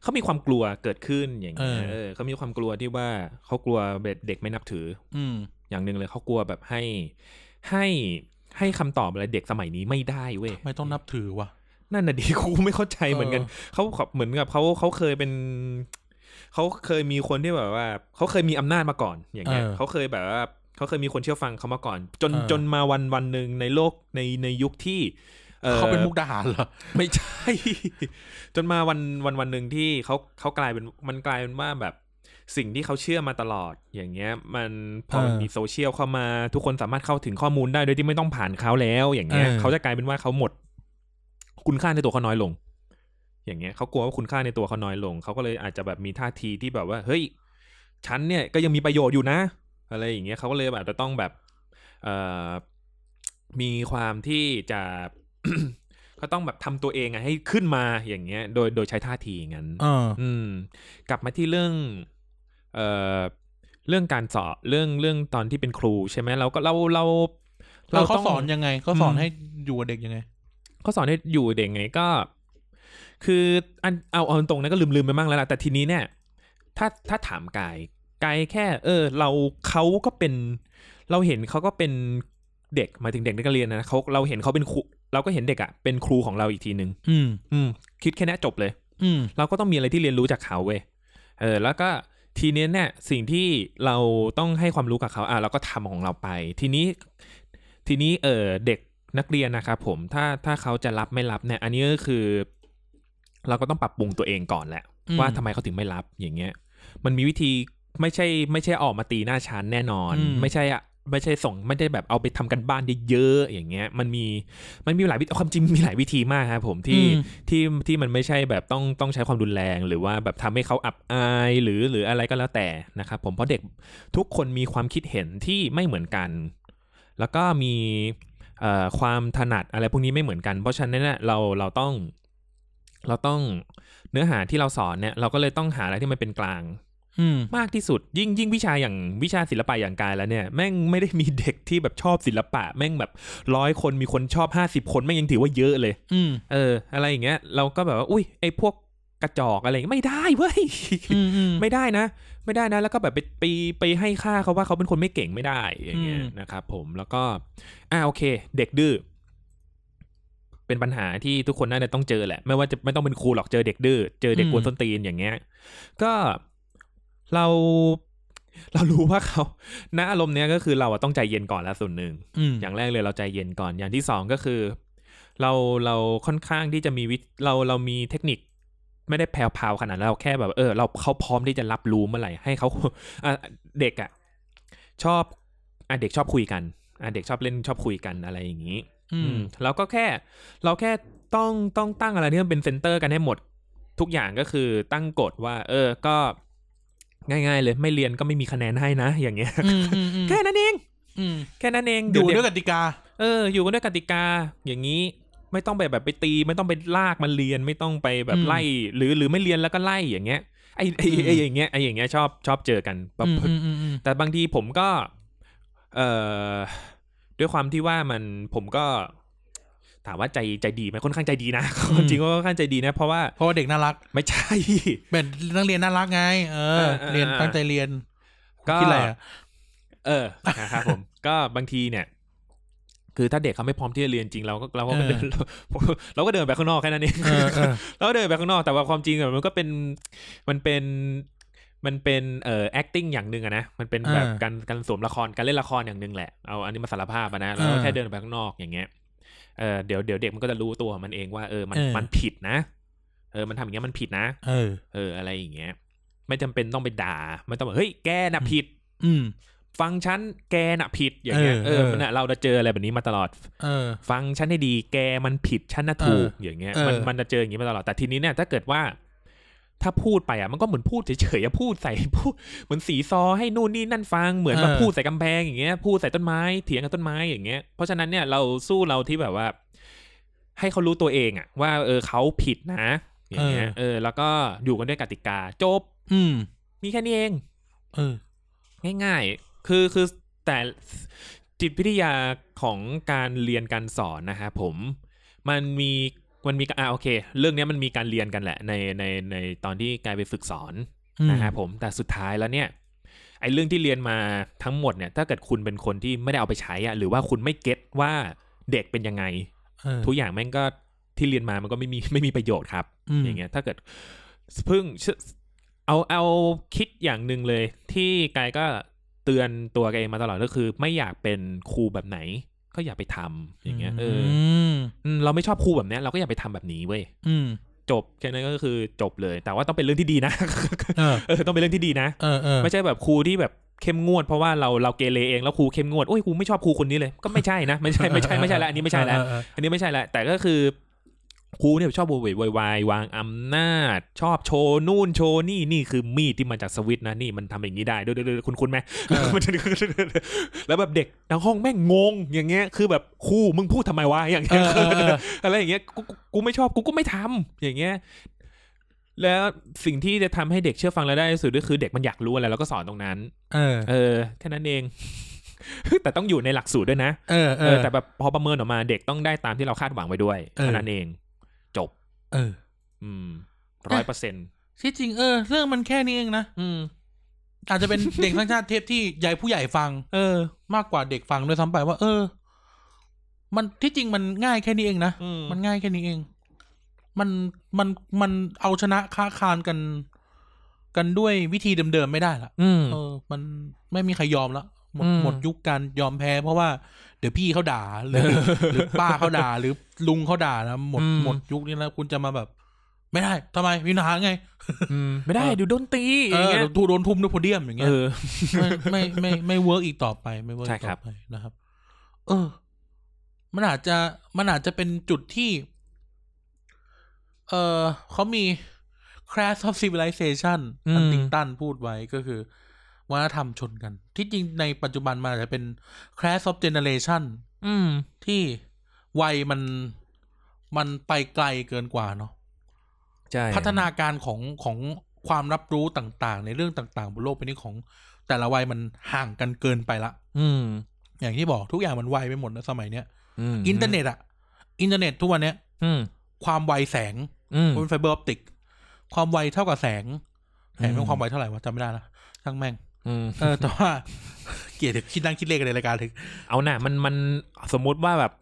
Speaker 2: เขามีความกลัวเกิดขึ้นอย่างเงี้ย
Speaker 1: เออ
Speaker 2: เออเขามีความกลัวที่ว่าเขากลัวแบบเด็กไม่นับถือ
Speaker 1: อืม
Speaker 2: อย่างหนึ่งเลยเขากลัวแบบให้ให้ให้คำตอบอะไรเด็กสมัยนี้ไม่ได้เว้ย
Speaker 1: ไม่ต้องนับถือวะ
Speaker 2: นั่นน่ะดี กูไม่เข้าใจเหมือนกันเขาเหมือนกับเขาเขาเคยเป็นเขาเคยมีคนที่แบบว่าเขาเคยมีอำนาจมาก่อนอย่างเงี้ย
Speaker 1: เออ
Speaker 2: เขาเคยแบบว่าเขาเคยมีคนเชื่อฟังเขามาก่อน จน
Speaker 1: เออ
Speaker 2: จนมาวันวันหนึ่งในโลกในในยุคที่อ่อ
Speaker 1: เขาเป็นมุกดาหารเหรอ
Speaker 2: ไม่ใช่ จนมาวันวันวันหนึ่งที่เขาเขากลายเป็นมันกลายเป็นว่าแบบสิ่งที่เขาเชื่อมาตลอดอย่างเงี้ย มันพอมัน
Speaker 1: เออ
Speaker 2: มีโซเชียลเข้ามา ทุกคนสามารถเข้าถึงข้อมูลได้โดยที่ไม่ต้องผ่านเขาแล้ว อย่างเงี้ย
Speaker 1: เออ
Speaker 2: เขาจะกลายเป็นว่าเขาหมด คุณค่าในตัวเขาน้อยลง อย่างเงี้ยเขากลัวว่าคุณค่าในตัวเขาน้อยลง เขาก็เลยอาจจะแบบมีท่าทีที่แบบว่า เฮ้ย ฉันเนี่ยก็ยังมีประโยชน์อยู่นะ อะไรอย่างเงี้ยเขาก็เลยแบบจะต้องแบบเอ่อมีความที่จะ เขาต้องแบบทำตัวเองอะให้ขึ้นมาอย่างเงี้ย โดยโดยใช้ท่าทีอย่างนั้น
Speaker 1: เออ
Speaker 2: อืมกลับมาที่เรื่องเอ่อเรื่องการสอบเรื่องเรื่องตอนที่เป็นครูใช่ไหมเราก็เราเรา
Speaker 1: เราเขา
Speaker 2: ต้ง
Speaker 1: สอนยังไงเขาสอน
Speaker 2: อืม
Speaker 1: ให้อยู่กับเด็กยังไง
Speaker 2: เขาสอนให้อยู่เด็กไงก็ คืออันเอาเอาตรงนั้นก็ลืมลืมไปบ้างแล้วล่ะแต่ทีนี้เนี่ย ถ้าถ้าถามกายกายแค่ เออ เราเขาก็เป็น เราเห็นเขาก็เป็นเด็กหมายถึงเด็กนักเรียนนะเขาเราเห็นเขาเป็นครูเราก็เห็นเด็กอะเป็นครูของเราอีกทีหนึ่ง
Speaker 1: อืม
Speaker 2: อืม คิดแค่นี้จบเลย
Speaker 1: อืม
Speaker 2: เราก็ต้องมีอะไรที่เรียนรู้จากเขาเว้ย เออ แล้วก็ทีเนี้ยเนี่ยสิ่งที่เราต้องให้ความรู้กับเขาอ่ะเราก็ทำของเราไป ทีนี้ ทีนี้เออเด็กนักเรียนนะครับผม ถ้าถ้าเขาจะรับไม่รับเนี่ย อันนี้ก็คือ เราก็ต้องปรับปรุงตัวเองก่อนแหละ
Speaker 1: อืม
Speaker 2: ว่าทำไมเขาถึงไม่รับอย่างเงี้ย มันมีวิธีไม่ใช่ ไม่ใช่ออกมาตีหน้าชั้นแน่นอน
Speaker 1: อืม
Speaker 2: ไม่ใช่อะไม่ใช่ส่งไม่ได้แบบเอาไปทำกันบ้านเยอะๆอย่างเงี้ย มันมีมันมีหลายวิธีความจริงมีหลายวิธีมากครับผมที่
Speaker 1: อืม
Speaker 2: ที่ที่มันไม่ใช่แบบต้องต้องใช้ความรุนแรงหรือว่าแบบทำให้เขาอับอายหรือหรืออะไรก็แล้วแต่นะครับผมเพราะเด็กทุกคนมีความคิดเห็นที่ไม่เหมือนกัน แล้วก็มีเอ่อความถนัดอะไรพวกนี้ไม่เหมือนกัน เพราะฉะนั้นเนี่ยเราเราต้อง เราต้องเนื้อหาที่เราสอนเนี่ย เราก็เลยต้องหาอะไรที่มันเป็นกลาง
Speaker 1: อืม
Speaker 2: มากที่สุดยิ่งยิ่งวิชาอย่างวิชาศิลปะอย่างกายแล้วเนี่ยแม่งไม่ได้มีเด็กที่แบบชอบศิลปะ แม่งแบบร้อยคนมีคนชอบห้าสิบคนแม่งยังถือว่าเยอะเลย
Speaker 1: อืม
Speaker 2: เอออะไรอย่างเงี้ยเราก็แบบว่าอุ้ยไอ้พวกกระจอกอะไรอย่างเงี้ยไม่ได้เว้ย
Speaker 1: อืมอืม
Speaker 2: ไม่ได้นะ ไม่ได้นะแล้วก็แบบไปไปไปให้ค่าเขาว่าเขาเป็นคนไม่เก่งไม่ได้อย่างเงี้ย
Speaker 1: อืม
Speaker 2: นะครับผมแล้วก็อ่าโอเค เด็กดื้อเป็นปัญหาที่ทุกคนน่าจะต้องเจอแหละ ไม่ว่าจะไม่ต้องเป็นครูหรอกเจอเด็กดื้อเจอเด็กกวนส้นตีนอย่างเงี้ย ก็เรา เรารู้ว่าเขาณอารมณ์เนี้ยก็คือเราอะต้องใจเย็นก่อนละส่วนหนึ่ง
Speaker 1: อืม
Speaker 2: อย่างแรกเลยเราใจเย็นก่อนอย่างที่สองก็คือ เราเราค่อนข้างที่จะมีวิธเราเรามีเทคนิค ไม่ได้แผ่วพราวขนาดนั้นเราแค่แบบเออเราเขาพร้อมที่จะรับรู้เมื่อไหร่ให้เขา อ่ะเด็กอะ่ะชอบอ่ะเด็กชอบคุยกันอ่ะเด็กชอบเล่นชอบคุยกันอะไรอย่างนี้
Speaker 1: อื
Speaker 2: อื
Speaker 1: ม
Speaker 2: มเราก็แค่เราแค่ต้องต้องตั้งอะไรที่มันเป็นเซนเตอร์กันให้หมด ทุกอย่างก็คือตั้งกฎว่า เออก็ ง่าย ๆ เลยไม่เรียนก็ไม่มีคะแนนให้นะ อย่างเงี้ย
Speaker 1: อืมอืมอืม
Speaker 2: แค่นั้นเอง
Speaker 1: อืม
Speaker 2: แค่นั้นเอง
Speaker 1: อยู่
Speaker 2: เด็ก
Speaker 1: ด้วยกติกา
Speaker 2: เอออยู่กันด้วยกติกาอย่างนี้ไม่ต้องไปแบบไปตี ไม่ต้องไปลากมันเรียนไม่ต้องไปแบบ
Speaker 1: อืม
Speaker 2: ไล่ หรือหรือไม่เรียนแล้วก็ไล่อย่างเงี้ยไอ้ไอ้ไอ้
Speaker 1: อืม
Speaker 2: อย่างเงี้ยไอ้อย่างเงี้ยชอบชอบเจอกันแบบ
Speaker 1: อืมอืมอืมอืม
Speaker 2: แต่บางทีผมก็เอ่อด้วยความที่ว่ามันผมก็ถามว่าใจใจดีไหมค่อนข้างใจดีนะ จริงๆก็ค่อนข้างใจดีนะ เพราะว่า
Speaker 1: เพราะว่าเด็กน่ารัก
Speaker 2: ไม่ใช่
Speaker 1: เป็นนักเรียนน่ารักไง เออ
Speaker 2: เออเออ
Speaker 1: เรียน
Speaker 2: เออ
Speaker 1: ตั้งใจเรียน
Speaker 2: ก็
Speaker 1: คิดอะไรอ่ะ
Speaker 2: เออ นะครับผม ก็บางทีเนี่ย คือถ้าเด็กเขาไม่พร้อมที่จะเรียนจริงเราก็เราก็ไม่
Speaker 1: เออ
Speaker 2: เดิน เราเราก็เดินไปข้างนอกแค่นั้นเอง
Speaker 1: เออเออ
Speaker 2: เราก็เดินไปข้างนอกแต่ว่าความจริงอะมันก็เป็นมันเป็นมันเป็นเอ่อ acting อย่างหนึ่งอะนะมันเป็นแบบ
Speaker 1: เออ
Speaker 2: การการสวมละครการเล่นละครอย่างหนึ่งแหละเอาอันนี้มาสารภาพอะนะเราก็
Speaker 1: เออ
Speaker 2: แค่เดินไปข้างนอกอย่างเงี้ยเออเดี๋ยวเดี๋ยวเด็กมันก็จะรู้ตัวของมันเองว่าเออมัน
Speaker 1: เออ
Speaker 2: มันผิดนะเออมันทำอย่างเงี้ยมันผิดนะ
Speaker 1: เออ
Speaker 2: เอออะไรอย่างเงี้ย ไม่จำเป็นต้องไปด่าไม่ต้องแบบเฮ้ยแกน่ะผิด
Speaker 1: อืม
Speaker 2: ฟังฉันแกน่ะผิดอย่างเงี้ย
Speaker 1: เอ
Speaker 2: เอ
Speaker 1: อ
Speaker 2: อ
Speaker 1: เออ
Speaker 2: มันน่ะเราจะเจออะไรแบบนี้มาตลอด
Speaker 1: เออ
Speaker 2: ฟังฉันให้ดีแกมันผิดฉันน่ะถูก
Speaker 1: เออ
Speaker 2: อย่างเงี้ย
Speaker 1: เออ
Speaker 2: มันมันจะเจออย่างนี้มาตลอดแต่ทีนี้เนี่ยถ้าเกิดว่า ถ้าพูดไปอ่ะมันก็เหมือนพูดเฉยๆอะพูดใส่ พูดเหมือนสีซอให้นู่นนี่นั่นฟังเหมือนมาพูดใส่กำแพงอย่างเงี้ยพูดใส่ต้นไม้เถียงกับต้นไม้อย่างเงี้ยเพราะฉะนั้นเนี่ยเราสู้เราที่แบบว่า ให้เขารู้ตัวเองอ่ะ ว่าเออเขาผิดนะอย่างเงี้ยเออ แล้วก็อยู่กันด้วยกติกาจบ
Speaker 1: อืม
Speaker 2: มีแค่นี้เอง
Speaker 1: เออ
Speaker 2: ง่ายๆ คือคือแต่จิตวิทยาของการเรียนการสอนนะครับผม มันมีมันมีอ่าโอเค เรื่องเนี้ยมันมีการเรียนกันแหละในในในตอนที่กลายไปฝึกสอน
Speaker 1: อืม
Speaker 2: นะครับผมแต่สุดท้ายแล้วเนี่ยไอ้เรื่องที่เรียนมาทั้งหมดเนี่ย ถ้าเกิดคุณเป็นคนที่ไม่ได้เอาไปใช้อะหรือว่าคุณไม่เก็ตว่าเด็กเป็นยังไง
Speaker 1: เออ
Speaker 2: ทุกอย่างแม่งก็ที่เรียนมามันก็ไม่มี ไม่มีประโยชน์ครับ
Speaker 1: ม
Speaker 2: อย่างเงี้ยถ้าเกิดเพิ่งเชื่อเอาเอาคิดอย่างหนึ่งเลย ที่กายก็เตือนตัวแกเองมาตลอดก็คือ ไม่อยากเป็นครูแบบไหน ก็อย่าไปทำอย่างเงี้ยเอออ
Speaker 1: ม
Speaker 2: อืมเราไม่ชอบครูแบบเนี้ยเราก็อย่าไปทำแบบนี้เว้ย
Speaker 1: อืม
Speaker 2: จบแค่นั้นก็คือจบเลย แต่ว่าต้องเป็นเรื่องที่ดีนะ
Speaker 1: เออ
Speaker 2: เออต้องเป็นเรื่องที่ดีนะ
Speaker 1: เออเออ
Speaker 2: ไม่ใช่แบบครูที่แบบเข้มงวดเพราะว่าเราเราเกเรเองแล้วครูเข้มงวดโอ้ยครูไม่ชอบครูคนนี้เลย ก็ไม่ใช่นะไม่ใช่ไม่ใช่ไม่ใช่แล้วอันนี้ไม่ใช่แล้ว
Speaker 1: เออเออ
Speaker 2: อันนี้ไม่ใช่แหละแต่ก็คือ ครูเนี่ยชอบโวยวายวายวางอำนาจ ชอบโชว์นู่นโชว์นี่นี่คือมีดที่มาจากสวิตช์นะนี่มันทำอย่างนี้ได้ด้วยด้วยคุณคุณไหม
Speaker 1: เออ
Speaker 2: แล้วแบบเด็กในห้องแม่งงงอย่างเงี้ยคือแบบครูมึงพูดทำไมวะอย่าง
Speaker 1: เอ
Speaker 2: เงี้
Speaker 1: อ
Speaker 2: ย
Speaker 1: เออเออ
Speaker 2: อะไรอย่างเงี้ยกูกูกูไม่ชอบกูก็ไม่ทำอย่างเงี้ยแล้วสิ่งที่จะทำให้เด็กเชื่อฟังเราได้ที่สุดก็คือเด็กมันอยากรู้อะไรเราก็สอนตรงนั้น
Speaker 1: เออ
Speaker 2: เออแค่นั้นเอง แต่ต้องอยู่ในหลักสูตรด้วยนะ
Speaker 1: เออ เอ
Speaker 2: เออ
Speaker 1: อ
Speaker 2: แต่แบบพอประเมินออกมาเด็กต้องได้ตามที่เราคาดหวังไว้ด้วย
Speaker 1: เออ
Speaker 2: เท่านั้นเอง จบ
Speaker 1: เออ
Speaker 2: อืมร้อยเปอร์เซ็นต์
Speaker 1: ที่จริงเออ เรื่องมันแค่นี้เองนะ
Speaker 2: อืม
Speaker 1: อาจจะเป็น เด็กทั้างชาติเทปที่ใหญ่ผู้ใหญ่ฟัง
Speaker 2: เออ
Speaker 1: มากกว่าเด็กฟังด้วยซ้ำไปว่า เออ มันที่จริงมันง่ายแค่นี้เองนะ
Speaker 2: อืม
Speaker 1: มันง่ายแค่นี้เอง มันมันมันเอาชนะค้าคานกัน กันด้วยวิธีเดิมๆไม่ได้ละ
Speaker 2: อืม
Speaker 1: เออ มันไม่มีใครยอมละหมด
Speaker 2: อืม
Speaker 1: หมดยุคการยอมแพ้ เพราะว่าเดี๋ยวพี่เขาด่าหรือหรือป้าเขาด่า หรือลุงเขาด่านะหมดหมดยุคนี้แล้วคุณจะมาแบบ ไม่ได้ทำไมมีปัญหาไง
Speaker 2: ไม่ได้
Speaker 1: เออ
Speaker 2: ดูโดนตี
Speaker 1: เอ
Speaker 2: อ
Speaker 1: ย่าง อ
Speaker 2: เงี้ย
Speaker 1: ถูกโดนทุ่มด้วยโพเดียมอย่างเงี้
Speaker 2: เอย อ
Speaker 1: ไม่ไม่ไม่ไม่เวิร์กอีกต่อไปไม่เวิร์ก
Speaker 2: ใช่ครั
Speaker 1: ต่อบ ไปนะครับ เออ มันอาจจะมันอาจจะเป็นจุดที่ เออเขามี crash of civilization อันติงตันพูดไว้ก็คือวัฒนธรรมชนกัน ที่จริงในปัจจุบันมันอาจจะเป็น crash of generation
Speaker 2: อืม
Speaker 1: ที่วัยมันมันไปไกลเกินกว่าเนาะ
Speaker 2: ใช่
Speaker 1: พัฒนาการของของความรับรู้ต่างๆ ในเรื่องต่างๆ บนโลกใบนี้ของแต่ละวัยมันห่างกันเกินไปละ
Speaker 2: อืม
Speaker 1: อย่างที่บอกทุกอย่างมันไวไปหมดแล้วสมัยเนี้ย
Speaker 2: ม
Speaker 1: อินเทอร์เน็ตอะอินเทอร์เน็ตทุกวันเนี้ย
Speaker 2: อืม
Speaker 1: ความไวแสง
Speaker 2: อืม
Speaker 1: บนไฟเบอร์ออปติก ความไวเท่ากับแสงแสงเป็
Speaker 2: อื
Speaker 1: น
Speaker 2: ม
Speaker 1: ความไวเท่าไหร่วะจำไม่ได้ละช่างแม่ง
Speaker 2: อืม
Speaker 1: เออแต่ว่า เกลียดคิดนั่งคิดเลขกันในรายการถึง
Speaker 2: เอาน่ะมันมันสมมุติว่าแบบ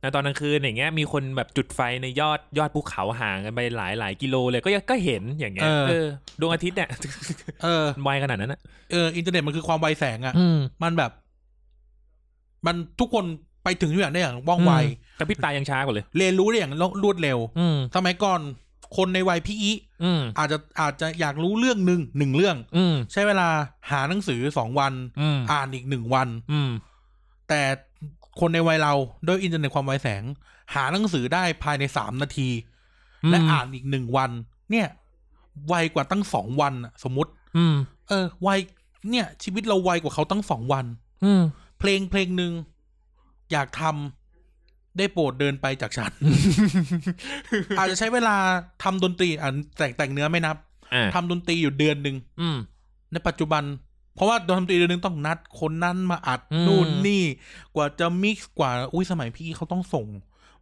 Speaker 2: ในตอนกลางคืนอย่างเงี้ยมีคนแบบจุดไฟในยอดยอดภูเขาห่างกันไปหลายหลายกิโลเลยก็ยังก็เห็นอย่างเงี้ย
Speaker 1: เออ
Speaker 2: เออดวงอาทิตย์เนี่ย
Speaker 1: เออ
Speaker 2: ไวขนาดนั้นอ่ะ
Speaker 1: เอออินเทอร์เน็ตมันคือความไวแสงอะ
Speaker 2: อืม
Speaker 1: มันแบบ มันทุกคนไปถึงทุกอย่างได้อย่างว่องไว
Speaker 2: อืมแต่พริบตายังช้ากว่าเลย
Speaker 1: เรียนรู้ได้อย่างรวดเร็ว
Speaker 2: อืม
Speaker 1: สมัยก่อนคนในวัยพี่อี
Speaker 2: อืม
Speaker 1: อาจจะอาจจะอยากรู้เรื่องหนึ่งหนึ่งเรื่อง
Speaker 2: อืม
Speaker 1: ใช้เวลาหาหนังสือสองวัน
Speaker 2: อืม
Speaker 1: อ่านอีกหนึ่งวัน
Speaker 2: อืม
Speaker 1: แต่คนในวัยเราด้วยอินเทอร์เน็ตความไวแสง หาหนังสือได้ภายในสามนาที และอ่านอีกหนึ่งวัน เนี่ย ไวกว่าตั้งสองวันอะสมมติ
Speaker 2: อืม
Speaker 1: เออไวเนี่ย ชีวิตเราไวกว่าเขาตั้งสองวัน
Speaker 2: อืม
Speaker 1: เพลงเพลงหนึ่งอยากทำได้โปรดเดินไปจาก ฉัน อาจจะใช้เวลาทำดนตรีอ่าแต่งแต่งเนื้อไม่นับ
Speaker 2: อ่า
Speaker 1: ทำดนตรีอยู่เดือนหนึ่ง
Speaker 2: อืม
Speaker 1: ในปัจจุบัน เพราะว่าดนตรีเดือนหนึ่งต้องนัดคนนั้นมาอัด
Speaker 2: อืม
Speaker 1: นู่นนี่ กว่าจะมิกซ์กว่าอุ้ยสมัยพี่เขาต้องส่ง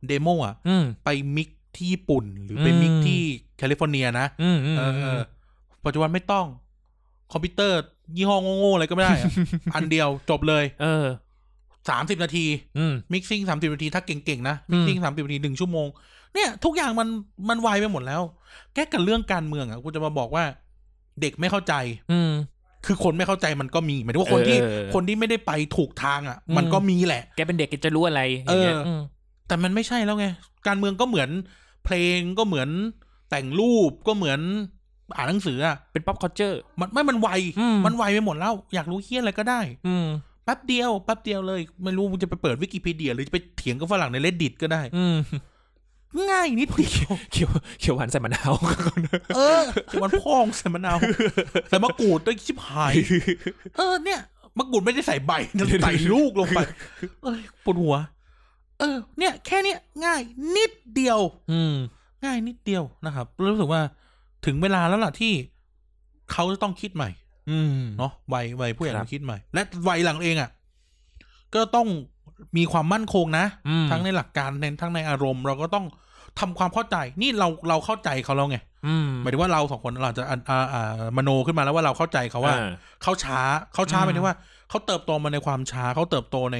Speaker 1: เดโมอ่ะ
Speaker 2: อืม
Speaker 1: ไปมิกซ์ที่ญี่ปุ่น หรือไปมิกซ์
Speaker 2: อืม
Speaker 1: ที่แคลิฟอร์เนียนะ
Speaker 2: อืมอืม
Speaker 1: เออเออปัจจุบันไม่ต้อง คอมพิวเตอร์ยี่ห้อโง่ๆอะไรก็ไม่ได้ อะอันเดียวจบเลย
Speaker 2: เออ
Speaker 1: สามสิบนาที
Speaker 2: อืม
Speaker 1: มิกซิ่งสามสิบนาทีถ้าเก่งๆนะ
Speaker 2: อื
Speaker 1: มิก
Speaker 2: ม
Speaker 1: ซิ่งสามสิบนาทีหนึ่งชั่วโมง เนี่ยทุกอย่างมันมันไวไปหมดแล้ว แก้กับเรื่องการเมืองอ่ะกูจะมาบอกว่า เด็กไม่เข้าใจ
Speaker 2: อืม
Speaker 1: คือคนไม่เข้าใจมันก็มีหมายถึงว่าคนที่
Speaker 2: เออ
Speaker 1: คนที่ไม่ได้ไปถูกทางอ่ะ
Speaker 2: อืม
Speaker 1: มันก็มีแหละ
Speaker 2: แกเป็นเด็กแกจะรู้อะไรอย่างเงี้ย
Speaker 1: เอออื
Speaker 2: ม
Speaker 1: แต่มันไม่ใช่แล้วไง การเมืองก็เหมือน เพลงก็เหมือนแต่งรูปก็เหมือนอ่านหนังสืออ่ะ
Speaker 2: เป็น pop culture
Speaker 1: มันไม่มันไว
Speaker 2: อืม
Speaker 1: มันไวไปหมดแล้ว อยากรู้เฮี้ยอะไรก็ได้
Speaker 2: อืม
Speaker 1: แป๊บเดียวแป๊บเดียวเลย ไม่รู้มึงจะไปเปิดวิกิพีเดีย หรือจะไปเถียงกับฝรั่งในเลดดิตก็ได้
Speaker 2: อืม
Speaker 1: ง่ายนิดเดียว
Speaker 2: เขียวเขียวหวานใส่มะนาว
Speaker 1: เออมันพองใส่มะนาวใส่มะกรูดด้วยชิบหาย เออเนี่ยมะกรูดไม่ได้ใส่ใบนะใส่ลูกลงไป เอ้ยปวดหัว เออ เนี่ย แค่เนี้ยง่ายนิดเดียว
Speaker 2: อืม
Speaker 1: ง่ายนิดเดียวนะครับรู้สึกว่าถึงเวลาแล้วล่ะที่เขาจะต้องคิดใหม่
Speaker 2: อืม
Speaker 1: เนาะวัยวัยผู้ใหญ่
Speaker 2: ครับ
Speaker 1: ต้องคิดใหม่ และวัยหลังเองอ่ะก็ต้องมีความมั่นคงนะ
Speaker 2: อืม
Speaker 1: ทั้งในหลักการในทั้งในอารมณ์ เราก็ต้องทำความเข้าใจ นี่เราเราเข้าใจเขาแล้วไง
Speaker 2: อืม
Speaker 1: หมายถึงว่าเราสองคนเราจะอ่าอ่าอ่ามโนขึ้นมาแล้วว่าเราเข้าใจเขาว่า
Speaker 2: อ่
Speaker 1: เขาช้าเขาช้า
Speaker 2: อืม
Speaker 1: หมายถึงว่าเขาเติบโตมาในความช้าเขาเติบโตใน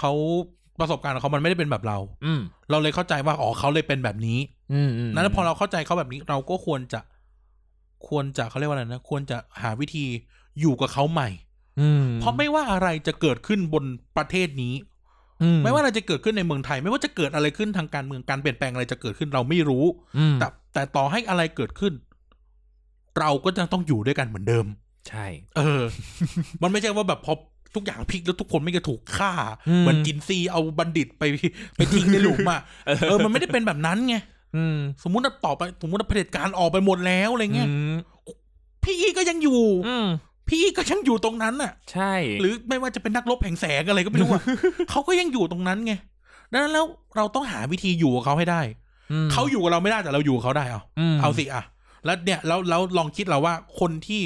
Speaker 1: เขาประสบการณ์ของเขามันไม่ได้เป็นแบบเรา
Speaker 2: อืม
Speaker 1: เราเลยเข้าใจว่าอ๋อเขาเลยเป็นแบบนี้
Speaker 2: อืมอืม
Speaker 1: นั้นพอเราเข้าใจเขาแบบนี้ เราก็ควรจะ ควรจะเขาเรียกว่าอะไรนะควรจะหาวิธีอยู่กับเขาใหม่
Speaker 2: อืม
Speaker 1: เพราะไม่ว่าอะไรจะเกิดขึ้นบนประเทศนี้
Speaker 2: อื
Speaker 1: ไม่ว่าอะไรจะเกิดขึ้นในเมืองไทย ไม่ว่าจะเกิดอะไรขึ้นทางการเมืองการเปลี่ยนแปลงอะไรจะเกิดขึ้นเราไม่รู้
Speaker 2: อืม
Speaker 1: แต่แต่ต่อให้อะไรเกิดขึ้น เราก็จะต้องอยู่ด้วยกันเหมือนเดิม
Speaker 2: ใช่
Speaker 1: เอ อ มันไม่ใช่ว่าแบบพอทุกอย่างพลิกแล้วทุกคนไม่จะถูกฆ่า
Speaker 2: อืม
Speaker 1: เหมือนจินซีเอาบัณฑิตไปไปทิ้งในหลุมอ่ะเออมันไม่ได้เป็นแบบนั้นไง
Speaker 2: อืม
Speaker 1: สมมุติว่าต่อไปสมมุติว่าเผด็จการออกไปหมดแล้วอะไรเงี้ย
Speaker 2: ม
Speaker 1: พี่อี้ก็ยังอยู่
Speaker 2: อืม
Speaker 1: พี่อี้ก็ยังอยู่ตรงนั้นน่ะ
Speaker 2: ใช่
Speaker 1: หรือไม่ว่าจะเป็นนักรบแห่งแสงอะไรก็ไม่ รู้อะ เขาก็ยังอยู่ตรงนั้นไงดังนั้นแล้วเราต้องหาวิธีอยู่กับเขาให้ได้
Speaker 2: ม
Speaker 1: เขาอยู่กับเราไม่ได้แต่เราอยู่กับเขาได้เอา
Speaker 2: ม
Speaker 1: เอาสิอะแล้วเนี่ยแล้วแล้วลองคิดเราว่าคนที่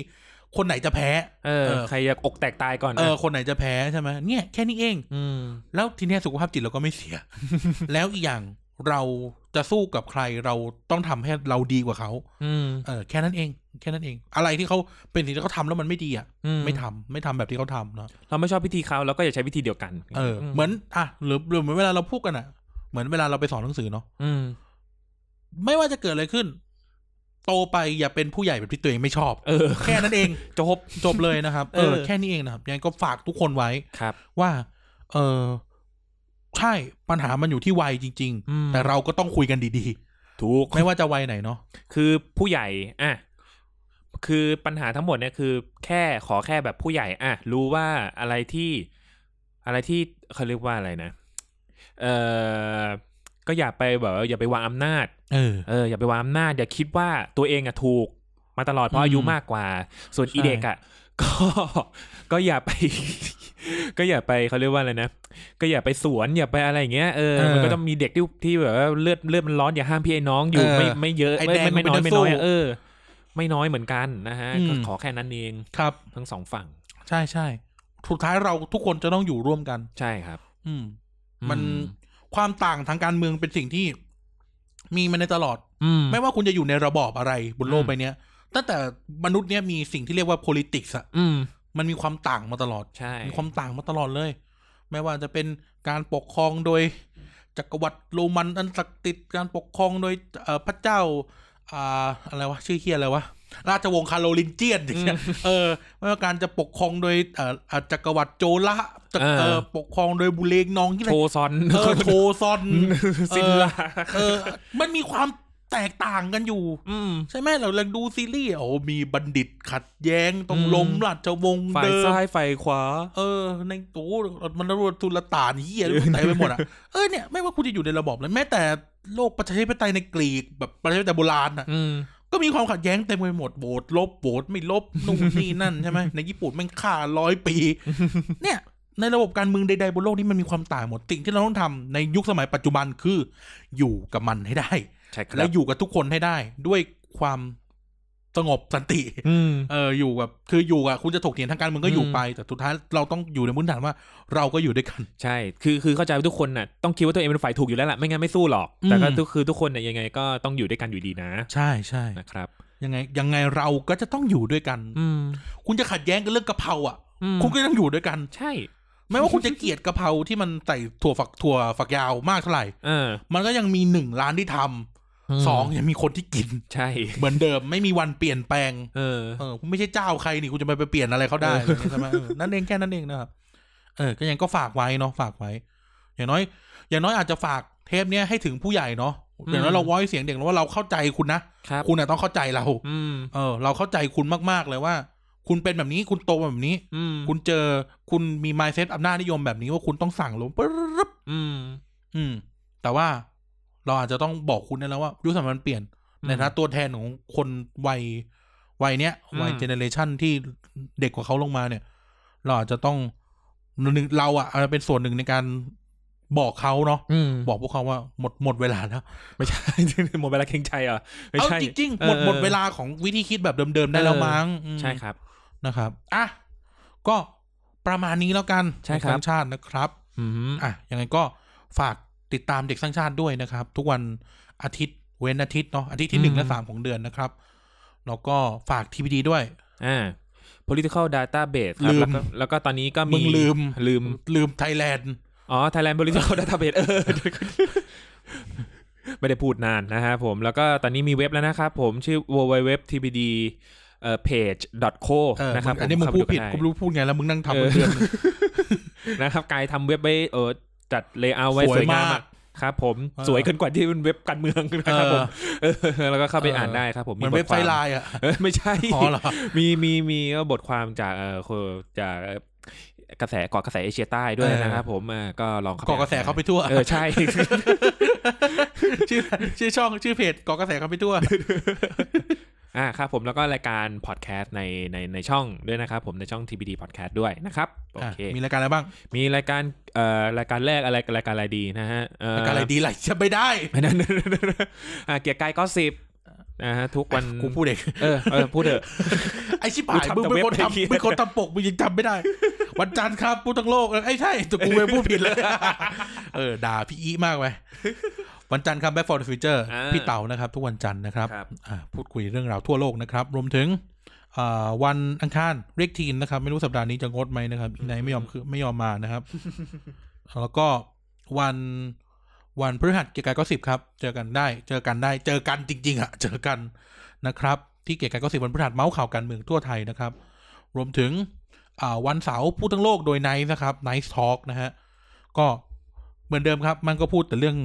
Speaker 1: คนไหนจะแพ้
Speaker 2: เออ
Speaker 1: เออ
Speaker 2: ใครอยากอกแตกตายก่อน
Speaker 1: เอ
Speaker 2: นะ
Speaker 1: อคนไหนจะแพ้ใช่ไหมเนี่ยแค่นี้เอง
Speaker 2: อืม
Speaker 1: แล้วทีเนี้ยสุขภาพจิตเราก็ไม่เสีย แล้วอีกอย่างเราจะสู้กับใครเราต้องทำให้เราดีกว่าเขา
Speaker 2: อืม
Speaker 1: เออแค่นั้นเอง แค่นั้นเอง อะไรที่เขาเป็นสิ่งที่เขาทำแล้วมันไม่ดีอ่ะ
Speaker 2: อื
Speaker 1: ไม่ทำไม่ทำแบบที่เขาทำเนาะ
Speaker 2: เราไม่ชอบพิธีเขาเราก็อย่าใช้วิธีเดียวกัน
Speaker 1: เออเหมือนอ่ะหรือหรือเหมือนเวลาเราพูดกันอ่ะ เหมือนเวลาเราไปสอนหนังสือเนาะ
Speaker 2: อืม
Speaker 1: ไม่ว่าจะเกิดอะไรขึ้น โตไปอย่าเป็นผู้ใหญ่แบบที่ตัวเองไม่ชอบ
Speaker 2: เออ
Speaker 1: แค่นั้นเอง
Speaker 2: จบ
Speaker 1: จบเลยนะครับ เออ
Speaker 2: เออ
Speaker 1: แค่นี้เองนะครับ ยังไงก็ฝากทุกคนไว้
Speaker 2: ครับ
Speaker 1: ว่า เออใช่ปัญหามันอยู่ที่วัยจริง
Speaker 2: อืม
Speaker 1: ๆ แต่เราก็ต้องคุยกันดี
Speaker 2: ถูก
Speaker 1: ๆ ไม่ว่าจะวัยไหนเนาะ
Speaker 2: คือผู้ใหญ่ อ่ะ คือปัญหาทั้งหมดเนี่ยคือ แค่ขอแค่แบบผู้ใหญ่ อ่ะ รู้ว่าอะไรที่ อะไรที่เขาเรียกว่าอะไรนะ เออก็อย่าไปแบบว่าอย่าไปวางอำนาจ
Speaker 1: เออ
Speaker 2: เอออย่าไปวางอำนาจอย่าคิดว่าตัวเองอะถูก มาตลอดเพราะอายุ
Speaker 1: อืม
Speaker 2: มากกว่า ส่วน
Speaker 1: ใช่
Speaker 2: อีเด็กอะ ก็ก็อย่าไป ก็อย่าไปเขาเรียกว่าอะไรนะก็อย่าไปสวนอย่าไปอะไรอย่างเงี้ยเออมันก็ต้องมีเด็กที่ที่แบบว่าเลือดเลือดมันร้อนอย่าห้ามพี่ไอ้น้องอยู่ไม่ไม่เยอะไม่ไม่น้อยไม่น้อยเออ ไม่น้อยเหมือนกันนะฮะขอแค่นั้นเอง
Speaker 1: ครับ
Speaker 2: ทั้งสองฝั่ง
Speaker 1: ใช่ใช่สุดท้ายเราทุกคนจะต้องอยู่ร่วมกัน
Speaker 2: ใช่ครับ
Speaker 1: อืม มันความต่างทางการเมืองเป็นสิ่งที่ มีมาในตลอด ไม่ว่าคุณจะอยู่ในระบอบอะไรบนโลก
Speaker 2: อืม
Speaker 1: ใบเนี้ยตั้งแต่มนุษย์เนี่ยมีสิ่งที่เรียกว่า politics อะ
Speaker 2: อืม
Speaker 1: มันมีความต่างมาตลอด
Speaker 2: ใช่
Speaker 1: มีความต่างมาตลอดเลย ไม่ว่าจะเป็นการปกครองโดยจักรวรรดิโรมันอันศักดิ์สิทธิ์การปกครองโดยเอ่อพระเจ้าอ่าอะไรวะชื่อเฮียอะไรวะราชวงศ์คาโรลินเจียนอย่างเงี้ยเออไม่ว่าการจะปกครองโดยเอ่ออ่าจักรวรรดิโจละจักรเอ่อปกครองโดยบุเรงนองที่ไหน
Speaker 2: โทซอน
Speaker 1: เอ อโทซอน
Speaker 2: ซินลา
Speaker 1: เออมันมีความแตกต่างกันอยู่
Speaker 2: อืม
Speaker 1: ใช่ไหมเราเราดูซีรีส์โอ้โหมีบัณฑิตขัดแย้งต้อง
Speaker 2: อืม
Speaker 1: ล้มราชวงศ์
Speaker 2: ฝ่าย
Speaker 1: เดิม
Speaker 2: ซ้ายฝ่ายขวา
Speaker 1: เออในโอ้โหมันรวดทุลต่านเฮีย รู้ไหนไปหมดอ่ะ เออเนี่ยไม่ว่าคุณจะอยู่ในระบอบเลยแม้แต่โลกประชาธิปไตยในกรีกแบบประชาธิปไตยโบราณอ่ะ
Speaker 2: อืม
Speaker 1: ก็มีความขัดแย้งเต็มไปหมดโบสลบโบสไม่ลบนู่นนี่นั่นใช่ไหมในญี่ปุ่นแม่งฆ่าร้อยปี เนี่ย ในระบบการเมืองใดๆบนโลกนี้มันมีความต่างหมดสิ่งที่เราต้องทำในยุคสมัยปัจจุบันคือ อยู่กับมันให้ได้
Speaker 2: ใช่ครั
Speaker 1: และอยู่กับทุกคนให้ได้ ด้วยความสงบสันติ
Speaker 2: อืม
Speaker 1: เอออยู่แบบคืออยู่อะคุณจะถกเถียงทางการเมืองก็อยู่
Speaker 2: อืม
Speaker 1: ไป แต่สุดท้ายเราต้องอยู่ในพื้นฐานว่า เราก็อยู่ด้วยกัน
Speaker 2: ใช่ คือคือเข้าใจว่าทุกคนน่ะต้องคิดว่าตัวเองเป็นฝ่ายถูกอยู่แล้วล่ะไม่งั้นไม่สู้หรอก
Speaker 1: อืม
Speaker 2: แต่ก็ทุกคือทุกคนเนี่ยยังไงก็ต้องอยู่ด้วยกันอยู่ดีนะ
Speaker 1: ใช่ใช่
Speaker 2: นะครับ
Speaker 1: ยังไงยังไงเราก็จะต้องอยู่ด้วยกัน
Speaker 2: อืม
Speaker 1: คุณจะขัดแย้งกันเรื่องกะเพราอ่ะ
Speaker 2: อืม
Speaker 1: คุณก็ต้องอยู่ด้วยกัน
Speaker 2: ใช่
Speaker 1: ไม่ว่าคุณจะเกลียดกะเพราที่มันใส่ถั่วฝักถั่วฝักยาวมากเท่าไหร่
Speaker 2: เออ
Speaker 1: มันก็ยังมีหนึ่งร้านที่ทำสองยังมีคนที่กิน
Speaker 2: ใช่
Speaker 1: เหมือนเดิมไม่มีวันเปลี่ยนแปลง
Speaker 2: เออ
Speaker 1: เออคุณไม่ใช่เจ้าใครนี่คุณจะไปไปเปลี่ยนอะไรเขาได้
Speaker 2: เออ
Speaker 1: ใช่ไหมเออนั่นเองแค่นั้นเองนะครับเออ ก็ยังก็ฝากไว้เนาะฝากไว้ อย่างน้อย อย่างน้อยอาจจะฝากเทปเนี้ยให้ถึงผู้ใหญ่เนาะอย่างน้อยเราวอยเสียงเด็กแล้วว่าเราเข้าใจคุณนะครับ คุณน่ะต้องเข้าใจเรา
Speaker 2: อืม
Speaker 1: เออ เราเข้าใจคุณมากๆเลยว่า คุณเป็นแบบนี้คุณโตมาแบบนี้
Speaker 2: อืม
Speaker 1: คุณเจอคุณมี mindset อำนาจนิยมแบบนี้ว่าคุณต้องสั่งลงปึ๊บ
Speaker 2: อืม
Speaker 1: อืม แต่ว่าเราอาจจะต้องบอกคุณได้แล้วว่ายุคสมัยมันเปลี่ยน ในฐานะตัวแทนของคนวัยวัยเนี้ย
Speaker 2: อืม
Speaker 1: วัยเจเนเรชันที่เด็กกว่าเขาลงมาเนี่ย เราอาจจะต้องหนึ่งเราอะอาจจะเป็นส่วนหนึ่งในการบอกเขาเนาะ
Speaker 2: อืม
Speaker 1: บอกพวกเขาว่าหมดหมดเวลาแล้ว
Speaker 2: ไม่ใช่ หมดเวลาเข่งใจเหรอ่ะไม่
Speaker 1: เอา
Speaker 2: ใช่
Speaker 1: จริง
Speaker 2: เอ
Speaker 1: ๆห
Speaker 2: อ
Speaker 1: มดหมดเวลาของวิธีคิดแบบเดิมๆได้แล้ว
Speaker 2: เออ
Speaker 1: มั้งอืม
Speaker 2: ใช่ครับ
Speaker 1: นะครับอ่ะก็ประมาณนี้แล้วกัน
Speaker 2: ใช่ครับ
Speaker 1: เด็กสร้างชาตินะครับ
Speaker 2: อืม
Speaker 1: อ่ะยังไงก็ฝากติดตามเด็กสร้างชาติด้วยนะครับ ทุกวันอาทิตย์เว้นอาทิตย์เนาะอาทิตย์ที่หนึ่งและสามของเดือนนะครับ แล้วก็ฝากทีพีดีด้วย
Speaker 2: อ่า political database ครั
Speaker 1: ลื
Speaker 2: บ
Speaker 1: ม
Speaker 2: แล้วก็แล้วก็ตอนนี้ก็
Speaker 1: มึ
Speaker 2: มี
Speaker 1: งลืม
Speaker 2: ลืม
Speaker 1: ลืมไทยแลนด์
Speaker 2: อ๋อ Thailand Political Database เออ ไม่ได้พูดนานนะฮะผม แล้วก็ตอนนี้มีเว็บแล้วนะครับผมชื่อ www tbd เอ่อ page co
Speaker 1: เออ
Speaker 2: นะครับ
Speaker 1: มึงอันนี้มึงพูดผิดกู
Speaker 2: เข้าไป
Speaker 1: ไม่รู้พูดไงแล้วมึงนั่งทำ
Speaker 2: เอ
Speaker 1: มา
Speaker 2: อ
Speaker 1: เดือน
Speaker 2: นะครับกายทำเว็บไว้เออจัดเลเยอร์ไว้ส
Speaker 1: ส
Speaker 2: ว
Speaker 1: วย
Speaker 2: งาม
Speaker 1: ยาม ก
Speaker 2: อะครับผม
Speaker 1: เออ
Speaker 2: สวยเกินกว่าที่เป็นเว็บการเมืองนะครับผมเออแล้วก็เข้าไป
Speaker 1: เอออ่
Speaker 2: อ่านได้ครับผม
Speaker 1: เหมือนเว็บไซต์ไลน์อ่ะ
Speaker 2: เออไม่ใช่
Speaker 1: อ๋อเหรอ
Speaker 2: มีมีมีก็บทความจากเออโคจาก กระแสเกาะกระแสเอเชียใต้ด้วยนะครับผมอ่าก็ลองเข้าไป
Speaker 1: เกาะกระแสเขาไปทั่ว
Speaker 2: เออ ใช่
Speaker 1: ชื่อชื่อช่องชื่อเพจเกาะกระแสเขาไปทั่ว
Speaker 2: อ่าครับผมแล้วก็รายการพอดแคสต์ในในในช่องด้วยนะครับผมในช่อง TBD Podcast ด้วยนะครับโอเค
Speaker 1: มีรายการอะไรบ้าง
Speaker 2: มีรายการเอ่อรายการแรกอะไรรายการอะไรดีนะฮะเ
Speaker 1: รายการอะไรดีไหลจะไม่ได้
Speaker 2: ไม่นั่นอ่ าเกียร์กายก็สิบนะฮะทุกวัน
Speaker 1: กูพูดเอง
Speaker 2: เออเออพูดเถอะ
Speaker 1: ไอชิบหาย
Speaker 2: กู
Speaker 1: มึง
Speaker 2: ทำแต่
Speaker 1: เป็นคน
Speaker 2: เว็บไอ้เหี้ย
Speaker 1: ทำมึงคนทำปกมึงยังทำไม่ได้ วันจันทร์ครับพูดทั้งโลกไอ้ยใช่แต่กูไปพูดผิดเลย เออ ด่าพี่อีมากไปวันจันทร์ครับ Back for the Future
Speaker 2: อ่า
Speaker 1: พี่เต๋านะครับ ทุกวันจันทร์นะครับ
Speaker 2: ครับ
Speaker 1: อ่าพูดคุยเรื่องราวทั่วโลกนะครับ รวมถึงอ่าวันอังคารเรียกทีมนะครับ ไม่รู้สัปดาห์นี้จะงดไหมนะครับพี่ไหนไม่ยอมคือไม่ยอมมานะครับ แล้วก็วันวันพฤหัสเกียร์กายก็สิบครับ เจอกันได้ เจอกันได้ เจอกันจริงๆอะเจอกันนะครับ ที่เกียร์กายก็สิบวันพฤหัสเมาส์ข่าวการเมืองทั่วไทยนะครับ รวมถึงอ่าวันเสาร์พูดทั้งโลกโดยไนท์นะครับไนท์ทอล์กนะฮะ ก็เหมือนเดิมครับ มันก็พูดแต่เรื่อง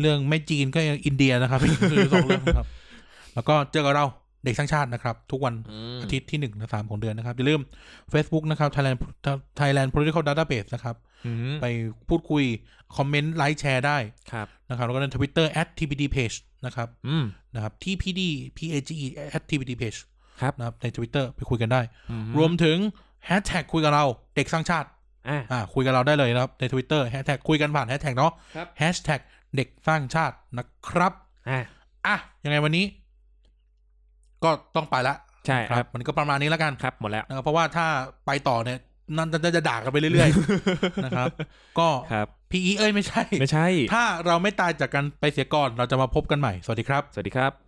Speaker 1: เรื่องไม่จีนก็ยังอินเดียนะครับ คือสองเรื่องนะครับ แล้วก็เจอกับเราเด็กสร้างชาตินะครับ ทุกวัน อาทิตย์ที่หนึ่งและสามของเดือนนะครับ อย่าลืม Facebook นะครับ Thailand Thailand Political Database นะครับ
Speaker 2: อืม
Speaker 1: ไปพูดคุย คอมเมนต์ ไลค์แชร์ได้
Speaker 2: ครับ
Speaker 1: นะครับ แล้วก็ใน Twitter at tpd page นะครับ
Speaker 2: อืม
Speaker 1: นะครับ tpd page at tpd page
Speaker 2: ครับ
Speaker 1: นะครับใน Twitter ไปคุยกันได้
Speaker 2: อื
Speaker 1: รวมถึงแฮชแท็กคุยกับเราเด็กสร้างชาติ
Speaker 2: อ่ะ
Speaker 1: อ่าคุยกับเราได้เลยนะครับ ใน Twitter แฮชแท็กคุยกันผ่านแฮชแท็กเนาะ
Speaker 2: ครับ
Speaker 1: แฮชแท็กเด็กสร้างชาตินะครับ
Speaker 2: อ่ะ
Speaker 1: อ่ะ ยังไงวันนี้ ก็ต้องไปละ
Speaker 2: ใช่
Speaker 1: ค
Speaker 2: ค
Speaker 1: รั
Speaker 2: รั
Speaker 1: บบ มันก็ประมาณนี้แล้วกัน
Speaker 2: ครับหมดแล้ว
Speaker 1: นะครับเพราะว่าถ้าไปต่อเนี่ยนั่นจะจะด่ากันไปเรื่อย ๆ นะครับ ก็
Speaker 2: ครับ
Speaker 1: พี่อีเอ้ยไม่ใช่
Speaker 2: ไม่ใช่
Speaker 1: ถ้าเราไม่ตายจากกันไปเสียก่อน เราจะมาพบกันใหม่ สวัสดีครับ
Speaker 2: สวัสดีครับ